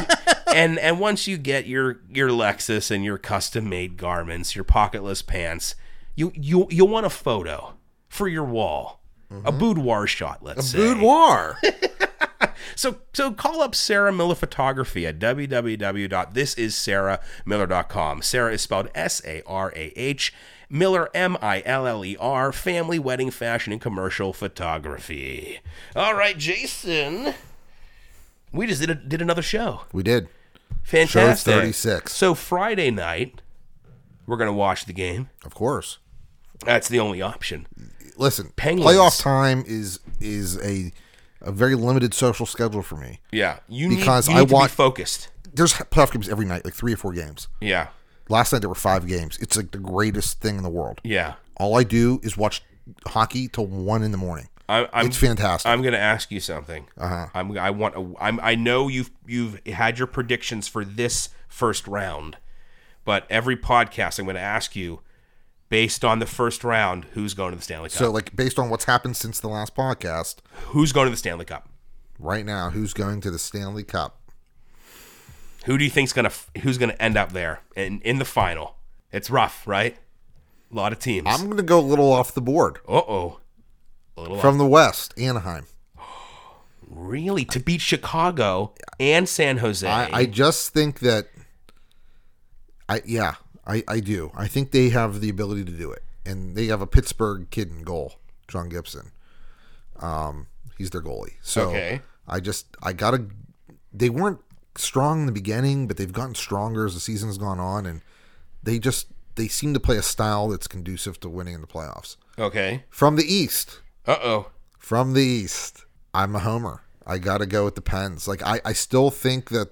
A: and and once you get your your Lexus and your custom made garments, your pocketless pants, you you you'll want a photo for your wall. A boudoir shot, let's say.
B: Boudoir.
A: So so call up Sarah Miller Photography at www.thisissarahmiller.com. Sarah is spelled S A R A H. Miller, M I L L E R, family, wedding, fashion, and commercial photography. All right, Jason. We just did, a, did another show.
B: we did.
A: Fantastic.
B: 36.
A: So Friday night, we're going to watch the game.
B: Of course.
A: That's the only option.
B: Listen,
A: Penguins.
B: playoff time is is a a very limited social schedule for me.
A: Yeah. You need,
B: Because
A: you
B: I
A: need to
B: want-
A: be focused.
B: There's playoff games every night, like three or four games.
A: Yeah.
B: Last night there were five games. It's like the greatest thing in the world.
A: Yeah.
B: All I do is watch hockey till one in the morning.
A: I, I'm,
B: It's fantastic.
A: I'm going to ask you something. Uh-huh. I'm, I want. A, I'm. I know you've you've had your predictions for this first round, but every podcast I'm going to ask you, based on the first round, who's going to the Stanley Cup?
B: so, like, based on what's happened since the last podcast,
A: who's going to the Stanley Cup?
B: right now, who's going to the Stanley Cup?
A: Who do you think's going to who's going to end up there in in the final? It's rough, right? A lot of teams.
B: I'm going to go a little off the board
A: Uh oh. A little
B: from the West, Anaheim.
A: really to beat Chicago and San Jose.
B: I, I just think that I yeah, I, I do. I think they have the ability to do it. And they have a Pittsburgh kid in goal, John Gibson. Um, he's their goalie. So
A: Okay.
B: I just I gotta they weren't strong in the beginning, but they've gotten stronger as the season's gone on and they just they seem to play a style that's conducive to winning in the playoffs.
A: okay.
B: From the East.
A: Uh oh.
B: From the East, I'm a homer. I got to go with the Pens. Like I, I still think that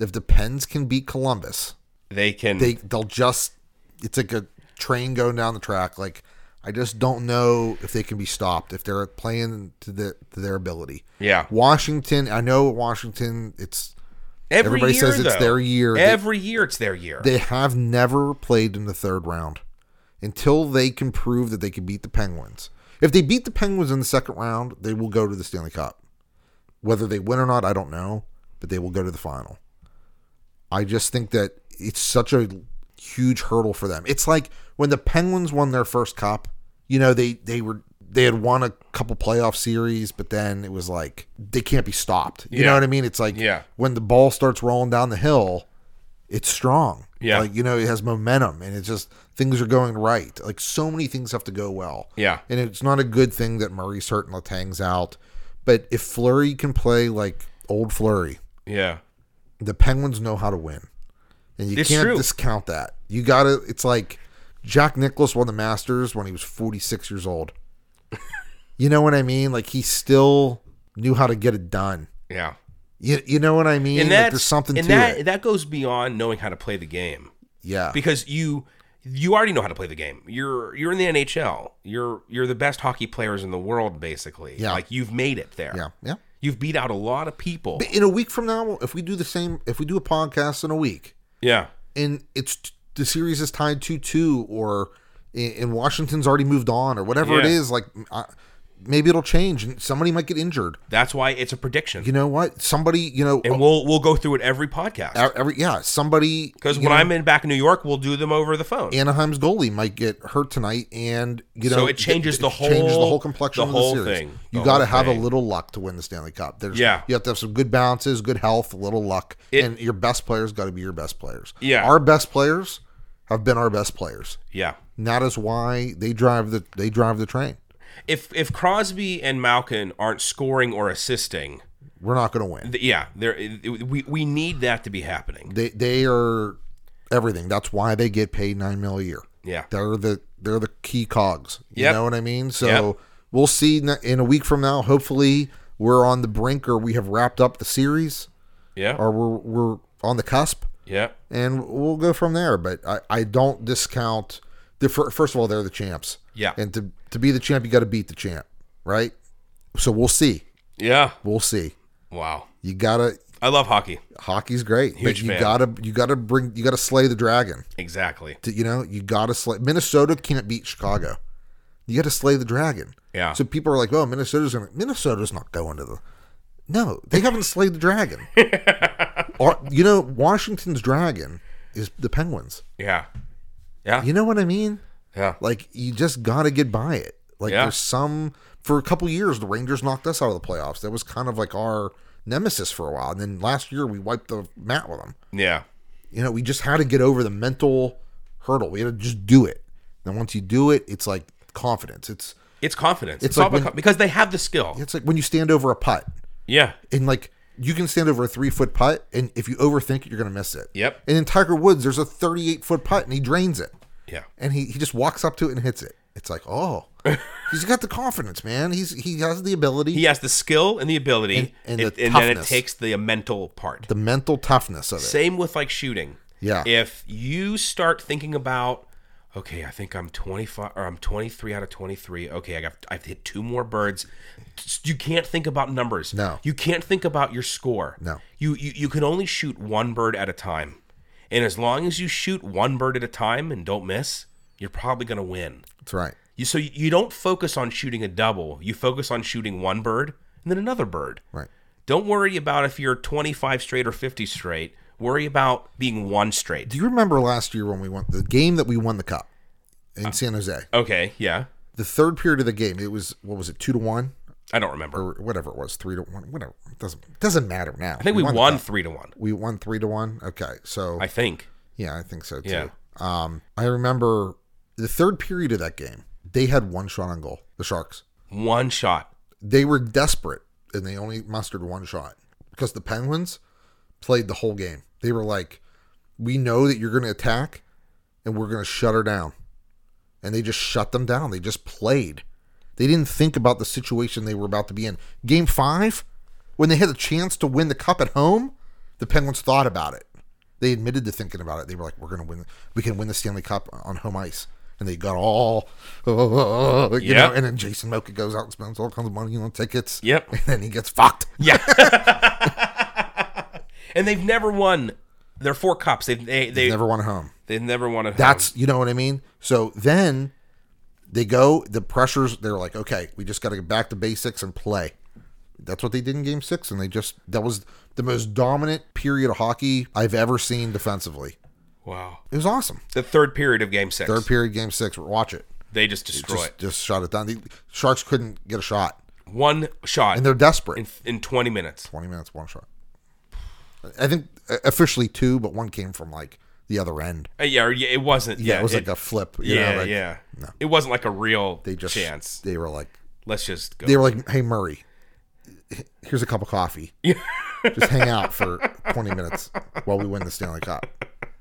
B: if the Pens can beat Columbus,
A: They can.
B: they they'll just it's like a train going down the track. Like I just don't know if they can be stopped if they're playing to the to their ability.
A: yeah.
B: Washington, I know Washington. It's
A: Every
B: Everybody
A: year,
B: says it's
A: though.
B: their year. They-
A: Every year, it's their year.
B: they have never played in the third round until they can prove that they can beat the Penguins. If they beat the Penguins in the second round, they will go to the Stanley Cup. Whether they win or not, I don't know, but they will go to the final. I just think that it's such a huge hurdle for them. It's like when the Penguins won their first cup, you know, they they were they had won a couple playoff series, but then it was like they can't be stopped. You know
A: Yeah.
B: what I mean? It's like
A: Yeah.
B: when the ball starts rolling down the hill, it's strong.
A: Yeah.
B: Like, you know, it has momentum and it's just things are going right. Like so many things have to go well.
A: Yeah.
B: And it's not a good thing that Murray's hurt and Latang's out. But if Flurry can play like old Flurry,
A: yeah.
B: the Penguins know how to win, and you
A: It's
B: can't
A: true.
B: discount that. You got to. It's like Jack Nicklaus won the Masters when he was 46 years old. you know what I mean? Like he still knew how to get it done.
A: Yeah.
B: You, you know what I mean?
A: And
B: Like,
A: that's
B: there's something
A: and
B: to
A: that
B: it. Uh.
A: that goes beyond knowing how to play the game.
B: Yeah.
A: because you you already know how to play the game. You're you're in the NHL. You're you're the best hockey players in the world, basically.
B: Yeah.
A: like you've made it there.
B: yeah. Yeah.
A: you've beat out a lot of people.
B: In a week from now, if we do the same, if we do a podcast in a week,
A: yeah,
B: and it's the series is tied two two, or in, and Washington's already moved on, or whatever it
A: Yeah.
B: is, like I, maybe it'll change, and somebody might get injured.
A: that's why it's a prediction,
B: You know what? Somebody, you know,
A: and we'll we'll go through it every podcast.
B: every yeah, somebody
A: Because
B: you
A: when
B: know,
A: I'm in back in New York, we'll do them over the phone.
B: Anaheim's goalie might get hurt tonight, and you know,
A: So it changes the
B: changes the
A: whole-
B: whole complexion
A: the
B: of
A: whole
B: the series.
A: thing.
B: You
A: The
B: got to
A: whole
B: have a
A: thing.
B: little luck to win the Stanley Cup. There's,
A: Yeah.
B: you have to have some good balances, good health, a little luck,
A: It-
B: and your best players got to be your best players.
A: Yeah.
B: our best players have been our best players.
A: Yeah,
B: And that is why they drive the they drive the train.
A: if if Crosby and Malkin aren't scoring or assisting,
B: We're not going to win.
A: th- yeah, there we we need that to be happening.
B: They they are everything. That's why they get paid nine mil a year.
A: Yeah,
B: They're the they're the key cogs. You
A: Yep.
B: know what I mean? So
A: Yep.
B: we'll see n- in a week from now. Hopefully, we're on the brink, or we have wrapped up the series,
A: yeah,
B: or we're we're on the cusp,
A: yeah.
B: and we'll go from there. But I, I don't discount the fir- first of all they're the champs.
A: Yeah.
B: and to to be the champ, you got to beat the champ, right? So we'll see.
A: Yeah.
B: We'll see.
A: Wow.
B: You gotta
A: I love hockey.
B: hockey's great, but
A: Huge
B: you
A: fan.
B: gotta you gotta bring you gotta slay the dragon.
A: Exactly.
B: To- You know you gotta slay. Minnesota can't beat Chicago. You gotta slay the dragon.
A: Yeah.
B: So people are like, "Well, Minnesota's gonna Minnesota's not going to the." No, they haven't slayed the dragon. or you know, Washington's dragon is the Penguins.
A: Yeah.
B: You know what I mean?
A: Yeah.
B: Like you just gotta get by it. Like
A: Yeah.
B: there's some for a couple years the Rangers knocked us out of the playoffs. That was kind of like our nemesis for a while. And then last year we wiped the mat with them.
A: Yeah.
B: You know, we just had to get over the mental hurdle. We had to just do it. Then once you do it, it's like confidence. It's
A: It's confidence. It's,
B: like
A: all about
B: when-
A: con- because they have the skill.
B: it's like when you stand over a putt
A: Yeah.
B: and like you can stand over a three foot putt and if you overthink it, you're gonna miss it.
A: Yep.
B: And in Tiger Woods, there's a thirty eight foot putt and he drains it.
A: Yeah.
B: and he, he just walks up to it and hits it. It's like, oh, he's got the confidence, man. He's he has the ability,
A: He has the skill and the ability,
B: And-
A: and,
B: and the
A: and then it
B: toughness.
A: takes the mental part.
B: the mental toughness of it.
A: Same with like shooting.
B: Yeah.
A: If you start thinking about, okay, I think I'm 25 or I'm 23 out of 23. Okay, I got I've hit two more birds. You can't think about numbers.
B: No.
A: You can't think about your score.
B: No.
A: You you, you can only shoot one bird at a time. And as long as you shoot one bird at a time and don't miss, you're probably going to win.
B: That's right.
A: You, so you don't focus on shooting a double. You focus on shooting one bird and then another bird.
B: Right.
A: Don't worry about if you're 25 straight or 50 straight. Worry about being one straight.
B: Do you remember last year when we won the game that we won the cup in
A: Uh,
B: San Jose?
A: Okay, yeah.
B: The third period of the game, it was what was it, two to one
A: I don't remember.
B: or whatever it was, three to one, whatever. It doesn't doesn't matter now.
A: I think we,
B: the
A: won
B: cup.
A: 3 to 1.
B: we won three to one. Okay, so
A: I think.
B: yeah, I think so too.
A: Yeah.
B: Um, I remember the third period of that game. They had one shot on goal. The Sharks.
A: One shot.
B: they were desperate and they only mustered one shot because the Penguins played the whole game. They were like, "We know that you're going to attack, and we're going to shut her down," and they just shut them down. They just played. They didn't think about the situation they were about to be in. Game five, when they had a chance to win the cup at home, the Penguins thought about it. They admitted to thinking about it. They were like, "We're going to win. We can win the Stanley Cup on home ice." And they got all, you
A: Yeah.
B: know, and then Jason Moka goes out and spends all kinds of money on tickets.
A: Yep.
B: And then he gets fucked.
A: Yeah. and they've never won their four cups. They've, they, they,
B: Never went home.
A: they've never won a
B: That's you know what I mean. So then they go. The pressures. They're like, okay, we just got to get back to basics and play. That's what they did in Game Six, and they just that was the most dominant period of hockey I've ever seen defensively.
A: Wow.
B: It was awesome.
A: The third period of game six.
B: Third period, Game Six. Watch it.
A: they just destroy
B: Just,
A: it.
B: just shot it down. The Sharks couldn't get a shot,
A: One shot
B: and they're desperate.
A: in, in 20 minutes.
B: Twenty minutes, one shot. I think uh, officially two, but one came from like the other end.
A: Uh, Yeah, or, yeah, it wasn't. Yeah,
B: Yeah, it was like a flip. You
A: yeah,
B: know, like,
A: yeah. It wasn't like a real
B: They just
A: chance.
B: They were like,
A: Let's just go.
B: they were like, "Hey Murray, here's a cup of coffee." Just hang out for 20 minutes while we win the Stanley Cup.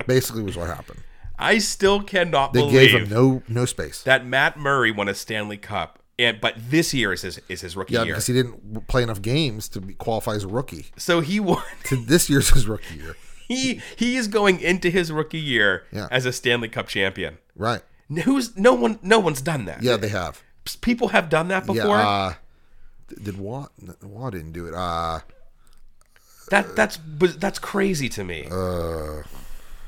B: Basically, was what happened.
A: I still cannot
B: They
A: believe
B: gave him no no space.
A: that Matt Murray won a Stanley Cup, and but this year is his is his rookie
B: yeah,
A: year.
B: because he didn't play enough games to be, qualify as a rookie.
A: so he won.
B: To this year's his rookie year,
A: He he is going into his rookie year
B: Yeah.
A: as a Stanley Cup champion.
B: right?
A: Who's no one? No one's done that.
B: Yeah, they have.
A: people have done that
B: Yeah,
A: before.
B: uh, th- did Waugh? n- Waugh didn't do it. Uh,
A: that that's but that's crazy to me.
B: uh,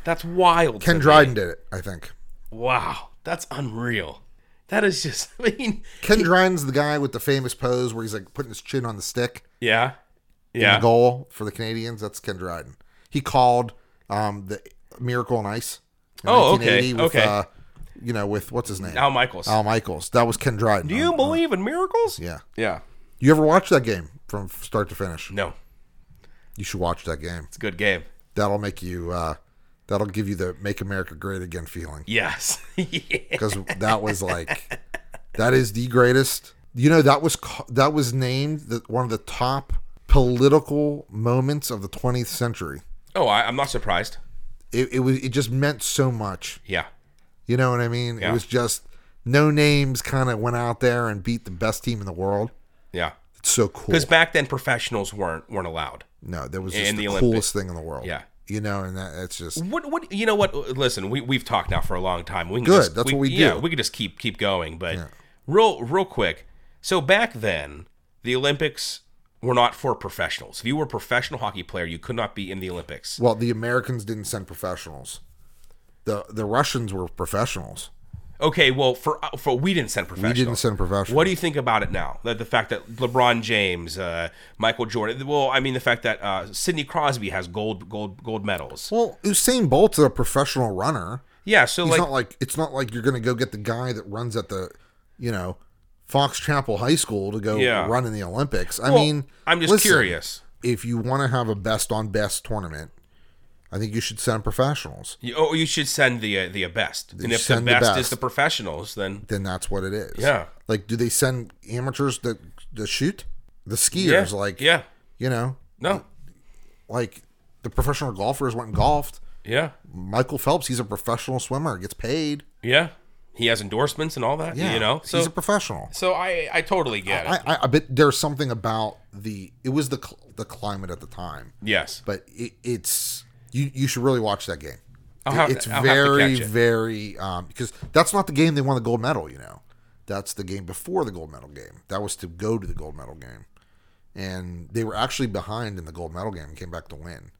A: that's wild.
B: Ken
A: to me.
B: Dryden did it, I think.
A: Wow, that's unreal. That is just. I mean,
B: Ken Dryden's the guy with the famous pose where he's like putting his chin on the stick.
A: yeah,
B: in
A: yeah.
B: the goal for the Canadians. That's Ken Dryden. He called um, the Miracle on Ice. in
A: Oh, okay,
B: 1980
A: okay.
B: Uh, you know, with what's his name?
A: Al Michaels.
B: Al Michaels. That was Ken Dryden.
A: Do you believe in miracles?
B: yeah.
A: Yeah.
B: You ever watch that game from start to finish?
A: No,
B: You should watch that game.
A: it's a good game.
B: That'll make you. Uh, that'll give you the "Make America Great Again" feeling
A: Yes. yeah.
B: because that was like, that is the greatest. You know, that was ca- that was named the, one of the top political moments of the 20th century.
A: Oh, I, I'm not surprised.
B: It, it was. It just meant so much.
A: Yeah.
B: You know what I mean?
A: Yeah.
B: It was just no names kind of went out there and beat the best team in the world.
A: Yeah.
B: It's so cool.
A: Because back then, professionals weren't weren't allowed.
B: No, that was just
A: in
B: the,
A: the Olympics.
B: coolest thing in the world.
A: Yeah.
B: You know, and that, that's just
A: What what you know what? Listen, we we've talked now for a long time. We can
B: Good,
A: Just,
B: that's what we
A: Yeah,
B: do.
A: we could just keep keep going. But real real quick. So back then, the Olympics were not for professionals. If you were a professional hockey player, you could not be in the Olympics.
B: well, the Americans didn't send professionals. The the Russians were professionals.
A: Okay, well for for we didn't send
B: We
A: professionals.
B: didn't send professionals.
A: What do you think about it now? The, the fact that LeBron James, uh, Michael Jordan. Well, I mean the fact that uh, Sidney Crosby has gold gold gold medals.
B: well, Usain Bolt's a professional runner.
A: Yeah, so
B: It's
A: like
B: not like it's not like you're going to go get the guy that runs at the, you know, Fox Chapel High School to go
A: Yeah.
B: run in the Olympics. I
A: Well,
B: mean,
A: I'm just
B: listen,
A: curious.
B: if you want to have a best on best tournament, I think you should send professionals.
A: You, oh, you should send the uh, the best. And if the
B: send the
A: best, is
B: best.
A: the professionals, then
B: Then that's what it is.
A: Yeah.
B: Like, do they send amateurs that to shoot? The skiers,
A: yeah,
B: like,
A: yeah,
B: you know,
A: no,
B: like the professional golfers went and golfed.
A: yeah,
B: Michael Phelps, he's a professional swimmer, gets paid.
A: yeah. He has endorsements and all that.
B: Yeah,
A: you know. So
B: he's a professional.
A: so I I totally get it.
B: I, I, I bet there's something about the it was the cl- the climate at the time,
A: yes.
B: but it, it's you you should really watch that game.
A: I'll have to-
B: it's
A: I'll have to
B: very
A: catch it.
B: very um, because that's not the game they won the gold medal. You know, that's the game before the gold medal game. That was to go to the gold medal game, and they were actually behind in the gold medal game and came back to win.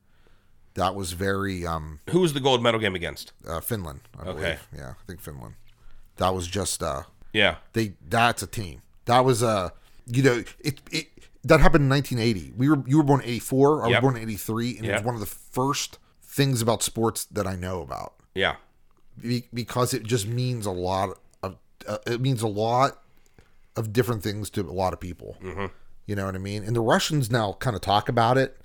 B: That was very um,
A: Who was the gold medal game against?
B: uh, Finland, I
A: Okay.
B: believe. Yeah, I think Finland. That was just uh,
A: Yeah.
B: they that's a team. That was a you know it it that happened in 1980. We were you were born in 84. I
A: Yep.
B: was born in 83, and it
A: Yep.
B: was one of the first things about sports that I know about
A: Yeah.
B: Be- because it just means a lot of uh, it means a lot of different things to a lot of people.
A: Mm-hmm.
B: You know what I mean? And the Russians now kind of talk about it.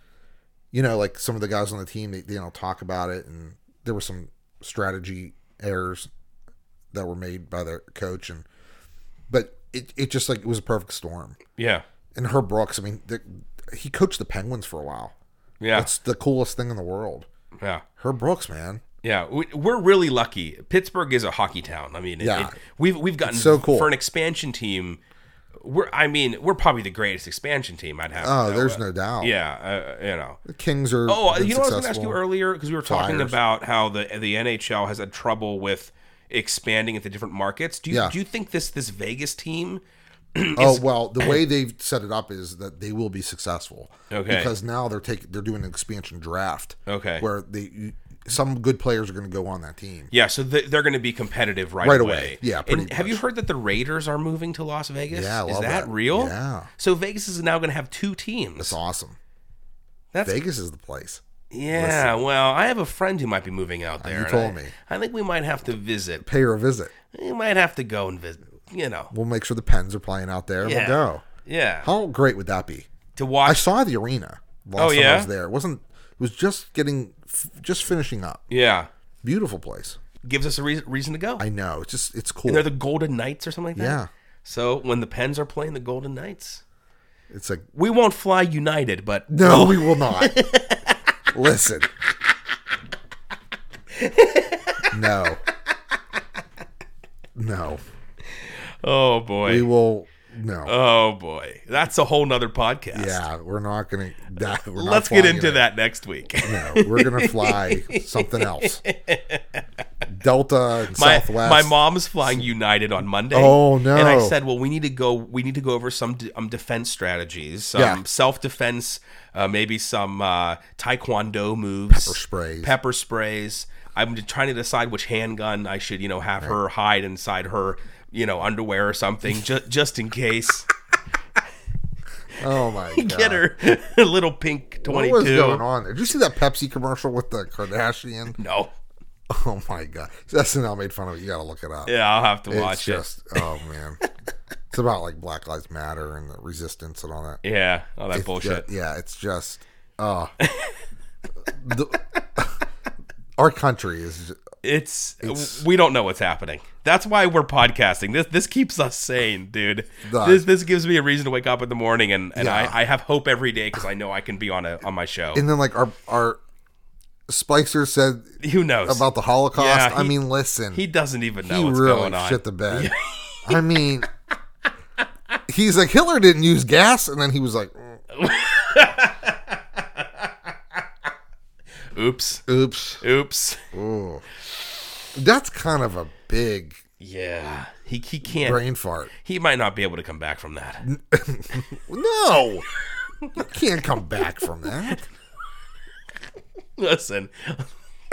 B: You know, like some of the guys on the team, they, they you know talk about it, and there were some strategy errors that were made by their coach, and but it, it just like it was a perfect storm.
A: Yeah.
B: And Herb Brooks, I mean, the, he coached the Penguins for a while.
A: Yeah.
B: That's the coolest thing in the world.
A: yeah.
B: Herb Brooks, man.
A: Yeah, we- we're really lucky. Pittsburgh is a hockey town. I mean, it-
B: Yeah.
A: it- we've we've gotten
B: so cool.
A: for an expansion team. We're, I mean, we're probably the greatest expansion team. I'd have. to
B: Oh,
A: know.
B: there's no doubt.
A: Yeah, uh, you know.
B: The Kings are.
A: Oh,
B: been
A: you know what I was going to ask
B: successful.
A: you earlier because we were talking
B: Flyers.
A: about how the the NHL has had trouble with expanding into different markets. Do you
B: Yeah.
A: do you think this this Vegas team?
B: Oh well, the way they've set it up is that they will be successful.
A: Okay.
B: Because now they're taking they're doing an expansion draft.
A: Okay.
B: Where they you, some good players are going to go on that team.
A: Yeah, so th- they're going to be competitive right,
B: Right
A: away.
B: away. Yeah,
A: And
B: pretty
A: have you heard that the Raiders are moving to Las Vegas?
B: Yeah, I
A: is
B: love
A: that,
B: that.
A: real?
B: Yeah.
A: So Vegas is now going to have two teams.
B: It's awesome.
A: That's
B: Vegas is the place.
A: Yeah, well, I have a friend who might be moving out there. and
B: told
A: I,
B: me.
A: I think we might have to visit.
B: Pay her a visit.
A: We might have to go and visit. You know.
B: We'll make sure the Pens are playing out there.
A: Yeah.
B: We'll go.
A: Yeah.
B: How great would that be?
A: To
B: I
A: watch.
B: saw the arena last
A: Oh,
B: time
A: yeah?
B: I was there. It wasn't. It was just getting, f- just finishing up.
A: yeah.
B: Beautiful place.
A: Gives us a reason, reason to go.
B: I know. It's just it's cool.
A: They're the Golden Knights or something like that.
B: Yeah.
A: So when the Pens are playing the Golden Knights,
B: It's like
A: We won't fly United, but
B: no, we will not. Listen. No. No.
A: oh boy.
B: We will no.
A: Oh boy, that's a whole nother podcast.
B: yeah, we're not gonna. That, we're not
A: Let's get
B: flying
A: into
B: it.
A: that next week.
B: No, we're gonna fly something else. Delta and
A: My,
B: Southwest.
A: my mom's flying United on Monday.
B: Oh, no.
A: And I said, well, we need to go. We need to go over some de- um, defense strategies, some
B: Yeah.
A: self defense, uh, maybe some uh, taekwondo moves,
B: Pepper sprays.
A: pepper sprays. I'm just trying to decide which handgun I should, you know, have her hide inside her, you know, underwear or something, just just in case.
B: Oh my god.
A: Get her a little pink
B: What
A: twenty-two.
B: was going on there? Did you see that Pepsi commercial with the Kardashian?
A: No,
B: Oh my god, SNL made fun of it. You gotta look it up.
A: yeah, I'll have to
B: it's
A: watch
B: just oh man, it's about like Black Lives Matter and the resistance and all that.
A: it. Yeah, all that bullshit.
B: Ju- yeah, it's just oh, The- our country is. ju-
A: It's, we don't know what's happening. That's why we're podcasting. This this keeps us sane, dude.
B: Does.
A: This this gives me a reason to wake up in the morning and, and
B: Yeah.
A: I, I have hope every day because I know I can be on a on my show.
B: And then like our our Spicer said
A: Who knows?
B: about the Holocaust.
A: Yeah,
B: I
A: he-
B: mean, listen,
A: he doesn't even know
B: he
A: what's
B: really
A: going on.
B: shit the bed. I mean, he's like Hitler didn't use gas, and then he was like,
A: Oops.
B: "Oops,
A: Oops.
B: Ooh. that's kind of a big
A: Yeah. He he can't
B: brain fart."
A: he might not be able to come back from that.
B: No, you can't come back from that.
A: Listen.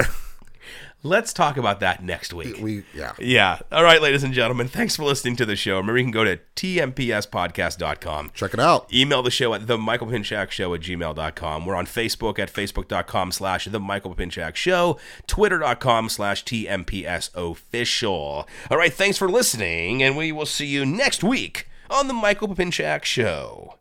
A: Let's talk about that next week.
B: We yeah.
A: Yeah. All right, ladies and gentlemen, thanks for listening to the show. Remember, you can go to tmpspodcast.com.
B: Check it out.
A: Email the show at the Michael Pinchak Show at gmail.com. We're on Facebook at facebook.com slash the Michael Pinchak Show, twitter.com slash TMPS official. All right, thanks for listening, and we will see you next week on the Michael Pinchak Show.